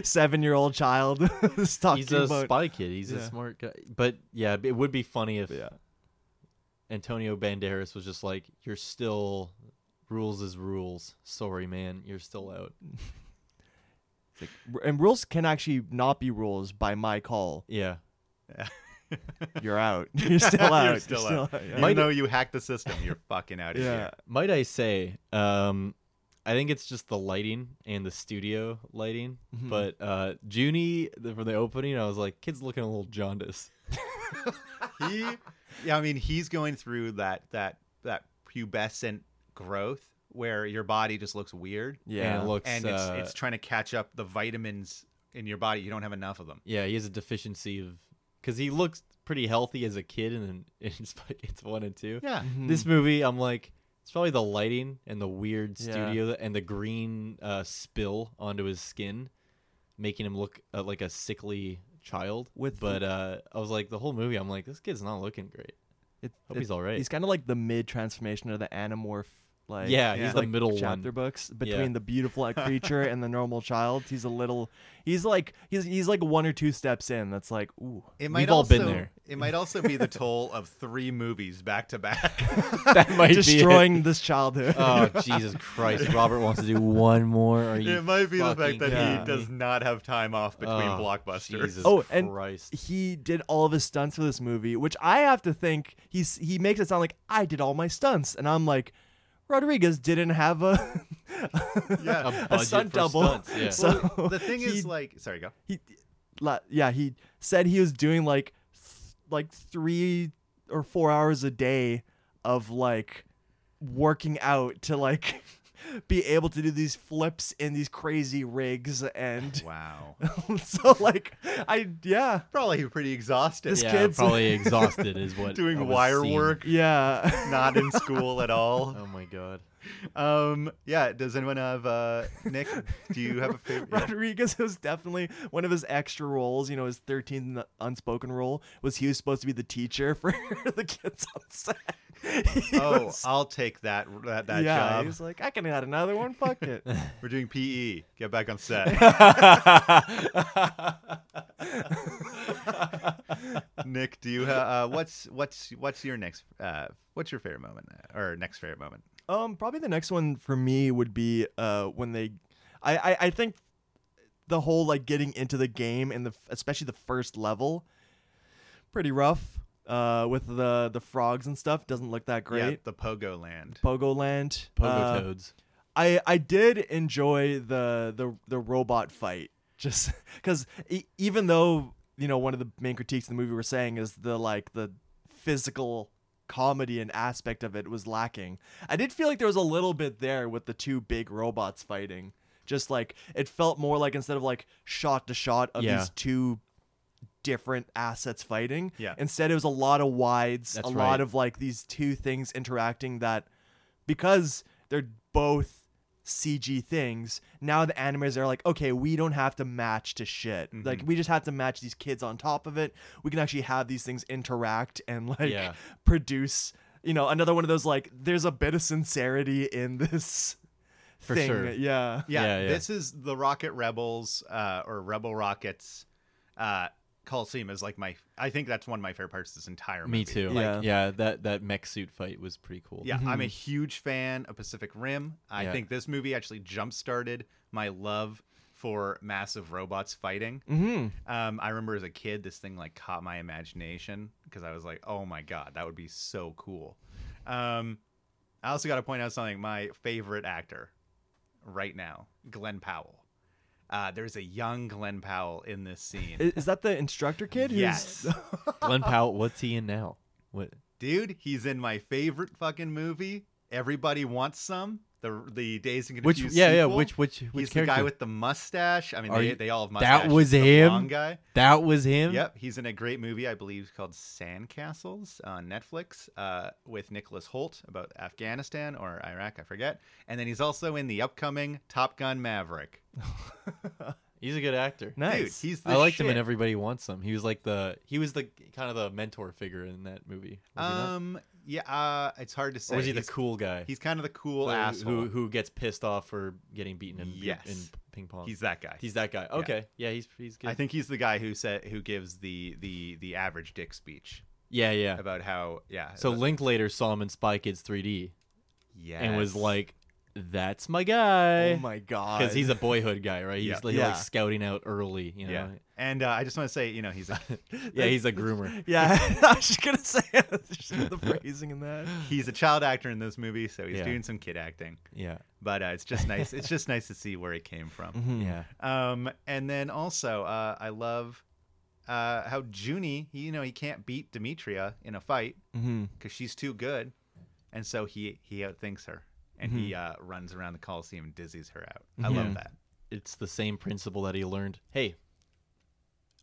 [SPEAKER 9] seven-year-old child [LAUGHS] is talking
[SPEAKER 13] He's a
[SPEAKER 9] about.
[SPEAKER 13] spy kid. He's a
[SPEAKER 9] Yeah.
[SPEAKER 13] smart guy. But yeah, it would be funny if Antonio Banderas was just like, "You're still rules is rules. Sorry, man, you're still
[SPEAKER 9] [LAUGHS]
[SPEAKER 13] out."
[SPEAKER 9] And rules can actually not be rules by my call.
[SPEAKER 13] Yeah,
[SPEAKER 9] [LAUGHS] You're out. [LAUGHS]
[SPEAKER 13] [LAUGHS]
[SPEAKER 9] You're still out.
[SPEAKER 1] [LAUGHS] You're still, out.
[SPEAKER 9] yeah.
[SPEAKER 1] Even though you hacked the system, you're fucking out of
[SPEAKER 9] Yeah.
[SPEAKER 1] here.
[SPEAKER 13] might I say, um, I think it's just the lighting and the studio lighting.
[SPEAKER 1] Mm-hmm.
[SPEAKER 13] But uh, Junie the- from the opening, I was like, "Kid's looking a little jaundiced."
[SPEAKER 1] He, yeah, I mean, he's going through that that that pubescent growth where your body just looks weird.
[SPEAKER 9] Yeah.
[SPEAKER 13] and it looks
[SPEAKER 1] and it's
[SPEAKER 13] uh,
[SPEAKER 1] it's trying to catch up the vitamins in your body. You don't have enough of them.
[SPEAKER 13] Yeah, he has a deficiency of because he looks pretty healthy as a kid, and then [LAUGHS] in Spy Kids one and two.
[SPEAKER 1] Yeah.
[SPEAKER 9] Mm-hmm.
[SPEAKER 13] this movie, I'm like, it's probably the lighting and the weird
[SPEAKER 9] Yeah.
[SPEAKER 13] studio and the green uh, spill onto his skin, making him look uh, like a sickly child.
[SPEAKER 9] With-
[SPEAKER 13] but uh, I was like, the whole movie, I'm like, this kid's not looking great.
[SPEAKER 9] It,
[SPEAKER 13] Hope he's
[SPEAKER 9] it-
[SPEAKER 13] all right.
[SPEAKER 9] He's kind of like the mid transformation of the Animorph. Like
[SPEAKER 13] Yeah, he's the
[SPEAKER 9] like,
[SPEAKER 13] middle
[SPEAKER 9] chapter
[SPEAKER 13] one.
[SPEAKER 9] books between the beautiful
[SPEAKER 13] [LAUGHS]
[SPEAKER 9] like, creature and the normal child. He's a little. He's like he's he's like one or two steps in. That's like ooh.
[SPEAKER 1] It might
[SPEAKER 13] We've all
[SPEAKER 1] also,
[SPEAKER 13] been there.
[SPEAKER 1] It might also
[SPEAKER 13] [LAUGHS]
[SPEAKER 1] be the toll of three movies back to back.
[SPEAKER 9] [LAUGHS]
[SPEAKER 13] That might be it.
[SPEAKER 9] Destroying this childhood.
[SPEAKER 13] Oh Jesus Christ! Robert wants to do one more. Are [LAUGHS] you
[SPEAKER 1] It might be the fact
[SPEAKER 13] fucking
[SPEAKER 1] that
[SPEAKER 13] kidding
[SPEAKER 1] he does
[SPEAKER 13] me?
[SPEAKER 1] not have time off between
[SPEAKER 13] Oh,
[SPEAKER 1] blockbusters.
[SPEAKER 13] Jesus
[SPEAKER 9] Oh, and
[SPEAKER 13] Christ.
[SPEAKER 9] he did all of his stunts for this movie, which I have to think he's he makes it sound like I did all my stunts, and I'm like, Rodriguez didn't have a [LAUGHS]
[SPEAKER 1] Yeah.
[SPEAKER 13] A
[SPEAKER 9] a
[SPEAKER 13] budget
[SPEAKER 9] stunt
[SPEAKER 13] for
[SPEAKER 9] double.
[SPEAKER 13] stunts, yeah. [LAUGHS]
[SPEAKER 1] [LAUGHS]
[SPEAKER 9] So
[SPEAKER 1] the thing
[SPEAKER 9] he
[SPEAKER 1] is, like, sorry, go.
[SPEAKER 9] he la- yeah he said he was doing like th- like three or four hours a day of like working out to like [LAUGHS] be able to do these flips in these crazy rigs and
[SPEAKER 1] Wow.
[SPEAKER 9] [LAUGHS] so like i yeah
[SPEAKER 1] Probably pretty exhausted.
[SPEAKER 9] This
[SPEAKER 13] yeah,
[SPEAKER 9] kid's-
[SPEAKER 13] probably exhausted
[SPEAKER 9] [LAUGHS]
[SPEAKER 13] is what I
[SPEAKER 1] Doing
[SPEAKER 13] was
[SPEAKER 1] wire
[SPEAKER 13] seeing. [LAUGHS]
[SPEAKER 1] work,
[SPEAKER 9] yeah
[SPEAKER 1] not in school at all.
[SPEAKER 13] Oh my god.
[SPEAKER 9] [LAUGHS]
[SPEAKER 1] Um, yeah. Does anyone have uh, Nick? Do you have
[SPEAKER 13] [LAUGHS]
[SPEAKER 1] a favorite? yeah.
[SPEAKER 9] Rodriguez was definitely one of his extra roles. You know, his 13th unspoken role was he was supposed to be the teacher [LAUGHS] for the kids on set. [LAUGHS] He
[SPEAKER 1] Oh,
[SPEAKER 9] was-
[SPEAKER 1] I'll take that that, that
[SPEAKER 9] yeah,
[SPEAKER 1] job.
[SPEAKER 9] he was like, I can add another one.
[SPEAKER 1] [LAUGHS]
[SPEAKER 9] Fuck it. [LAUGHS]
[SPEAKER 1] We're doing PE. Get back
[SPEAKER 13] [LAUGHS]
[SPEAKER 1] on set. Nick, do you have uh, what's what's what's your next uh, what's your favorite moment uh, or next favorite moment?
[SPEAKER 9] Um, probably the next one for me would be uh when they, I I, I think the whole like getting into the game and the especially the first level, pretty rough. Uh, with the the frogs and stuff doesn't look that great.
[SPEAKER 1] Yeah, the Pogo Land.
[SPEAKER 9] Pogo Land,
[SPEAKER 13] Pogo
[SPEAKER 9] uh,
[SPEAKER 13] toads.
[SPEAKER 9] I I did enjoy the the the robot fight just [LAUGHS] because e- even though you know one of the main critiques of the movie we're saying is the like the physical comedy and aspect of it was lacking. I did feel like there was a little bit there with the two big robots fighting. Just like it felt more like instead of like shot to shot of
[SPEAKER 13] Yeah.
[SPEAKER 9] these two different assets fighting.
[SPEAKER 1] Yeah.
[SPEAKER 9] Instead it was a lot of wides,
[SPEAKER 13] That's
[SPEAKER 9] a
[SPEAKER 13] right.
[SPEAKER 9] lot of like these two things interacting that because they're both CG things, now the animators are like, okay, we don't have to match to shit.
[SPEAKER 13] Mm-hmm.
[SPEAKER 9] Like, we just have to match these kids on top of it. We can actually have these things interact and, like,
[SPEAKER 13] Yeah.
[SPEAKER 9] [LAUGHS] produce, you know, another one of those, like, there's a bit of sincerity in this
[SPEAKER 13] [LAUGHS] For
[SPEAKER 9] thing.
[SPEAKER 13] sure.
[SPEAKER 9] Yeah.
[SPEAKER 1] Yeah,
[SPEAKER 13] Yeah, yeah.
[SPEAKER 1] this is the Rocket Rebels uh, or Rebel Rockets. Uh, Coliseum is like my. I think that's one of my favorite parts of this entire movie.
[SPEAKER 13] Me too.
[SPEAKER 9] like-
[SPEAKER 13] yeah. yeah, that that mech suit fight was pretty cool.
[SPEAKER 1] Yeah,
[SPEAKER 9] Mm-hmm.
[SPEAKER 1] I'm a huge fan of Pacific Rim. I
[SPEAKER 13] Yeah.
[SPEAKER 1] think this movie actually jump started my love for massive robots fighting.
[SPEAKER 9] Mm. Mm-hmm.
[SPEAKER 1] Um, I remember as a kid, this thing like caught my imagination because I was like, "Oh my god, that would be so cool." Um, I also got to point out something. My favorite actor right now, Glenn Powell. Uh, there's a young Glenn Powell in this scene.
[SPEAKER 9] I- Is, that the instructor kid? who's- [LAUGHS]
[SPEAKER 1] yes,
[SPEAKER 13] Glenn Powell, what's he in now? What?
[SPEAKER 1] dude, he's in my favorite fucking movie. Everybody wants some. The the Days and
[SPEAKER 13] Which-
[SPEAKER 1] Confused
[SPEAKER 13] yeah, yeah,
[SPEAKER 1] sequel.
[SPEAKER 13] which- which- which
[SPEAKER 1] he's the guy
[SPEAKER 13] character?
[SPEAKER 1] with the mustache. I mean,
[SPEAKER 13] Are
[SPEAKER 1] they,
[SPEAKER 13] you-
[SPEAKER 1] they all have mustaches.
[SPEAKER 13] That was
[SPEAKER 1] the
[SPEAKER 13] him.
[SPEAKER 1] blonde guy.
[SPEAKER 13] That was him.
[SPEAKER 1] Yep, he's in a great movie I believe called Sandcastles on Netflix uh, with Nicholas Holt about Afghanistan or Iraq, I forget. And then he's also in the upcoming Top Gun Maverick.
[SPEAKER 13] He's a good actor.
[SPEAKER 9] Nice.
[SPEAKER 1] Dude, he's the
[SPEAKER 13] I liked him
[SPEAKER 1] shit.
[SPEAKER 13] in Everybody Wants Him. He was like the he was the kind of the mentor figure in that movie. was he not?
[SPEAKER 1] Um, Yeah, uh, it's hard to say.
[SPEAKER 9] Or is he the
[SPEAKER 1] He's-
[SPEAKER 9] cool guy?
[SPEAKER 1] He's kind of the cool
[SPEAKER 9] Who-
[SPEAKER 1] asshole.
[SPEAKER 9] who who gets pissed off for getting beaten in,
[SPEAKER 1] Yes.
[SPEAKER 9] in ping pong.
[SPEAKER 1] He's that guy.
[SPEAKER 9] He's that guy. Okay. Yeah, he's he's good.
[SPEAKER 1] I think he's the guy who said who gives the the the average dick speech
[SPEAKER 9] Yeah, yeah.
[SPEAKER 1] about how yeah.
[SPEAKER 9] So
[SPEAKER 1] about-
[SPEAKER 9] Linklater saw him in Spy Kids 3D and was
[SPEAKER 1] Yes.
[SPEAKER 9] like, "That's my guy."
[SPEAKER 10] Oh my god.
[SPEAKER 9] Because he's a boyhood guy, right? He's
[SPEAKER 1] Yeah.
[SPEAKER 9] like,
[SPEAKER 10] Yeah.
[SPEAKER 9] like scouting out early. You know?
[SPEAKER 1] yeah. And uh, I just want to say, you know, he's
[SPEAKER 9] [LAUGHS]
[SPEAKER 1] a,
[SPEAKER 9] Yeah,
[SPEAKER 10] [LAUGHS]
[SPEAKER 9] he's a groomer.
[SPEAKER 10] Yeah, I was just gonna say [LAUGHS] just
[SPEAKER 9] [LAUGHS]
[SPEAKER 10] the phrasing in that.
[SPEAKER 1] he's a child actor in this movie, so he's
[SPEAKER 9] Yeah.
[SPEAKER 1] doing some kid acting.
[SPEAKER 9] Yeah.
[SPEAKER 1] But uh, it's just nice. it's just nice to see where it came from.
[SPEAKER 9] Yeah.
[SPEAKER 1] Um, and then also, uh, I love uh, how Junie, he- you know, he can't beat Demetria in a fight because
[SPEAKER 9] Mm-hmm.
[SPEAKER 1] she's too good, and so he he outthinks her, and he uh,
[SPEAKER 9] Mm-hmm.
[SPEAKER 1] runs around the Coliseum and dizzies her out. I love that.
[SPEAKER 9] It's the same principle that he learned. Hey,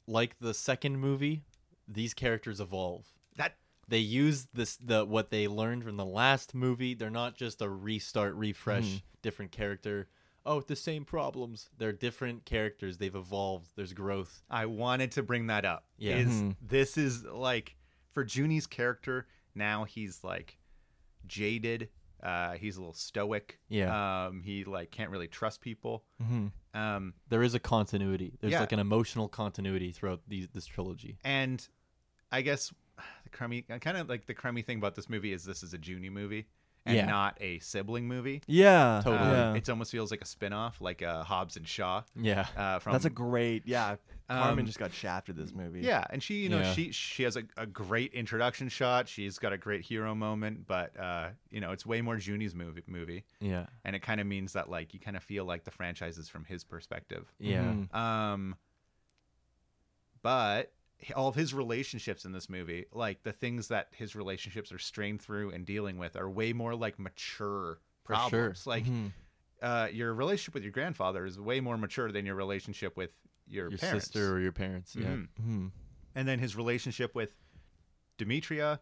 [SPEAKER 9] like the second movie, these characters evolve.
[SPEAKER 1] That
[SPEAKER 9] They use this the what they learned from the last movie. They're not just a restart, refresh, different character. Oh, the same problems. They're different characters. They've evolved. There's growth.
[SPEAKER 1] I wanted to bring that up.
[SPEAKER 9] Yeah. Mm-hmm.
[SPEAKER 1] Is this is like for Junie's character now he's like jaded. Uh, he's a little stoic.
[SPEAKER 9] Yeah.
[SPEAKER 1] Um, he like can't really trust people. Um,
[SPEAKER 9] There is a continuity. There's
[SPEAKER 1] Yeah.
[SPEAKER 9] like an emotional continuity throughout these, this trilogy.
[SPEAKER 1] and I guess the crummy kind of like the crummy thing about this movie is this is a Junie movie and
[SPEAKER 9] Yeah.
[SPEAKER 1] not a sibling movie.
[SPEAKER 10] Yeah,
[SPEAKER 9] Totally.
[SPEAKER 1] Um,
[SPEAKER 10] yeah.
[SPEAKER 1] It almost feels like a spin-off, like uh, Hobbs and Shaw.
[SPEAKER 9] Yeah.
[SPEAKER 1] Uh, from
[SPEAKER 10] That's a great. Yeah, Carmen
[SPEAKER 1] Um,
[SPEAKER 10] just got shafted this movie.
[SPEAKER 1] Yeah, and she, you know,
[SPEAKER 9] Yeah.
[SPEAKER 1] she she has a, a great introduction shot. She's got a great hero moment, but uh, you know, it's way more Junie's movie movie,
[SPEAKER 9] Yeah.
[SPEAKER 1] and it kind of means that like you kind of feel like the franchise is from his perspective.
[SPEAKER 9] Yeah.
[SPEAKER 1] Um, but h- all of his relationships in this movie, like the things that his relationships are strained through and dealing with, are way more like mature
[SPEAKER 9] For sure.
[SPEAKER 1] problems. Like,
[SPEAKER 9] Mm-hmm.
[SPEAKER 1] uh, your relationship with your grandfather is way more mature than your relationship with your,
[SPEAKER 9] Your
[SPEAKER 1] parents
[SPEAKER 9] sister or your parents. Yeah.
[SPEAKER 1] Mm-hmm.
[SPEAKER 10] Mm-hmm.
[SPEAKER 9] [LAUGHS]
[SPEAKER 1] and then his relationship with Demetria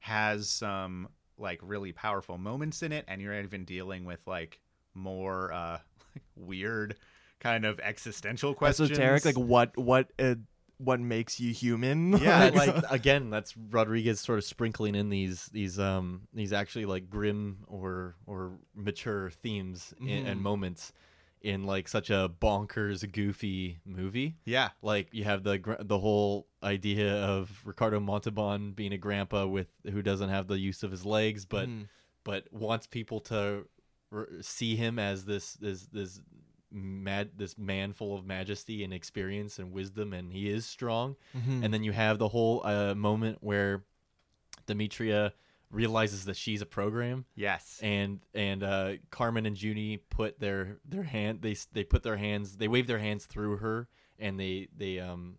[SPEAKER 1] has some like really powerful moments in it, and you're even dealing with like more uh, [LAUGHS] weird kind of existential questions.
[SPEAKER 10] Esoteric. Like what? What? Uh, what makes you human? [LAUGHS]
[SPEAKER 1] Yeah,
[SPEAKER 9] That, like [LAUGHS] again, that's Rodriguez sort of sprinkling in these these um these actually like grim or or mature themes i-
[SPEAKER 10] Mm-hmm.
[SPEAKER 9] and moments in like such a bonkers goofy movie.
[SPEAKER 1] [LAUGHS] yeah,
[SPEAKER 9] Like you have the gr- the whole idea of Ricardo Montalban being a grandpa with who doesn't have the use of his legs, but but wants people to r see him as this this this mad this man full of majesty and experience and wisdom and he is strong and then you have the whole uh, moment where demetria realizes that she's a program
[SPEAKER 1] yes,
[SPEAKER 9] and and uh, carmen and junie put their their hand they s- they put their hands they wave their hands through her and they they um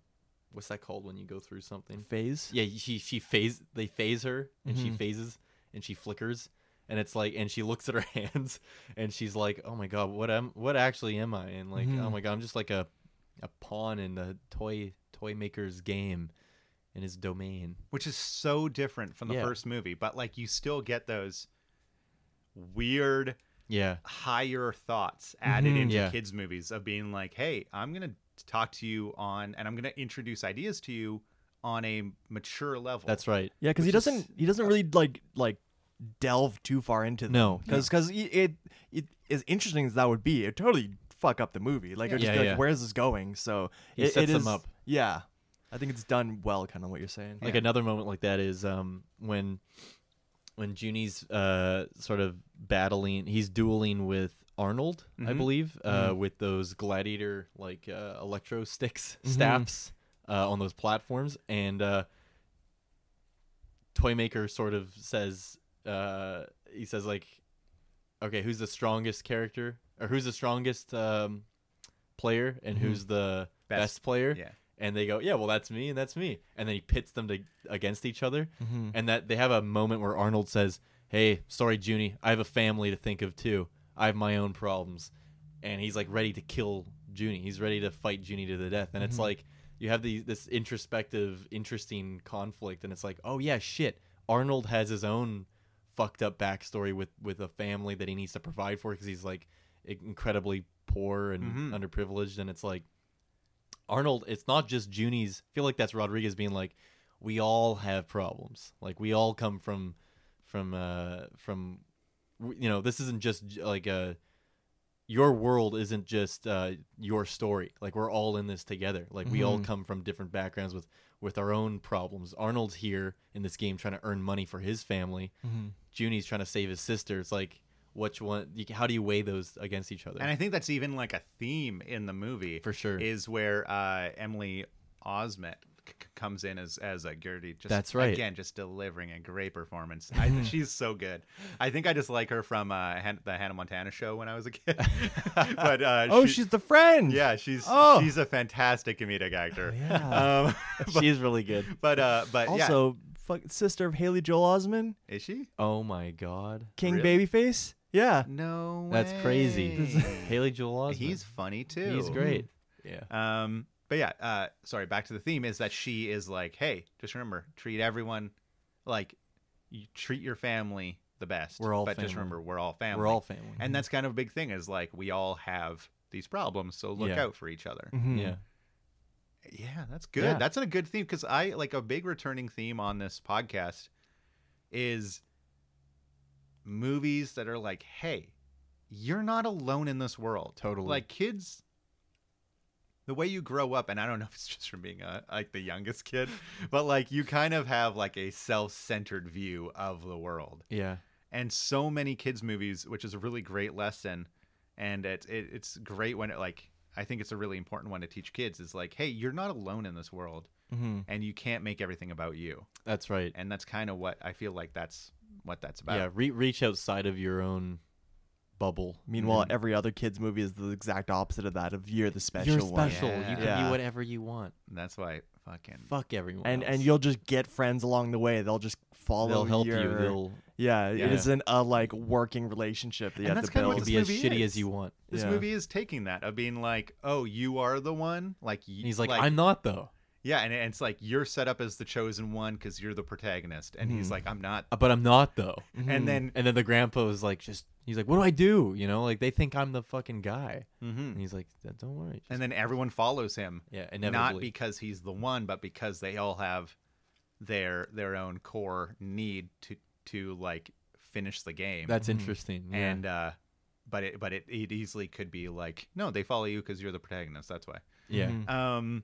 [SPEAKER 9] what's that called when you go through something
[SPEAKER 10] phase.
[SPEAKER 9] yeah, she she phase they phase her and she phases and she flickers and it's like and she looks at her [LAUGHS] hands and she's like, "Oh my god, what am what actually am I?" And like, "Oh my god, I'm just like a a pawn in the toy toy maker's game in his domain."
[SPEAKER 1] which is so different from the
[SPEAKER 9] Yeah.
[SPEAKER 1] first movie, but like you still get those weird
[SPEAKER 9] Yeah.
[SPEAKER 1] higher thoughts added into
[SPEAKER 9] Mm-hmm. Yeah.
[SPEAKER 1] kids movies of being like hey i'm going to talk to you on and i'm going to introduce ideas to you on a mature level
[SPEAKER 9] That's right.
[SPEAKER 10] Yeah, because he doesn't. he doesn't really like like delve too far into. Them.
[SPEAKER 9] No.
[SPEAKER 10] because because it, it as interesting as that would be, it totally fuck up the movie. Like, it'd just
[SPEAKER 9] Yeah,
[SPEAKER 10] be like,
[SPEAKER 9] yeah.
[SPEAKER 10] where's this going? So
[SPEAKER 9] He
[SPEAKER 10] it,
[SPEAKER 9] sets
[SPEAKER 10] it
[SPEAKER 9] them
[SPEAKER 10] is-
[SPEAKER 9] up.
[SPEAKER 10] Yeah, I think it's done well. Kind of what you're saying.
[SPEAKER 9] Like another moment like that is um when when Junie's uh sort of battling he's dueling with Arnold, I
[SPEAKER 10] Mm-hmm.
[SPEAKER 9] believe, uh with those gladiator like uh electro sticks
[SPEAKER 10] Mm-hmm.
[SPEAKER 9] staffs uh on those platforms and uh Toymaker sort of says uh he says like okay, who's the strongest character or who's the strongest um player and who's the best,
[SPEAKER 1] Best.
[SPEAKER 9] player?
[SPEAKER 1] Yeah.
[SPEAKER 9] And they go, yeah, well, that's me and that's me. And then he pits them to, against each other, and that they have a moment where Arnold says, "Hey, sorry, Junie, I have a family to think of too. I have my own problems," and he's like ready to kill Junie. He's ready to fight Junie to the death, and it's like you have the, this introspective, interesting conflict, and it's like, oh yeah, shit, Arnold has his own fucked up backstory with with a family that he needs to provide for because he's like incredibly poor and underprivileged and it's like arnold it's not just junie's I feel like that's rodriguez being like we all have problems like we all come from from uh from w- you know this isn't just j- like a your world isn't just uh your story like we're all in this together like we
[SPEAKER 10] Mm-hmm.
[SPEAKER 9] all come from different backgrounds with with our own problems arnold's here in this game trying to earn money for his family
[SPEAKER 10] Mm-hmm.
[SPEAKER 9] junie's trying to save his sister it's like which one you, how do you weigh those against each other
[SPEAKER 1] And I think that's even like a theme in the movie
[SPEAKER 9] For sure.
[SPEAKER 1] Is where uh, Emily Osment c- c- comes in as as a Gertie. Just,
[SPEAKER 9] That's right.
[SPEAKER 1] Again, just delivering a great
[SPEAKER 9] [LAUGHS]
[SPEAKER 1] performance. I, she's so good. I think I just like her from uh, Han- the Hannah Montana show when I was a
[SPEAKER 9] [LAUGHS]
[SPEAKER 1] kid. but uh,
[SPEAKER 10] Oh,
[SPEAKER 1] she-
[SPEAKER 10] she's the friend.
[SPEAKER 1] yeah, she's
[SPEAKER 10] Oh.
[SPEAKER 1] she's a fantastic comedic actor.
[SPEAKER 9] Oh,
[SPEAKER 10] Yeah.
[SPEAKER 1] Um,
[SPEAKER 9] she's really good
[SPEAKER 1] [LAUGHS] but uh, but yeah,
[SPEAKER 10] Also, fuck, sister of Haley Joel Osment,
[SPEAKER 1] is she?
[SPEAKER 9] oh my god
[SPEAKER 10] King
[SPEAKER 1] Really?
[SPEAKER 10] Babyface. Yeah.
[SPEAKER 1] No,
[SPEAKER 9] that's
[SPEAKER 10] [LAUGHS]
[SPEAKER 9] crazy
[SPEAKER 1] way.
[SPEAKER 9] [LAUGHS] haley joel Osment.
[SPEAKER 1] He's funny too.
[SPEAKER 9] he's great yeah
[SPEAKER 1] Um, but yeah, uh, sorry, back to the theme is that she is like, hey, just remember, treat everyone like you treat your family the best.
[SPEAKER 9] We're all
[SPEAKER 1] but just
[SPEAKER 9] family.
[SPEAKER 1] remember, we're all family.
[SPEAKER 9] we're all family Mm-hmm.
[SPEAKER 1] And that's kind of a big thing is like we all have these problems, so look
[SPEAKER 9] Yeah. Mm-hmm.
[SPEAKER 1] out for each other.
[SPEAKER 10] Mhm.
[SPEAKER 9] yeah
[SPEAKER 1] Yeah, that's good.
[SPEAKER 10] Yeah.
[SPEAKER 1] That's a good theme because I like a big returning theme on this podcast is movies that are like, hey, you're not alone in this world.
[SPEAKER 9] Totally.
[SPEAKER 1] Like kids, the way you grow up, and I don't know if it's [LAUGHS] just from being a, like the youngest kid, but like you kind of have like a self centered view of the world
[SPEAKER 9] yeah
[SPEAKER 1] and so many kids movies which is a really great lesson and it's it, it's great when it like i think it's a really important one to teach kids is like hey you're not alone in this world
[SPEAKER 10] Mm-hmm.
[SPEAKER 1] and you can't make everything about you
[SPEAKER 9] that's right
[SPEAKER 1] and that's kind of what i feel like that's what that's about
[SPEAKER 9] yeah re- reach outside of your own bubble Mm-hmm.
[SPEAKER 10] Meanwhile, every other kids movie is the exact opposite of that. Of you're the special
[SPEAKER 9] you're
[SPEAKER 10] one.
[SPEAKER 9] special you can
[SPEAKER 10] Yeah.
[SPEAKER 9] be whatever you want
[SPEAKER 1] that's why fucking
[SPEAKER 9] fuck everyone
[SPEAKER 10] And
[SPEAKER 9] else.
[SPEAKER 10] and you'll just get friends along the way. They'll just follow.
[SPEAKER 9] they'll help you
[SPEAKER 10] your-
[SPEAKER 9] they'll
[SPEAKER 10] Yeah,
[SPEAKER 9] Yeah.
[SPEAKER 10] it isn't a like working relationship that you
[SPEAKER 1] And
[SPEAKER 10] have
[SPEAKER 1] that's
[SPEAKER 10] to
[SPEAKER 1] kinda what
[SPEAKER 10] build.
[SPEAKER 1] this
[SPEAKER 9] be as
[SPEAKER 1] movie
[SPEAKER 9] shitty
[SPEAKER 1] is.
[SPEAKER 9] as you want
[SPEAKER 1] this
[SPEAKER 10] Yeah.
[SPEAKER 1] movie is taking that of being like oh you are the one like y-
[SPEAKER 9] and he's like, i'm not though
[SPEAKER 1] yeah and and it's like you're set up as the chosen one because you're the protagonist and he's like i'm not
[SPEAKER 9] Uh, but i'm not though
[SPEAKER 10] Mm-hmm.
[SPEAKER 1] and then
[SPEAKER 9] and then the grandpa was like just he's like what do i do you know like they think i'm the fucking guy
[SPEAKER 10] Hmm.
[SPEAKER 1] Mhm.
[SPEAKER 9] and he's like don't worry just
[SPEAKER 1] and then everyone follows him.
[SPEAKER 9] Yeah,
[SPEAKER 1] not
[SPEAKER 9] inevitably.
[SPEAKER 1] because he's the one, but because they all have their their own core need to to like finish the game.
[SPEAKER 9] That's interesting. Yeah.
[SPEAKER 1] and uh, but it but it, it easily could be like no, they follow you because you're the protagonist. That's why.
[SPEAKER 9] yeah,
[SPEAKER 10] mm-hmm.
[SPEAKER 1] Um,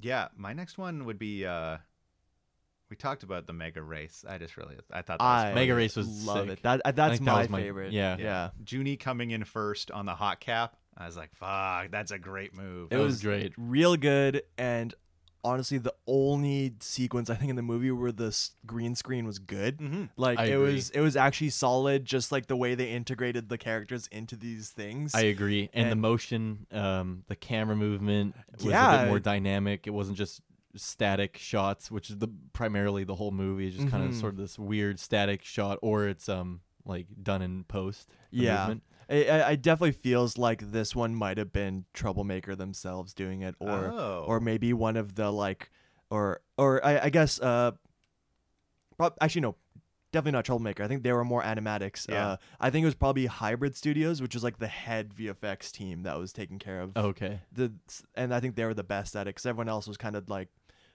[SPEAKER 1] yeah, my next one would be uh, we talked about the mega race. I just really I thought that was
[SPEAKER 10] I
[SPEAKER 1] fun.
[SPEAKER 9] Mega Race was
[SPEAKER 10] love
[SPEAKER 9] sick.
[SPEAKER 10] it. That, uh,
[SPEAKER 9] I
[SPEAKER 10] that's
[SPEAKER 9] think that
[SPEAKER 10] my,
[SPEAKER 9] was my-
[SPEAKER 10] favorite.
[SPEAKER 9] yeah.
[SPEAKER 10] yeah.
[SPEAKER 1] Junie coming in first on the hot cap. I was like, fuck, that's a great move.
[SPEAKER 9] it was great.
[SPEAKER 10] real good and honestly the only sequence i think in the movie where the s- green screen was good
[SPEAKER 9] Mm-hmm.
[SPEAKER 10] like
[SPEAKER 9] I
[SPEAKER 10] it
[SPEAKER 9] agree.
[SPEAKER 10] was it was actually solid just like the way they integrated the characters into these things
[SPEAKER 9] I agree. And, the
[SPEAKER 10] And-
[SPEAKER 9] motion, um, the camera movement was a
[SPEAKER 10] Yeah.
[SPEAKER 9] bit more dynamic. It wasn't just static shots, which is the primarily the whole movie is just kind
[SPEAKER 10] Mm-hmm.
[SPEAKER 9] of sort of this weird static shot, or it's um like done in post. the
[SPEAKER 10] yeah
[SPEAKER 9] movement.
[SPEAKER 10] I- I, I definitely feels like this one might have been troublemaker themselves doing it or
[SPEAKER 1] Oh.
[SPEAKER 10] or maybe one of the like or or i, I guess uh prob- actually no definitely not troublemaker i think they were more animatics
[SPEAKER 1] Yeah.
[SPEAKER 10] uh, i think it was probably hybrid studios which is like the head vfx team that was taking care of
[SPEAKER 9] Okay.
[SPEAKER 10] the and i think they were the best at it because everyone else was kind of like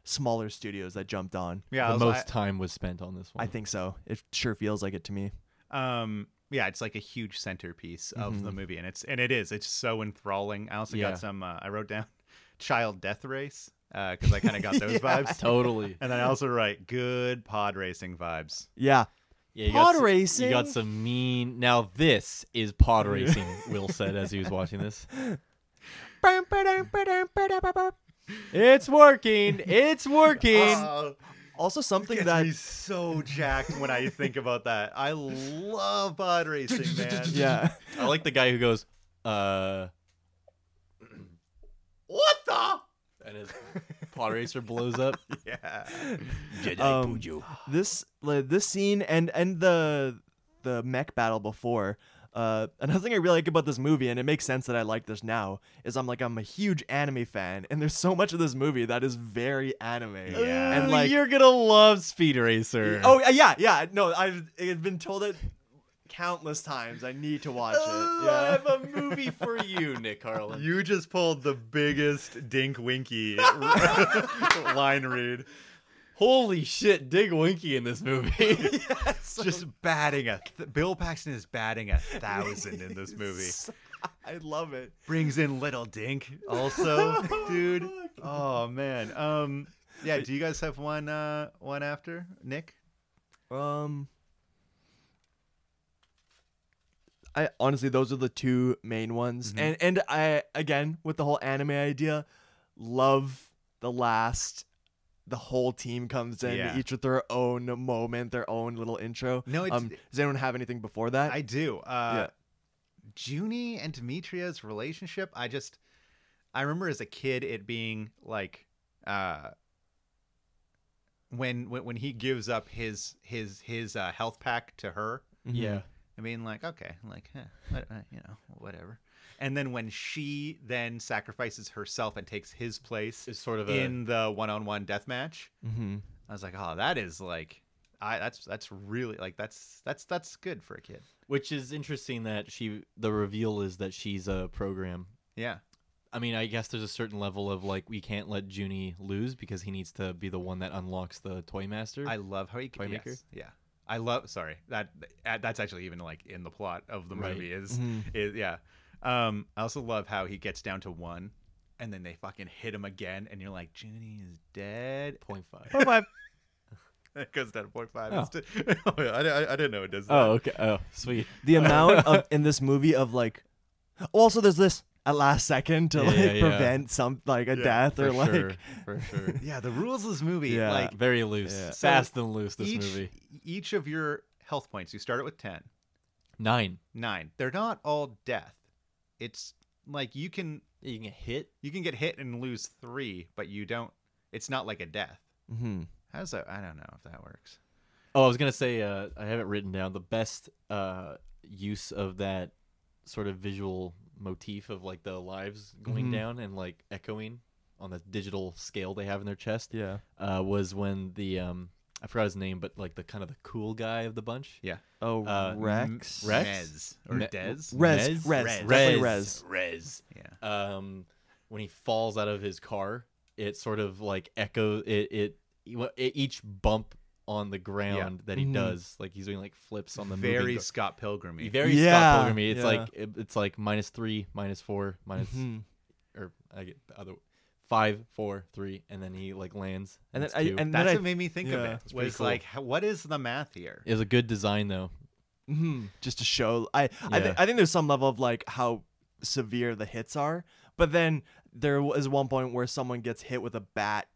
[SPEAKER 10] smaller studios that jumped on
[SPEAKER 1] yeah, I
[SPEAKER 9] the
[SPEAKER 1] was-
[SPEAKER 9] most
[SPEAKER 1] I-
[SPEAKER 9] time was spent on this one.
[SPEAKER 10] i think so it sure feels like it to me
[SPEAKER 1] um yeah it's like a huge centerpiece of
[SPEAKER 10] Mm-hmm.
[SPEAKER 1] the movie and it's and it is it's so enthralling i also
[SPEAKER 9] Yeah.
[SPEAKER 1] got some uh, i wrote down [LAUGHS] child death race because i kind
[SPEAKER 10] [LAUGHS]
[SPEAKER 1] of got those vibes
[SPEAKER 9] [LAUGHS] totally.
[SPEAKER 1] and i also write good pod racing vibes
[SPEAKER 10] yeah
[SPEAKER 9] Yeah, you
[SPEAKER 10] Pod
[SPEAKER 9] got some, You got
[SPEAKER 10] racing?
[SPEAKER 9] some mean. Now this
[SPEAKER 10] [LAUGHS]
[SPEAKER 9] is pod racing. Will said as he was watching this. It's working.
[SPEAKER 10] [LAUGHS]
[SPEAKER 9] It's working.
[SPEAKER 10] Uh, also something
[SPEAKER 1] gets
[SPEAKER 10] that
[SPEAKER 1] me so jacked when i think about that i love pod racing man
[SPEAKER 10] [LAUGHS] yeah
[SPEAKER 9] I like the guy who goes, uh,
[SPEAKER 1] what the [LAUGHS]
[SPEAKER 9] and his [LAUGHS] pod racer blows up.
[SPEAKER 1] yeah
[SPEAKER 10] Um, this like, this scene and and the the mech battle before. Uh, another thing I really like about this movie, and it makes sense that I like this now, is I'm like I'm a huge anime fan, and there's so much of this movie that is very anime.
[SPEAKER 1] Yeah.
[SPEAKER 10] And like,
[SPEAKER 9] you're gonna love Speed Racer.
[SPEAKER 10] oh yeah, yeah, no, I've, I've been told it countless times. I need to watch it.
[SPEAKER 9] I
[SPEAKER 10] Yeah.
[SPEAKER 9] have a movie for you, Nick
[SPEAKER 10] [LAUGHS]
[SPEAKER 9] Harlan.
[SPEAKER 1] you just pulled the biggest dink winky line read
[SPEAKER 9] Holy shit, Dig Winky in this movie.
[SPEAKER 10] so
[SPEAKER 1] just batting a th- Bill Paxton is batting a thousand in this
[SPEAKER 9] [LAUGHS]
[SPEAKER 1] movie.
[SPEAKER 10] I love it.
[SPEAKER 1] Brings in Little Dink also, dude. Oh man. Um yeah, do you guys have one uh one after? Nick?
[SPEAKER 10] Um I honestly those are the two main ones.
[SPEAKER 9] Mm-hmm.
[SPEAKER 10] And and I again with the whole anime idea, love the last the whole team comes in
[SPEAKER 1] Yeah.
[SPEAKER 10] each with their own moment, their own little intro.
[SPEAKER 1] No, it's-
[SPEAKER 10] um, does anyone have anything before
[SPEAKER 1] [LAUGHS]
[SPEAKER 10] that?
[SPEAKER 1] I do. Uh
[SPEAKER 10] Yeah.
[SPEAKER 1] Junie and Demetria's relationship, I just I remember as a kid it being like uh when when, when he gives up his his his uh, health pack to her.
[SPEAKER 9] Yeah.
[SPEAKER 1] I mean, like, okay, like, eh, what, uh, you know, whatever. And then when she then sacrifices herself and takes his place
[SPEAKER 9] It's sort of a-
[SPEAKER 1] in the one-on-one death match,
[SPEAKER 10] mm-hmm.
[SPEAKER 1] I was like, oh, that is like, I that's that's really like that's that's that's good for a kid.
[SPEAKER 9] Which is interesting that she the reveal is that she's a program.
[SPEAKER 1] Yeah,
[SPEAKER 9] I mean, I guess there's a certain level of like we can't let Junie lose because he needs to be the one that unlocks the toy master.
[SPEAKER 1] I love how he
[SPEAKER 9] Toy
[SPEAKER 1] yes,
[SPEAKER 9] maker?
[SPEAKER 1] Yeah, I love. Sorry, that uh, that's actually even like in the plot of the
[SPEAKER 9] Right. Mm-hmm.
[SPEAKER 1] movie is is yeah. Um, I also love how he gets down to one, and then they fucking hit him again, and you're like, Junie is dead. [LAUGHS]
[SPEAKER 9] point five.
[SPEAKER 1] It goes down to point five. It's di- [LAUGHS] Oh, yeah, I, I, I didn't know it does that.
[SPEAKER 9] Oh, okay. Oh, sweet.
[SPEAKER 10] the amount of in this movie of like also there's this at last second to
[SPEAKER 9] Yeah,
[SPEAKER 10] like
[SPEAKER 9] yeah, yeah.
[SPEAKER 10] prevent some like a death or
[SPEAKER 9] for
[SPEAKER 10] like
[SPEAKER 9] sure. For
[SPEAKER 10] [LAUGHS]
[SPEAKER 9] sure.
[SPEAKER 1] Yeah, the rules of this movie,
[SPEAKER 10] Yeah.
[SPEAKER 1] like
[SPEAKER 9] Very loose. Fast and loose. This
[SPEAKER 1] each,
[SPEAKER 9] movie.
[SPEAKER 1] each of your health points, you start it with 10,
[SPEAKER 9] Nine.
[SPEAKER 1] 9. They're not all death. It's like you can
[SPEAKER 9] You can get hit.
[SPEAKER 1] you can get hit and lose three, but you don't. It's not like a death.
[SPEAKER 10] Mhm.
[SPEAKER 1] How's that? I don't know if that works.
[SPEAKER 9] Oh, I was gonna say uh, I have it written down. The best uh, use of that sort of visual motif of like the lives going
[SPEAKER 10] Mm-hmm.
[SPEAKER 9] down and like echoing on the digital scale they have in their chest.
[SPEAKER 10] Yeah.
[SPEAKER 9] uh, was when the um, I forgot his name, but like the kind of the cool guy of the bunch.
[SPEAKER 1] Yeah.
[SPEAKER 10] Oh,
[SPEAKER 9] Uh,
[SPEAKER 10] Rex.
[SPEAKER 9] Rex?
[SPEAKER 1] Mez or
[SPEAKER 9] Me-
[SPEAKER 1] Dez?
[SPEAKER 10] Rez. Rez.
[SPEAKER 9] Rez?
[SPEAKER 10] Rez. Definitely
[SPEAKER 9] Rez.
[SPEAKER 10] Rez.
[SPEAKER 9] Rez.
[SPEAKER 1] Yeah.
[SPEAKER 9] Um, when he falls out of his car, it sort of like echo it it, it each bump on the ground that he does, like he's doing like flips on the moving
[SPEAKER 1] Very
[SPEAKER 9] gr-
[SPEAKER 1] Scott Pilgrimy.
[SPEAKER 9] very
[SPEAKER 10] Yeah,
[SPEAKER 9] Scott Pilgrimy. It's
[SPEAKER 10] yeah.
[SPEAKER 9] like it, it's like minus three, minus four, minus- or I get the other five, four, three, and then he like lands.
[SPEAKER 10] And then
[SPEAKER 9] it's
[SPEAKER 10] I,
[SPEAKER 9] two.
[SPEAKER 10] and then
[SPEAKER 1] That's
[SPEAKER 10] I
[SPEAKER 1] what made me think
[SPEAKER 10] yeah,
[SPEAKER 1] of
[SPEAKER 10] it's
[SPEAKER 1] it.
[SPEAKER 9] pretty
[SPEAKER 1] Was
[SPEAKER 9] cool.
[SPEAKER 1] like, h- what is the math here?
[SPEAKER 9] it was a good design though.
[SPEAKER 10] Mhm. just to show I I,
[SPEAKER 9] Yeah.
[SPEAKER 10] th- I think there's some level of like how severe the hits are, but then there was one point where someone gets hit with a bat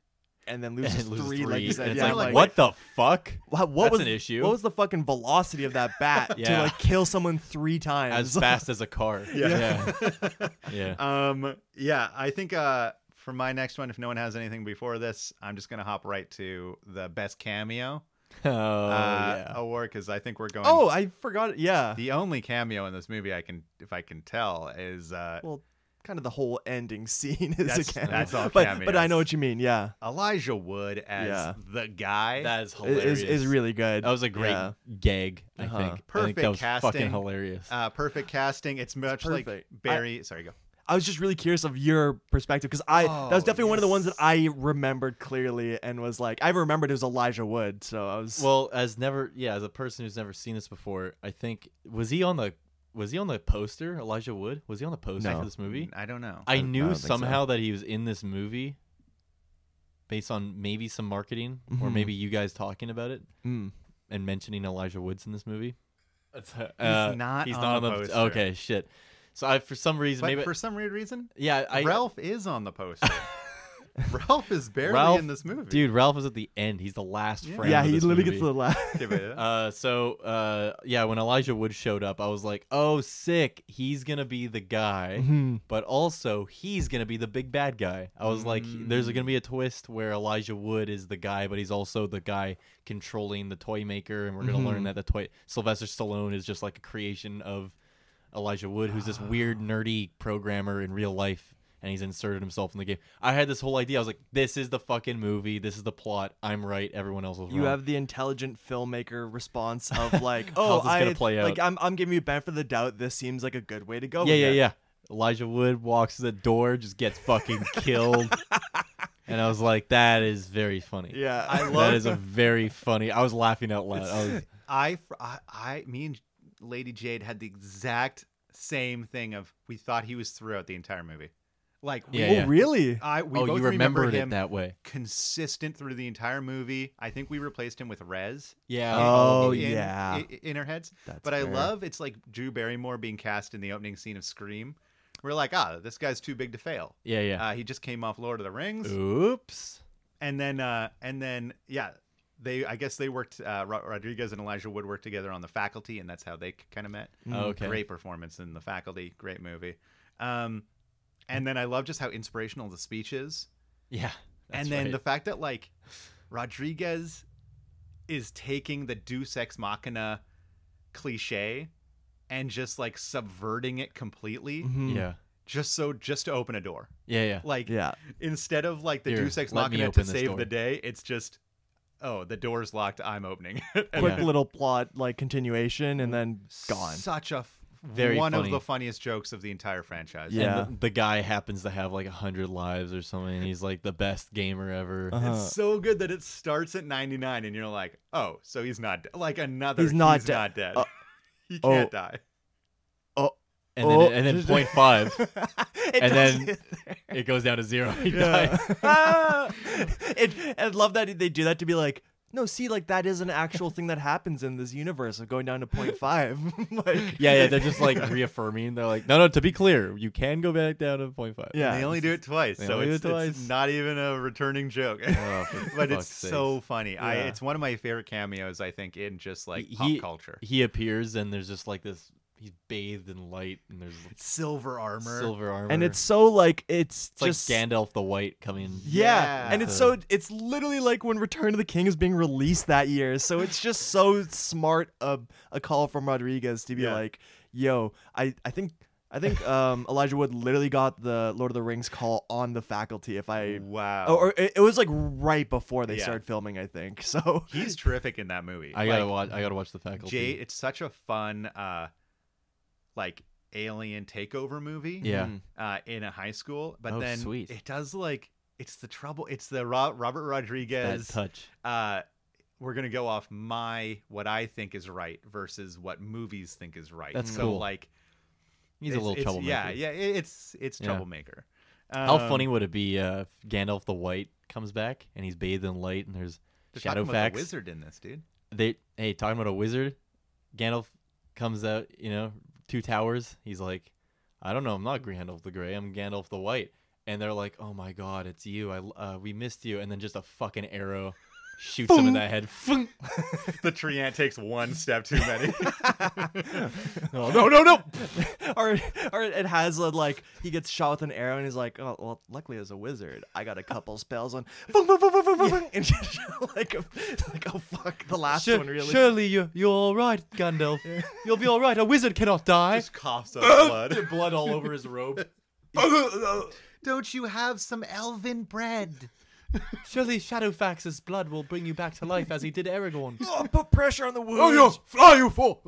[SPEAKER 10] and
[SPEAKER 9] [LAUGHS]
[SPEAKER 10] then loses,
[SPEAKER 9] And loses
[SPEAKER 10] three, like you
[SPEAKER 9] three,
[SPEAKER 10] said.
[SPEAKER 9] and it's
[SPEAKER 10] yeah,
[SPEAKER 9] like,
[SPEAKER 10] like,
[SPEAKER 9] what the fuck?
[SPEAKER 10] What, what
[SPEAKER 9] That's
[SPEAKER 10] was
[SPEAKER 9] an issue.
[SPEAKER 10] What was the fucking velocity of that
[SPEAKER 9] [LAUGHS]
[SPEAKER 10] bat
[SPEAKER 9] Yeah.
[SPEAKER 10] to like kill someone three times? [LAUGHS]
[SPEAKER 9] as fast as a car. Yeah. Yeah. [LAUGHS] yeah.
[SPEAKER 1] Um, yeah, I think uh, for my next one, if no one has anything before this, I'm just gonna hop right to the best cameo
[SPEAKER 9] Oh,
[SPEAKER 1] uh,
[SPEAKER 9] yeah.
[SPEAKER 1] award because I think we're going.
[SPEAKER 10] oh, I forgot. Yeah.
[SPEAKER 1] the only cameo in this movie I can, if I can tell, is uh,
[SPEAKER 10] well, kind of the whole ending [LAUGHS] scene is
[SPEAKER 1] That's-
[SPEAKER 10] a cameo.
[SPEAKER 1] that's all
[SPEAKER 10] but, but I know
[SPEAKER 1] cameos.
[SPEAKER 10] what you mean. Yeah.
[SPEAKER 1] Elijah Wood as
[SPEAKER 10] Yeah.
[SPEAKER 1] the guy.
[SPEAKER 9] That is
[SPEAKER 10] It
[SPEAKER 9] hilarious.
[SPEAKER 10] is, is really good.
[SPEAKER 9] That was a great
[SPEAKER 10] Yeah.
[SPEAKER 9] gag, I
[SPEAKER 10] Uh-huh.
[SPEAKER 9] think. I think
[SPEAKER 1] Perfect
[SPEAKER 9] that was
[SPEAKER 1] casting.
[SPEAKER 9] fucking hilarious.
[SPEAKER 1] uh, perfect casting. It's much like
[SPEAKER 10] perfect.
[SPEAKER 1] Barry. sorry, go.
[SPEAKER 10] I was just really curious of your perspective because I that was
[SPEAKER 1] Oh,
[SPEAKER 10] definitely one of the ones that I remembered clearly and was like I remembered it was Elijah Wood. So I was
[SPEAKER 9] well, as never yeah, as a person who's never seen this before, I think was he on the was he on the poster, Elijah Wood? Was he on the poster
[SPEAKER 10] No.
[SPEAKER 9] for this movie?
[SPEAKER 1] I don't know.
[SPEAKER 9] I
[SPEAKER 10] I
[SPEAKER 9] knew
[SPEAKER 10] don't think so.
[SPEAKER 9] somehow that he was in this movie based on maybe some marketing or maybe you guys talking about it
[SPEAKER 10] Mm.
[SPEAKER 9] and mentioning Elijah Woods in this movie.
[SPEAKER 1] He's not
[SPEAKER 9] uh,
[SPEAKER 1] on the
[SPEAKER 9] He's not on the
[SPEAKER 1] poster.
[SPEAKER 9] Okay, shit. So I for some reason
[SPEAKER 1] but
[SPEAKER 9] maybe
[SPEAKER 1] for some weird reason,
[SPEAKER 9] yeah, I
[SPEAKER 1] Ralph is on the
[SPEAKER 9] [LAUGHS]
[SPEAKER 1] poster. Ralph is barely
[SPEAKER 9] Ralph
[SPEAKER 1] in this movie.
[SPEAKER 9] Dude, Ralph is at the end. He's the last frame.
[SPEAKER 10] yeah,
[SPEAKER 9] of
[SPEAKER 10] he
[SPEAKER 9] this
[SPEAKER 10] literally
[SPEAKER 9] movie.
[SPEAKER 10] gets to the last.
[SPEAKER 1] Give it-
[SPEAKER 9] Uh, so uh, yeah, when Elijah Wood showed up, I was like, "Oh, sick! He's gonna be the guy, but also he's gonna be the big bad guy." I was like, "There's gonna be a twist where Elijah Wood is the guy, but he's also the guy controlling the toy maker, and we're gonna learn that the toy Sylvester Stallone is just like a creation of Elijah Wood, who's
[SPEAKER 10] Ah.
[SPEAKER 9] this weird nerdy programmer in real life." And he's inserted himself in the game. I had this whole idea. I was like, "This is the fucking movie. This is the plot. I'm right. Everyone else was
[SPEAKER 10] You
[SPEAKER 9] wrong."
[SPEAKER 10] have the intelligent filmmaker response
[SPEAKER 9] [LAUGHS]
[SPEAKER 10] of like, oh,
[SPEAKER 9] this gonna
[SPEAKER 10] I-
[SPEAKER 9] play
[SPEAKER 10] like
[SPEAKER 9] out?
[SPEAKER 10] I'm I'm giving you benefit of the doubt. This seems like a good way to go.
[SPEAKER 9] yeah,
[SPEAKER 10] with
[SPEAKER 9] yeah,
[SPEAKER 10] it.
[SPEAKER 9] yeah. Elijah Wood walks to the door, just gets
[SPEAKER 10] [LAUGHS]
[SPEAKER 9] fucking killed. and I was like, that is very funny.
[SPEAKER 10] Yeah. [LAUGHS]
[SPEAKER 9] I love that is a very funny. I was laughing out loud. I was,
[SPEAKER 1] I, fr- I, I, me and Lady Jade had the exact same thing of we thought he was throughout the entire movie. Like we,
[SPEAKER 9] Yeah,
[SPEAKER 10] oh,
[SPEAKER 9] yeah.
[SPEAKER 10] really?
[SPEAKER 1] I, we
[SPEAKER 9] oh,
[SPEAKER 1] both
[SPEAKER 9] you
[SPEAKER 1] remember
[SPEAKER 9] remembered
[SPEAKER 1] him
[SPEAKER 9] it that way.
[SPEAKER 1] consistent through the entire movie. I think we replaced him with Rez.
[SPEAKER 9] Yeah.
[SPEAKER 10] Oh,
[SPEAKER 1] in,
[SPEAKER 10] yeah.
[SPEAKER 1] i- in our heads.
[SPEAKER 10] That's
[SPEAKER 1] but I
[SPEAKER 10] fair.
[SPEAKER 1] love it's like Drew Barrymore being cast in the opening scene of Scream. We're like, ah, this guy's too big to fail.
[SPEAKER 9] Yeah, yeah.
[SPEAKER 1] Uh, he just came off Lord of the Rings,
[SPEAKER 9] Oops.
[SPEAKER 1] and then uh, and then yeah, they I guess they worked. Uh, Ro- Rodriguez and Elijah Wood worked together on The Faculty, and that's how they kind of met.
[SPEAKER 10] Mm. Oh,
[SPEAKER 9] Okay.
[SPEAKER 1] Great performance in The Faculty. Great movie. Um, and then I love just how inspirational the speech is
[SPEAKER 9] Yeah.
[SPEAKER 1] and then the fact that like Rodriguez is taking the Deus Ex Machina cliche and just like subverting it completely,
[SPEAKER 10] Mhm.
[SPEAKER 9] yeah.
[SPEAKER 1] just so just to open a door.
[SPEAKER 9] Yeah, yeah.
[SPEAKER 1] Like
[SPEAKER 10] Yeah.
[SPEAKER 1] instead of like the
[SPEAKER 9] Here,
[SPEAKER 1] Deus Ex
[SPEAKER 9] let me
[SPEAKER 1] Machina
[SPEAKER 9] open
[SPEAKER 1] to
[SPEAKER 9] this
[SPEAKER 1] save
[SPEAKER 9] door.
[SPEAKER 1] the day, it's just oh the door's locked, I'm opening. [LAUGHS] it. And
[SPEAKER 10] Quick
[SPEAKER 9] Yeah.
[SPEAKER 10] little plot like continuation and then gone.
[SPEAKER 1] Such a f-
[SPEAKER 9] Very
[SPEAKER 1] one
[SPEAKER 9] funny.
[SPEAKER 1] of the funniest jokes of the entire franchise.
[SPEAKER 10] Yeah.
[SPEAKER 9] And the, the guy happens to have like a hundred lives or something. And he's like the best gamer ever.
[SPEAKER 10] Uh-huh.
[SPEAKER 1] It's so good that it starts at 99 and you're like, oh, so he's not de- like another.
[SPEAKER 10] He's not de-
[SPEAKER 1] dead.
[SPEAKER 10] Uh,
[SPEAKER 1] [LAUGHS] he
[SPEAKER 10] oh.
[SPEAKER 1] can't die.
[SPEAKER 9] And
[SPEAKER 10] Oh,
[SPEAKER 9] then and
[SPEAKER 10] [LAUGHS]
[SPEAKER 9] then
[SPEAKER 10] just-
[SPEAKER 9] point five. and then
[SPEAKER 10] does
[SPEAKER 9] it goes down to zero. [LAUGHS] He dies.
[SPEAKER 10] Ah! [LAUGHS] it, I love that they do that to be like, no, see, like that is an actual thing that happens in this universe of going down to point five. [LAUGHS] like,
[SPEAKER 9] Yeah, yeah. They're
[SPEAKER 10] [LAUGHS]
[SPEAKER 9] just like reaffirming. They're like, no, no. To be clear, you can go back down to point five.
[SPEAKER 10] yeah.
[SPEAKER 1] they only do it twice,
[SPEAKER 9] they
[SPEAKER 1] so
[SPEAKER 9] only do
[SPEAKER 1] it's,
[SPEAKER 9] it
[SPEAKER 1] it's
[SPEAKER 9] twice.
[SPEAKER 1] not even a returning joke. [LAUGHS]
[SPEAKER 9] Oh, for
[SPEAKER 1] but it's
[SPEAKER 9] fuck's sakes.
[SPEAKER 1] so funny. I,
[SPEAKER 10] Yeah.
[SPEAKER 1] it's one of my favorite cameos, I think, in just like
[SPEAKER 9] He-
[SPEAKER 1] pop
[SPEAKER 9] he-
[SPEAKER 1] culture.
[SPEAKER 9] He appears and there's just like this. He's bathed in light and there's
[SPEAKER 1] Silver armor.
[SPEAKER 9] silver armor.
[SPEAKER 10] and it's so like it's,
[SPEAKER 9] It's like
[SPEAKER 10] just
[SPEAKER 9] Gandalf the White coming.
[SPEAKER 10] Yeah.
[SPEAKER 1] Yeah.
[SPEAKER 10] and it's so it's literally like when Return of the King is being released that year. So it's just so smart a a call from Rodriguez to be
[SPEAKER 1] Yeah.
[SPEAKER 10] like, "Yo, I I think
[SPEAKER 1] [LAUGHS]
[SPEAKER 10] I think um, Elijah Wood literally got the Lord of the Rings call on the faculty. If I Oh,
[SPEAKER 1] Wow.
[SPEAKER 9] Oh,
[SPEAKER 10] or, or it, it was like right before they
[SPEAKER 1] Yeah.
[SPEAKER 10] started filming, I think. [LAUGHS] So
[SPEAKER 1] He's terrific in that movie.
[SPEAKER 9] I gotta
[SPEAKER 1] Like,
[SPEAKER 9] watch. I gotta watch the faculty.
[SPEAKER 1] Jade, it's such a fun, uh, like alien takeover movie.
[SPEAKER 9] Yeah.
[SPEAKER 10] Mhm.
[SPEAKER 1] uh, in a high school, but
[SPEAKER 9] Oh,
[SPEAKER 1] then
[SPEAKER 9] sweet.
[SPEAKER 1] it does like it's the trouble. It's the Ro- Robert
[SPEAKER 9] That
[SPEAKER 1] Rodriguez.
[SPEAKER 9] touch.
[SPEAKER 1] Uh, we're gonna go off my what I think is right versus what movies think is right.
[SPEAKER 9] That's
[SPEAKER 1] so
[SPEAKER 9] cool.
[SPEAKER 1] like
[SPEAKER 9] He's a
[SPEAKER 1] it's-
[SPEAKER 9] little
[SPEAKER 1] it's-
[SPEAKER 9] troublemaker.
[SPEAKER 1] Yeah, yeah, it- it's it's
[SPEAKER 9] Yeah.
[SPEAKER 1] troublemaker.
[SPEAKER 9] How
[SPEAKER 1] Um,
[SPEAKER 9] funny would it be uh, if Gandalf the White comes back and he's bathed in light and there's
[SPEAKER 1] they're talking
[SPEAKER 9] shadow
[SPEAKER 1] about the
[SPEAKER 9] facts?
[SPEAKER 1] wizard in this
[SPEAKER 9] [LAUGHS]
[SPEAKER 1] dude.
[SPEAKER 9] They hey, talking about a wizard. Gandalf comes out, you know, two towers. He's like, I don't know, I'm not Gandalf the Grey, I'm Gandalf the White. And they're like, Oh my God, it's you! I l- uh, we missed you. And then just a fucking arrow shoots him in the head. Fung.
[SPEAKER 1] the Treant takes one step too many.
[SPEAKER 9] [LAUGHS] Oh, [LAUGHS] no,
[SPEAKER 1] [LAUGHS]
[SPEAKER 9] no, no!
[SPEAKER 10] [LAUGHS] or or it has a, like he gets shot with an arrow and he's like, oh well, luckily as a wizard, I got a couple spells
[SPEAKER 9] [LAUGHS]
[SPEAKER 10] on, boom, boom, boom, boom, boom, boom, boom," and just, like a, like oh fuck, the last
[SPEAKER 9] Sur-
[SPEAKER 10] one really.
[SPEAKER 9] [LAUGHS] Surely you you're all right, Gandalf. [LAUGHS] You'll be all right. A wizard cannot die.
[SPEAKER 1] Just coughs up
[SPEAKER 9] [LAUGHS]
[SPEAKER 1] blood.
[SPEAKER 9] blood all over his robe.
[SPEAKER 1] Don't you have some elven bread?
[SPEAKER 9] [LAUGHS] Surely Shadowfax's blood will bring you back to life as he did [LAUGHS] Aragorn.
[SPEAKER 10] Oh, put pressure on the wound.
[SPEAKER 9] fly, you fool!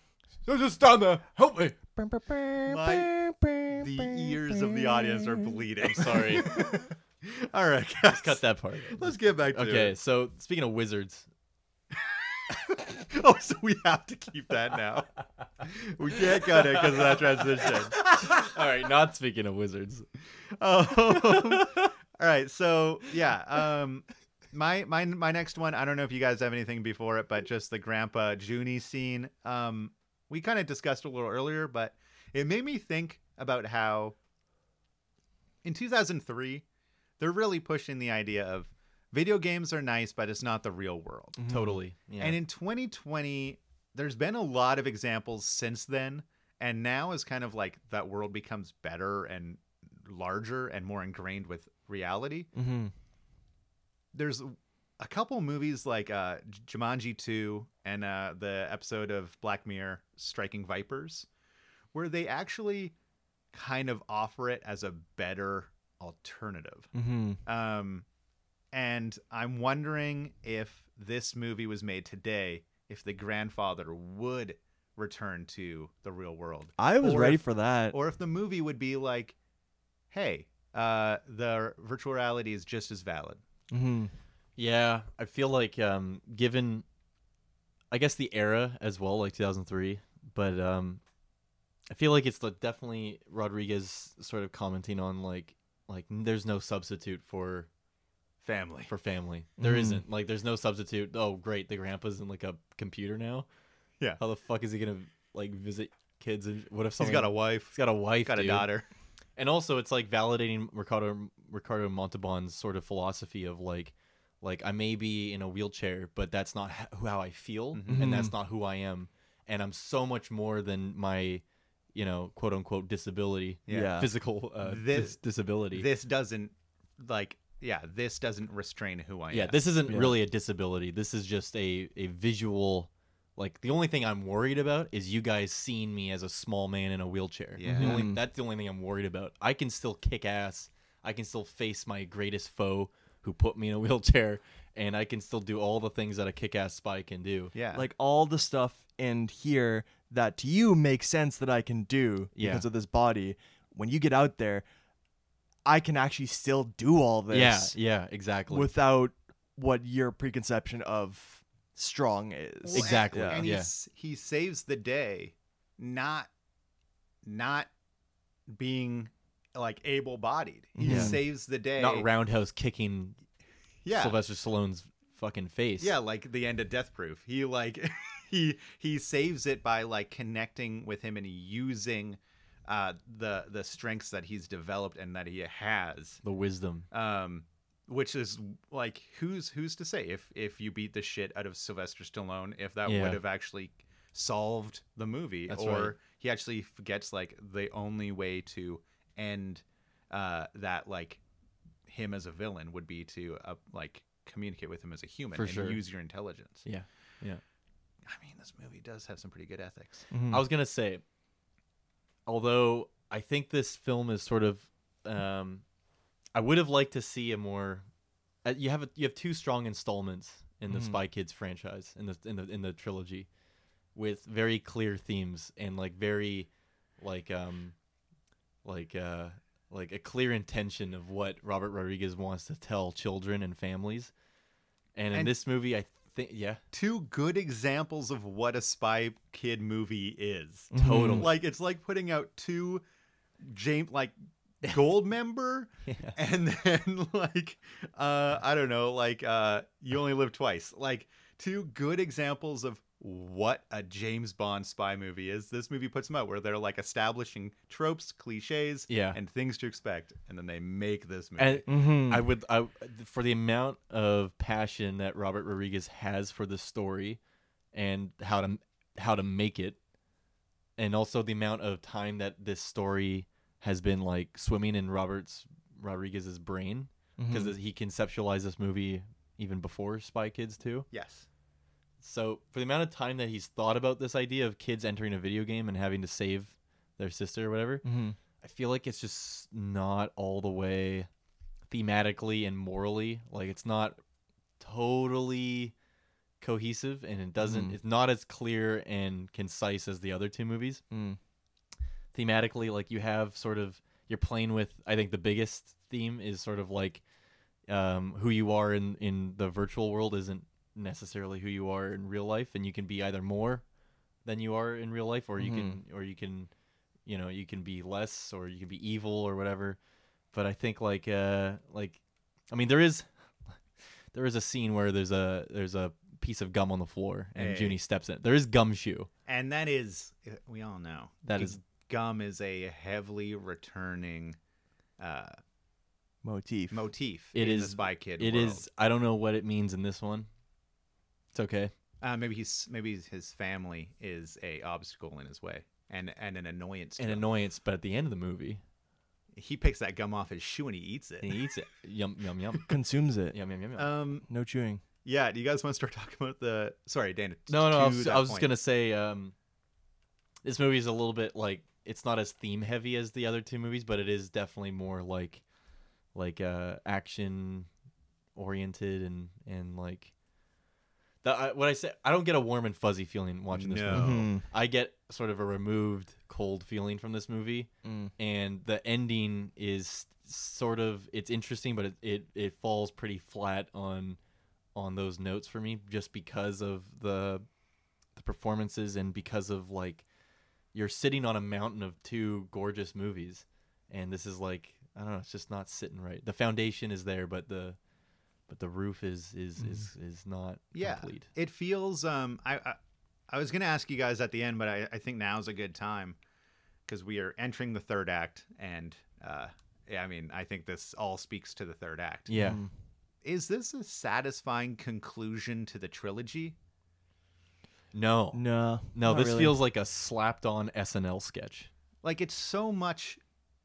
[SPEAKER 9] [LAUGHS] Just stand there. Help me.
[SPEAKER 1] My, the ears of the audience are bleeding. sorry. All right, guys.
[SPEAKER 9] [LAUGHS] Cut that part.
[SPEAKER 1] Let's get back to
[SPEAKER 9] Okay,
[SPEAKER 1] it.
[SPEAKER 9] so speaking of wizards,
[SPEAKER 1] Oh, so we have to keep that now. We can't cut it because of that transition.
[SPEAKER 9] [LAUGHS] all right, not speaking of [LAUGHS] wizards.
[SPEAKER 1] Um, all right, so yeah, um, my my my next one. I don't know if you guys have anything before it, but just the grandpa Junie scene. Um, we kind of discussed a little earlier, but it made me think about how in 2003 they're really pushing the idea of video games are nice, but it's not the real world.
[SPEAKER 9] Mm-hmm. Totally. Yeah.
[SPEAKER 1] And in 2020, there's been a lot of examples since then. And now is kind of like that world becomes better and larger and more ingrained with reality.
[SPEAKER 10] Mm-hmm.
[SPEAKER 1] There's a couple movies like uh, J- Jumanji 2 and uh, the episode of Black Mirror, Striking Vipers, where they actually kind of offer it as a better alternative.
[SPEAKER 10] Mm-hmm.
[SPEAKER 1] Um, and I'm wondering if this movie was made today, if the grandfather would return to the real world,
[SPEAKER 9] Uh,
[SPEAKER 10] I was
[SPEAKER 1] Or
[SPEAKER 10] ready
[SPEAKER 1] if-
[SPEAKER 10] for that.
[SPEAKER 1] or if the movie would be like, "Hey, uh, the virtual reality is just as valid."
[SPEAKER 10] mm-hmm.
[SPEAKER 9] Yeah, I feel like um, given I guess the era as well, like 2003. But um, I feel like it's like definitely Rodriguez sort of commenting on like like there's no substitute for
[SPEAKER 1] Family.
[SPEAKER 9] for family.
[SPEAKER 1] Mm-hmm.
[SPEAKER 9] There not like there's no substitute. Oh great, the grandpa's in like a computer now.
[SPEAKER 1] Yeah.
[SPEAKER 9] How the fuck is he gonna like visit kids? And what if
[SPEAKER 1] He's
[SPEAKER 9] someone
[SPEAKER 1] got a wife.
[SPEAKER 9] He's got a wife.
[SPEAKER 1] got a
[SPEAKER 9] dude.
[SPEAKER 1] daughter.
[SPEAKER 9] and also it's like validating Ricardo Ricardo Montalban's sort of philosophy of like like I may be in a wheelchair, but that's not h- how I feel, and that's not who I am, and I'm so much more than my you know quote unquote disability,
[SPEAKER 10] Yeah.
[SPEAKER 9] physical uh,
[SPEAKER 1] This-
[SPEAKER 9] dis- disability.
[SPEAKER 1] This doesn't like yeah, this doesn't restrain who I
[SPEAKER 9] yeah,
[SPEAKER 1] am.
[SPEAKER 9] this isn't really a disability. This is just a a visual. Like the only thing I'm worried about is you guys seeing me as a small man in a wheelchair.
[SPEAKER 1] Yeah.
[SPEAKER 9] The only- that's the only thing I'm worried about. I can still kick ass. I can still face my greatest foe, who put me in a [LAUGHS] wheelchair, and I can still do all the things that a kick-ass spy can do.
[SPEAKER 1] yeah.
[SPEAKER 10] Like all the stuff in here that to you makes sense that I can do
[SPEAKER 9] Yeah.
[SPEAKER 10] because of this body. When you get out there, I can actually still do all this
[SPEAKER 9] Yeah, yeah, exactly.
[SPEAKER 10] without what your preconception of strong is.
[SPEAKER 1] Well,
[SPEAKER 9] Exactly,
[SPEAKER 1] And, and
[SPEAKER 9] yeah.
[SPEAKER 1] he's- he saves the day, not not being like able bodied. He
[SPEAKER 10] Yeah.
[SPEAKER 1] saves the day.
[SPEAKER 9] Mm-hmm. Not roundhouse kicking
[SPEAKER 1] Yeah.
[SPEAKER 9] Sylvester Stallone's fucking face.
[SPEAKER 1] Yeah, like the end of Death Proof. He like [LAUGHS] he he saves it by like connecting with him and using uh the the strengths that he's developed and that he has.
[SPEAKER 9] the wisdom.
[SPEAKER 1] Um which is like who's who's to say if if you beat the shit out of Sylvester Stallone if that
[SPEAKER 9] Yeah.
[SPEAKER 1] would have actually solved the movie
[SPEAKER 9] That's
[SPEAKER 1] or
[SPEAKER 9] right.
[SPEAKER 1] he actually forgets like the only way to end uh that like him as a villain would be to uh, like communicate with him as a human
[SPEAKER 9] For
[SPEAKER 1] and
[SPEAKER 9] sure.
[SPEAKER 1] use your intelligence.
[SPEAKER 9] Yeah, yeah.
[SPEAKER 1] I mean, this movie does have some pretty good ethics.
[SPEAKER 9] I was gonna say, although I think this film is sort of, um, I would have liked to see a more. Uh, you have a, you have two strong installments in the Spy Kids franchise in the in the in the trilogy, with very clear themes and like very, like um, like uh like a clear intention of what Robert Rodriguez wants to tell children and families, and in
[SPEAKER 1] And-
[SPEAKER 9] this movie, I think yeah,
[SPEAKER 1] Two good examples of what a spy kid movie is.
[SPEAKER 9] Totally.
[SPEAKER 1] Like it's like putting out two James like gold
[SPEAKER 9] [LAUGHS]
[SPEAKER 1] member and then like uh I don't know, like uh you only live twice. Like two good examples of what a James Bond spy movie is. This movie puts them out where they're like establishing tropes, cliches,
[SPEAKER 9] Yeah.
[SPEAKER 1] and things to expect, and then they make this movie.
[SPEAKER 9] And I would, I for the amount of passion that Robert Rodriguez has for the story, and how to how to make it, and also the amount of time that this story has been like swimming in Robert's Rodriguez's brain because he conceptualized this movie even before Spy Kids too.
[SPEAKER 1] yes.
[SPEAKER 9] So for the amount of time that he's thought about this idea of kids entering a video game and having to save their sister or whatever, I feel like it's just not all the way thematically and morally. Like it's not totally cohesive and it doesn't it's not as clear and concise as the other two movies. Thematically, like you have sort of you're playing with I think the biggest theme is sort of like um, who you are in, in the virtual world isn't necessarily who you are in real life and you can be either more than you are in real life or you can or you can you know you can be less or you can be evil or whatever but i think like uh like i mean there is [LAUGHS] there is a scene where there's a there's a piece of gum on the floor and
[SPEAKER 1] Hey.
[SPEAKER 9] junie steps in there is gumshoe
[SPEAKER 1] and that is uh, we all know
[SPEAKER 9] That is-
[SPEAKER 1] gum is a heavily returning uh
[SPEAKER 10] Motif.
[SPEAKER 1] motif
[SPEAKER 9] It
[SPEAKER 1] in the
[SPEAKER 9] is-
[SPEAKER 1] spy kid
[SPEAKER 9] It
[SPEAKER 1] world.
[SPEAKER 9] is. i don't know what it means in this one it's okay
[SPEAKER 1] uh, maybe he's maybe his family is a obstacle in his way and and an annoyance to
[SPEAKER 9] an
[SPEAKER 1] him.
[SPEAKER 9] annoyance but at the end of the movie
[SPEAKER 1] he picks that gum off his shoe and he eats [LAUGHS] it
[SPEAKER 9] he eats it yum yum yum
[SPEAKER 10] Consumes it.
[SPEAKER 9] yum yum yum yum
[SPEAKER 1] um
[SPEAKER 10] No chewing.
[SPEAKER 1] yeah do you guys want to start talking about the sorry dana t-
[SPEAKER 9] No, no, I
[SPEAKER 1] to
[SPEAKER 9] was,
[SPEAKER 1] that
[SPEAKER 9] I was just
[SPEAKER 1] point.
[SPEAKER 9] gonna say, um, this movie is a little bit like it's not as theme heavy as the other two movies, but it is definitely more like, like uh, action oriented and and like. The, I, what I say, I don't get a warm and fuzzy feeling watching this
[SPEAKER 1] No.
[SPEAKER 9] movie. I get sort of a removed, cold feeling from this movie, and the ending is sort of it's interesting, but it, it it falls pretty flat on on those notes for me, just because of the the performances and because of like you're sitting on a mountain of two gorgeous movies and this is like I don't know, it's just not sitting right. The foundation is there, but the but the roof is is is is not
[SPEAKER 1] yeah
[SPEAKER 9] complete.
[SPEAKER 1] it feels um I, I i was gonna ask you guys at the end but i, I think now's a good time because we are entering the third act and uh yeah, i mean i think this all speaks to the third act
[SPEAKER 9] Yeah.
[SPEAKER 1] is this a satisfying conclusion to the trilogy
[SPEAKER 9] No.
[SPEAKER 10] No,
[SPEAKER 9] No,
[SPEAKER 10] not
[SPEAKER 9] this
[SPEAKER 10] really.
[SPEAKER 9] feels like a slapped on SNL sketch.
[SPEAKER 1] like it's so much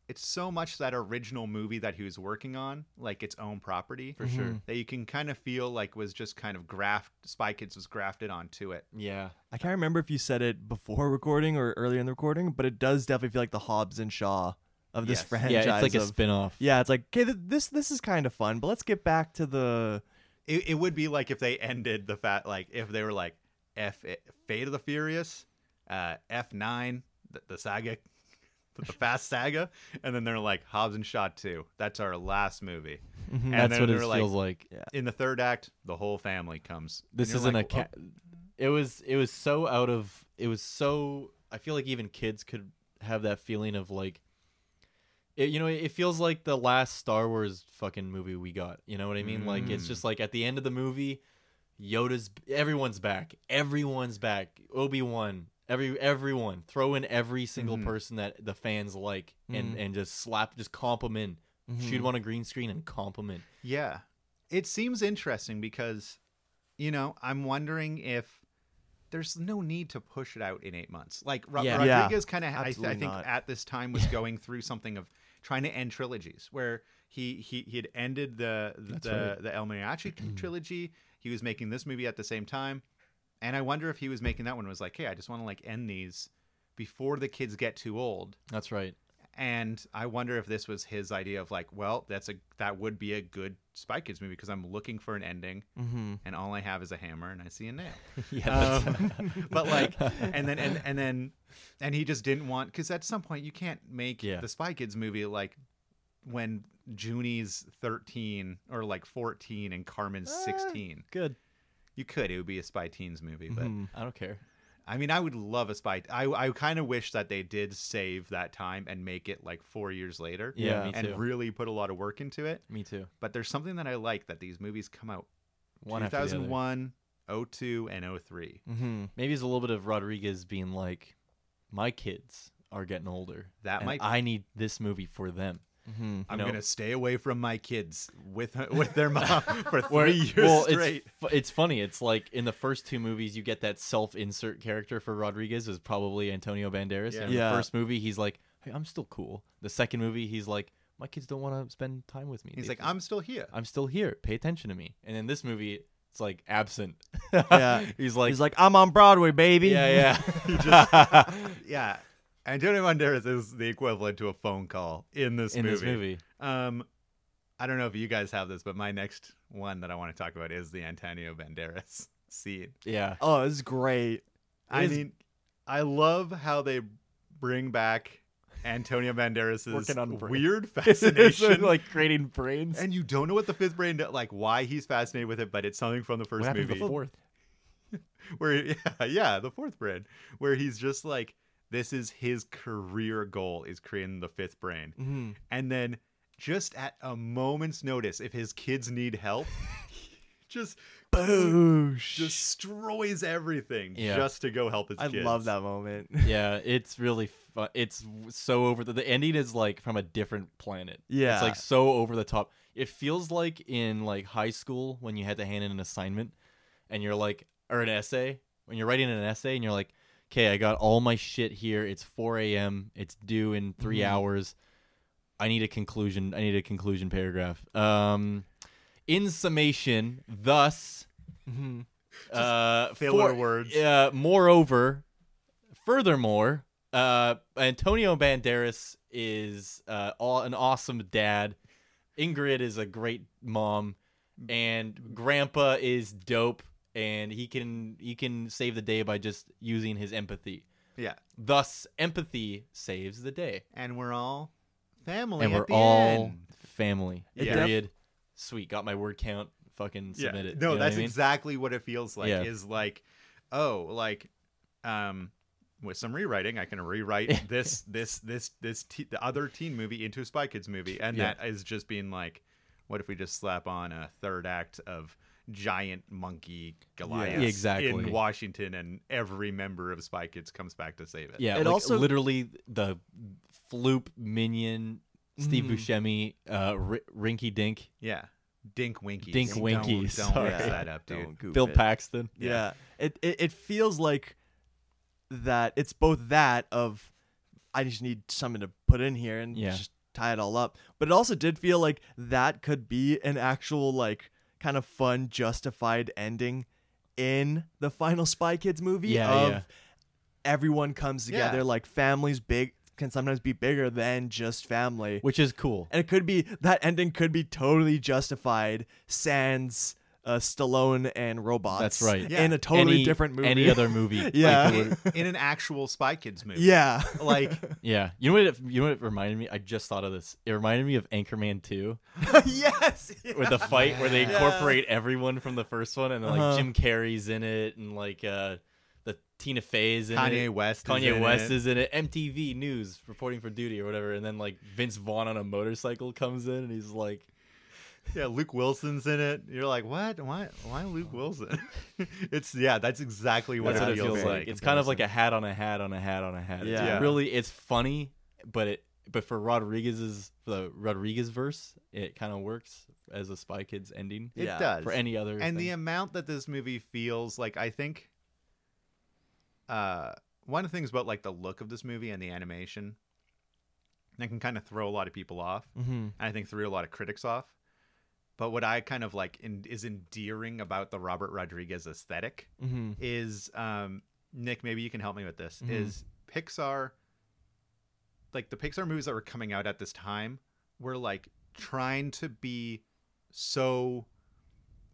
[SPEAKER 1] it's so much that original movie that he was working on like its own property for
[SPEAKER 9] sure.
[SPEAKER 1] that you can kind of feel like was just kind of graft spy kids was grafted onto it
[SPEAKER 9] Yeah.
[SPEAKER 10] I can't remember if you said it before recording or earlier in the recording, but it does definitely feel like the Hobbs and Shaw of this
[SPEAKER 1] Yes. Yeah,
[SPEAKER 10] franchise.
[SPEAKER 9] yeah, it's like a
[SPEAKER 10] of,
[SPEAKER 9] spin off.
[SPEAKER 10] Yeah, it's like okay, th- this this is kind of fun, but let's get back to the
[SPEAKER 1] It, it would be like if they ended the fat like if they were like F Fate of the Furious, uh, F nine the, the saga, [LAUGHS] the, the Fast Saga, and then they're like Hobbs and Shaw two. That's our last movie. And
[SPEAKER 9] Mm-hmm. That's
[SPEAKER 1] then
[SPEAKER 9] what
[SPEAKER 1] they
[SPEAKER 9] it
[SPEAKER 1] were
[SPEAKER 9] feels like.
[SPEAKER 1] In the third act, the whole family comes. And
[SPEAKER 9] This
[SPEAKER 1] you're
[SPEAKER 9] isn't
[SPEAKER 1] like, "Oh."
[SPEAKER 9] a cat. It was it was so out of it was so I feel like even kids could have that feeling of like it, you know it feels like the last Star Wars fucking movie we got. You know what I mean? Like it's
[SPEAKER 1] Mm.
[SPEAKER 9] just like at the end of the movie Yoda's everyone's back. Everyone's back. Obi-Wan, every everyone throw in every single
[SPEAKER 1] Mm-hmm.
[SPEAKER 9] person that the fans like
[SPEAKER 1] Mm.
[SPEAKER 9] and and just slap just comp 'em in.
[SPEAKER 1] Mm-hmm.
[SPEAKER 9] Shoot 'em on a green screen and comp 'em in.
[SPEAKER 1] Yeah. It seems interesting because, you know, I'm wondering if there's no need to push it out in eight months. Like Ro-
[SPEAKER 9] Yeah.
[SPEAKER 10] Yeah.
[SPEAKER 1] Rodriguez kind of, I, th- I
[SPEAKER 10] Absolutely
[SPEAKER 1] think
[SPEAKER 10] not.
[SPEAKER 1] at this time was going through something of trying to end trilogies where he he, he had ended the the, the El Mariachi
[SPEAKER 10] [CLEARS THROAT]
[SPEAKER 1] trilogy. He was making this movie at the same time. And I wonder if he was making that one was like, hey, I just want to like end these before the kids get too old
[SPEAKER 9] That's right.
[SPEAKER 1] and I wonder if this was his idea of like, well, that's a that would be a good Spy Kids movie because I'm looking for an ending, and all I have is a hammer and I see a nail. [LAUGHS] [LAUGHS] yeah,
[SPEAKER 9] Um,
[SPEAKER 1] [LAUGHS] but like, and then and and then and he just didn't want because at some point you can't make
[SPEAKER 9] Yeah.
[SPEAKER 1] the Spy Kids movie like when Junie's 13 or like 14 and Carmen's 16.
[SPEAKER 10] good.
[SPEAKER 1] You could it would be a Spy Teens movie, but
[SPEAKER 9] I don't care.
[SPEAKER 1] I mean, I would love a spy. I I kind of wish that they did save that time and make it like four years later.
[SPEAKER 9] Yeah, me
[SPEAKER 1] and
[SPEAKER 9] too.
[SPEAKER 1] really put a lot of work into it.
[SPEAKER 9] Me too.
[SPEAKER 1] But there's something that I like that these movies come out
[SPEAKER 9] One after the other. Mm-hmm.
[SPEAKER 1] 2001, 02, and 3
[SPEAKER 9] Maybe it's a little bit of Rodriguez being like, my kids are getting older.
[SPEAKER 1] That
[SPEAKER 9] and
[SPEAKER 1] might be-
[SPEAKER 9] I need this movie for them.
[SPEAKER 1] I'm
[SPEAKER 9] know- [LAUGHS]
[SPEAKER 1] gonna stay away from my kids with with their mom for three years
[SPEAKER 9] well,
[SPEAKER 1] straight.
[SPEAKER 9] it's fu- it's funny. It's like in the first two movies, you get that self-insert character for Rodriguez is probably Antonio Banderas.
[SPEAKER 1] Yeah.
[SPEAKER 9] And
[SPEAKER 10] Yeah.
[SPEAKER 9] The first movie, he's like, hey, I'm still cool. The second movie, he's like, my kids don't want to spend time with me.
[SPEAKER 1] He's
[SPEAKER 9] They-
[SPEAKER 1] like, I'm still here.
[SPEAKER 9] I'm still here. Pay attention to me. And in this movie, it's like absent.
[SPEAKER 10] Yeah.
[SPEAKER 9] [LAUGHS] he's like,
[SPEAKER 10] He's like, I'm on Broadway, baby. [LAUGHS]
[SPEAKER 9] yeah, [LAUGHS] yeah.
[SPEAKER 1] Yeah, Antonio Banderas is the equivalent to a phone call in this
[SPEAKER 9] in
[SPEAKER 1] movie.
[SPEAKER 9] [LAUGHS] this movie.
[SPEAKER 1] Um, I don't know if you guys have this, but my next one that I want to talk about is the Antonio Banderas [LAUGHS] scene.
[SPEAKER 9] Yeah. [LAUGHS]
[SPEAKER 10] Oh, this is great.
[SPEAKER 1] I
[SPEAKER 10] is-
[SPEAKER 1] mean, I love how they bring back Antonio
[SPEAKER 10] Working on
[SPEAKER 1] Banderas's [LAUGHS]
[SPEAKER 10] brain.
[SPEAKER 1] weird
[SPEAKER 10] It's
[SPEAKER 1] fascination.
[SPEAKER 10] like creating brains.
[SPEAKER 1] and you don't know what the fifth brain, do- like why he's fascinated with it, but it's something from the
[SPEAKER 9] What
[SPEAKER 1] first
[SPEAKER 9] happened
[SPEAKER 1] movie
[SPEAKER 9] to the fourth?
[SPEAKER 1] where [LAUGHS] yeah, yeah, the fourth brain, where he's just like, this is his career goal is creating the fifth brain, and then just at a moment's notice, if his kids need help, [LAUGHS] he just boosh destroys everything
[SPEAKER 9] Yeah.
[SPEAKER 1] just to go help his
[SPEAKER 10] I
[SPEAKER 1] kids.
[SPEAKER 10] love that moment.
[SPEAKER 9] yeah, it's really fun. It's w- so over the, the ending is like from a different planet.
[SPEAKER 10] Yeah.
[SPEAKER 9] it's like so over the top. It feels like in like high school when you had to hand in an assignment, and you're like or an essay when you're writing an essay and you're like, okay, I got all my shit here. It's 4 a.m. It's due in 3 hours. I need a conclusion. I need a conclusion paragraph. Um, in summation, thus. Uh,
[SPEAKER 1] filler
[SPEAKER 9] for-
[SPEAKER 1] words.
[SPEAKER 9] Uh, moreover, furthermore, uh, Antonio Banderas is uh, all, an awesome dad. Ingrid is a great mom, and Grandpa is dope, and he can he can save the day by just using his empathy.
[SPEAKER 1] Yeah,
[SPEAKER 9] Thus, empathy saves the day,
[SPEAKER 1] and we're all family,
[SPEAKER 9] and
[SPEAKER 1] at
[SPEAKER 9] we're
[SPEAKER 1] the
[SPEAKER 9] all
[SPEAKER 1] end.
[SPEAKER 9] family.
[SPEAKER 1] It def-
[SPEAKER 9] Period. Sweet, got my word count. Fucking
[SPEAKER 1] Yeah.
[SPEAKER 9] submit
[SPEAKER 1] No,
[SPEAKER 9] it. You know what
[SPEAKER 1] that's
[SPEAKER 9] I mean?
[SPEAKER 1] exactly what it feels like.
[SPEAKER 9] Yeah.
[SPEAKER 1] Is like, oh, like um, with some rewriting, I can
[SPEAKER 9] [LAUGHS]
[SPEAKER 1] rewrite this this this this te- the other teen movie into a Spy Kids movie, and
[SPEAKER 9] Yeah.
[SPEAKER 1] that is just being like, what if we just slap on a third act of giant monkey Goliath
[SPEAKER 9] exactly.
[SPEAKER 1] in Washington, and every member of Spy Kids comes back to save it.
[SPEAKER 9] Yeah,
[SPEAKER 10] And
[SPEAKER 9] like,
[SPEAKER 10] also-
[SPEAKER 9] literally the floop minion Steve
[SPEAKER 1] Mm-hmm.
[SPEAKER 9] Buscemi, uh, R- Rinky Dink,
[SPEAKER 1] yeah. Dink Winky.
[SPEAKER 9] Dink Winkies,
[SPEAKER 1] Don't, don't
[SPEAKER 9] sorry.
[SPEAKER 1] mess that up, dude.
[SPEAKER 10] Don't goof
[SPEAKER 9] Bill
[SPEAKER 10] it.
[SPEAKER 9] Paxton.
[SPEAKER 10] Yeah. It, it it feels like that it's both that of I just need something to put in here and
[SPEAKER 9] Yeah.
[SPEAKER 10] just tie it all up. But it also did feel like that could be an actual like kind of fun justified ending in the final Spy Kids movie
[SPEAKER 9] Yeah,
[SPEAKER 10] of
[SPEAKER 9] yeah.
[SPEAKER 10] everyone comes together
[SPEAKER 1] Yeah.
[SPEAKER 10] like families big can sometimes be bigger than just family.
[SPEAKER 9] which is cool.
[SPEAKER 10] And it could be that ending could be totally justified sans uh, Stallone and robots.
[SPEAKER 9] That's right.
[SPEAKER 1] Yeah.
[SPEAKER 10] In a totally
[SPEAKER 9] Any-
[SPEAKER 10] different movie.
[SPEAKER 9] Any other
[SPEAKER 10] [LAUGHS]
[SPEAKER 9] movie?
[SPEAKER 10] Yeah.
[SPEAKER 9] like, it would-
[SPEAKER 1] In an actual Spy Kids movie.
[SPEAKER 10] yeah.
[SPEAKER 1] Like
[SPEAKER 9] yeah. You know what? It, you know what it reminded me? I just thought of this. It reminded me of Anchorman Two,
[SPEAKER 10] yes. yeah.
[SPEAKER 9] with the fight where they incorporate everyone from the first one, and then, like Jim Carrey's in it, and like uh, the Tina Fey's in
[SPEAKER 1] Kanye
[SPEAKER 9] it.
[SPEAKER 1] West is
[SPEAKER 9] Kanye
[SPEAKER 1] in
[SPEAKER 9] West
[SPEAKER 1] it.
[SPEAKER 9] is in it. MTV News reporting for duty or whatever, and then like Vince Vaughn on a motorcycle comes in, and he's like.
[SPEAKER 1] Yeah, Luke Wilson's in it. You're like, what? Why? Why Luke Wilson? [LAUGHS] it's yeah, that's exactly what,
[SPEAKER 9] That's what
[SPEAKER 1] it,
[SPEAKER 9] it feels like. It's kind of like a hat on a hat on a hat on a hat. It's
[SPEAKER 10] Yeah.
[SPEAKER 9] really, it's funny, but it but for Rodriguez's for the Rodriguez verse, it kind of works as a Spy Kids ending.
[SPEAKER 1] it
[SPEAKER 10] yeah,
[SPEAKER 1] does
[SPEAKER 9] for any other.
[SPEAKER 1] And the
[SPEAKER 9] thing.
[SPEAKER 1] amount that this movie feels like, I think, uh, one of the things about like the look of this movie and the animation, that can kind of throw a lot of people off,
[SPEAKER 9] Mm-hmm.
[SPEAKER 1] and I think threw a lot of critics off. But what I kind of like in, is endearing about the Robert Rodriguez esthetic
[SPEAKER 9] Mm.
[SPEAKER 1] is, um, Nick, maybe you can help me with this.
[SPEAKER 9] Mm-hmm.
[SPEAKER 1] Is Pixar like the Pixar movies that were coming out at this time were like trying to be so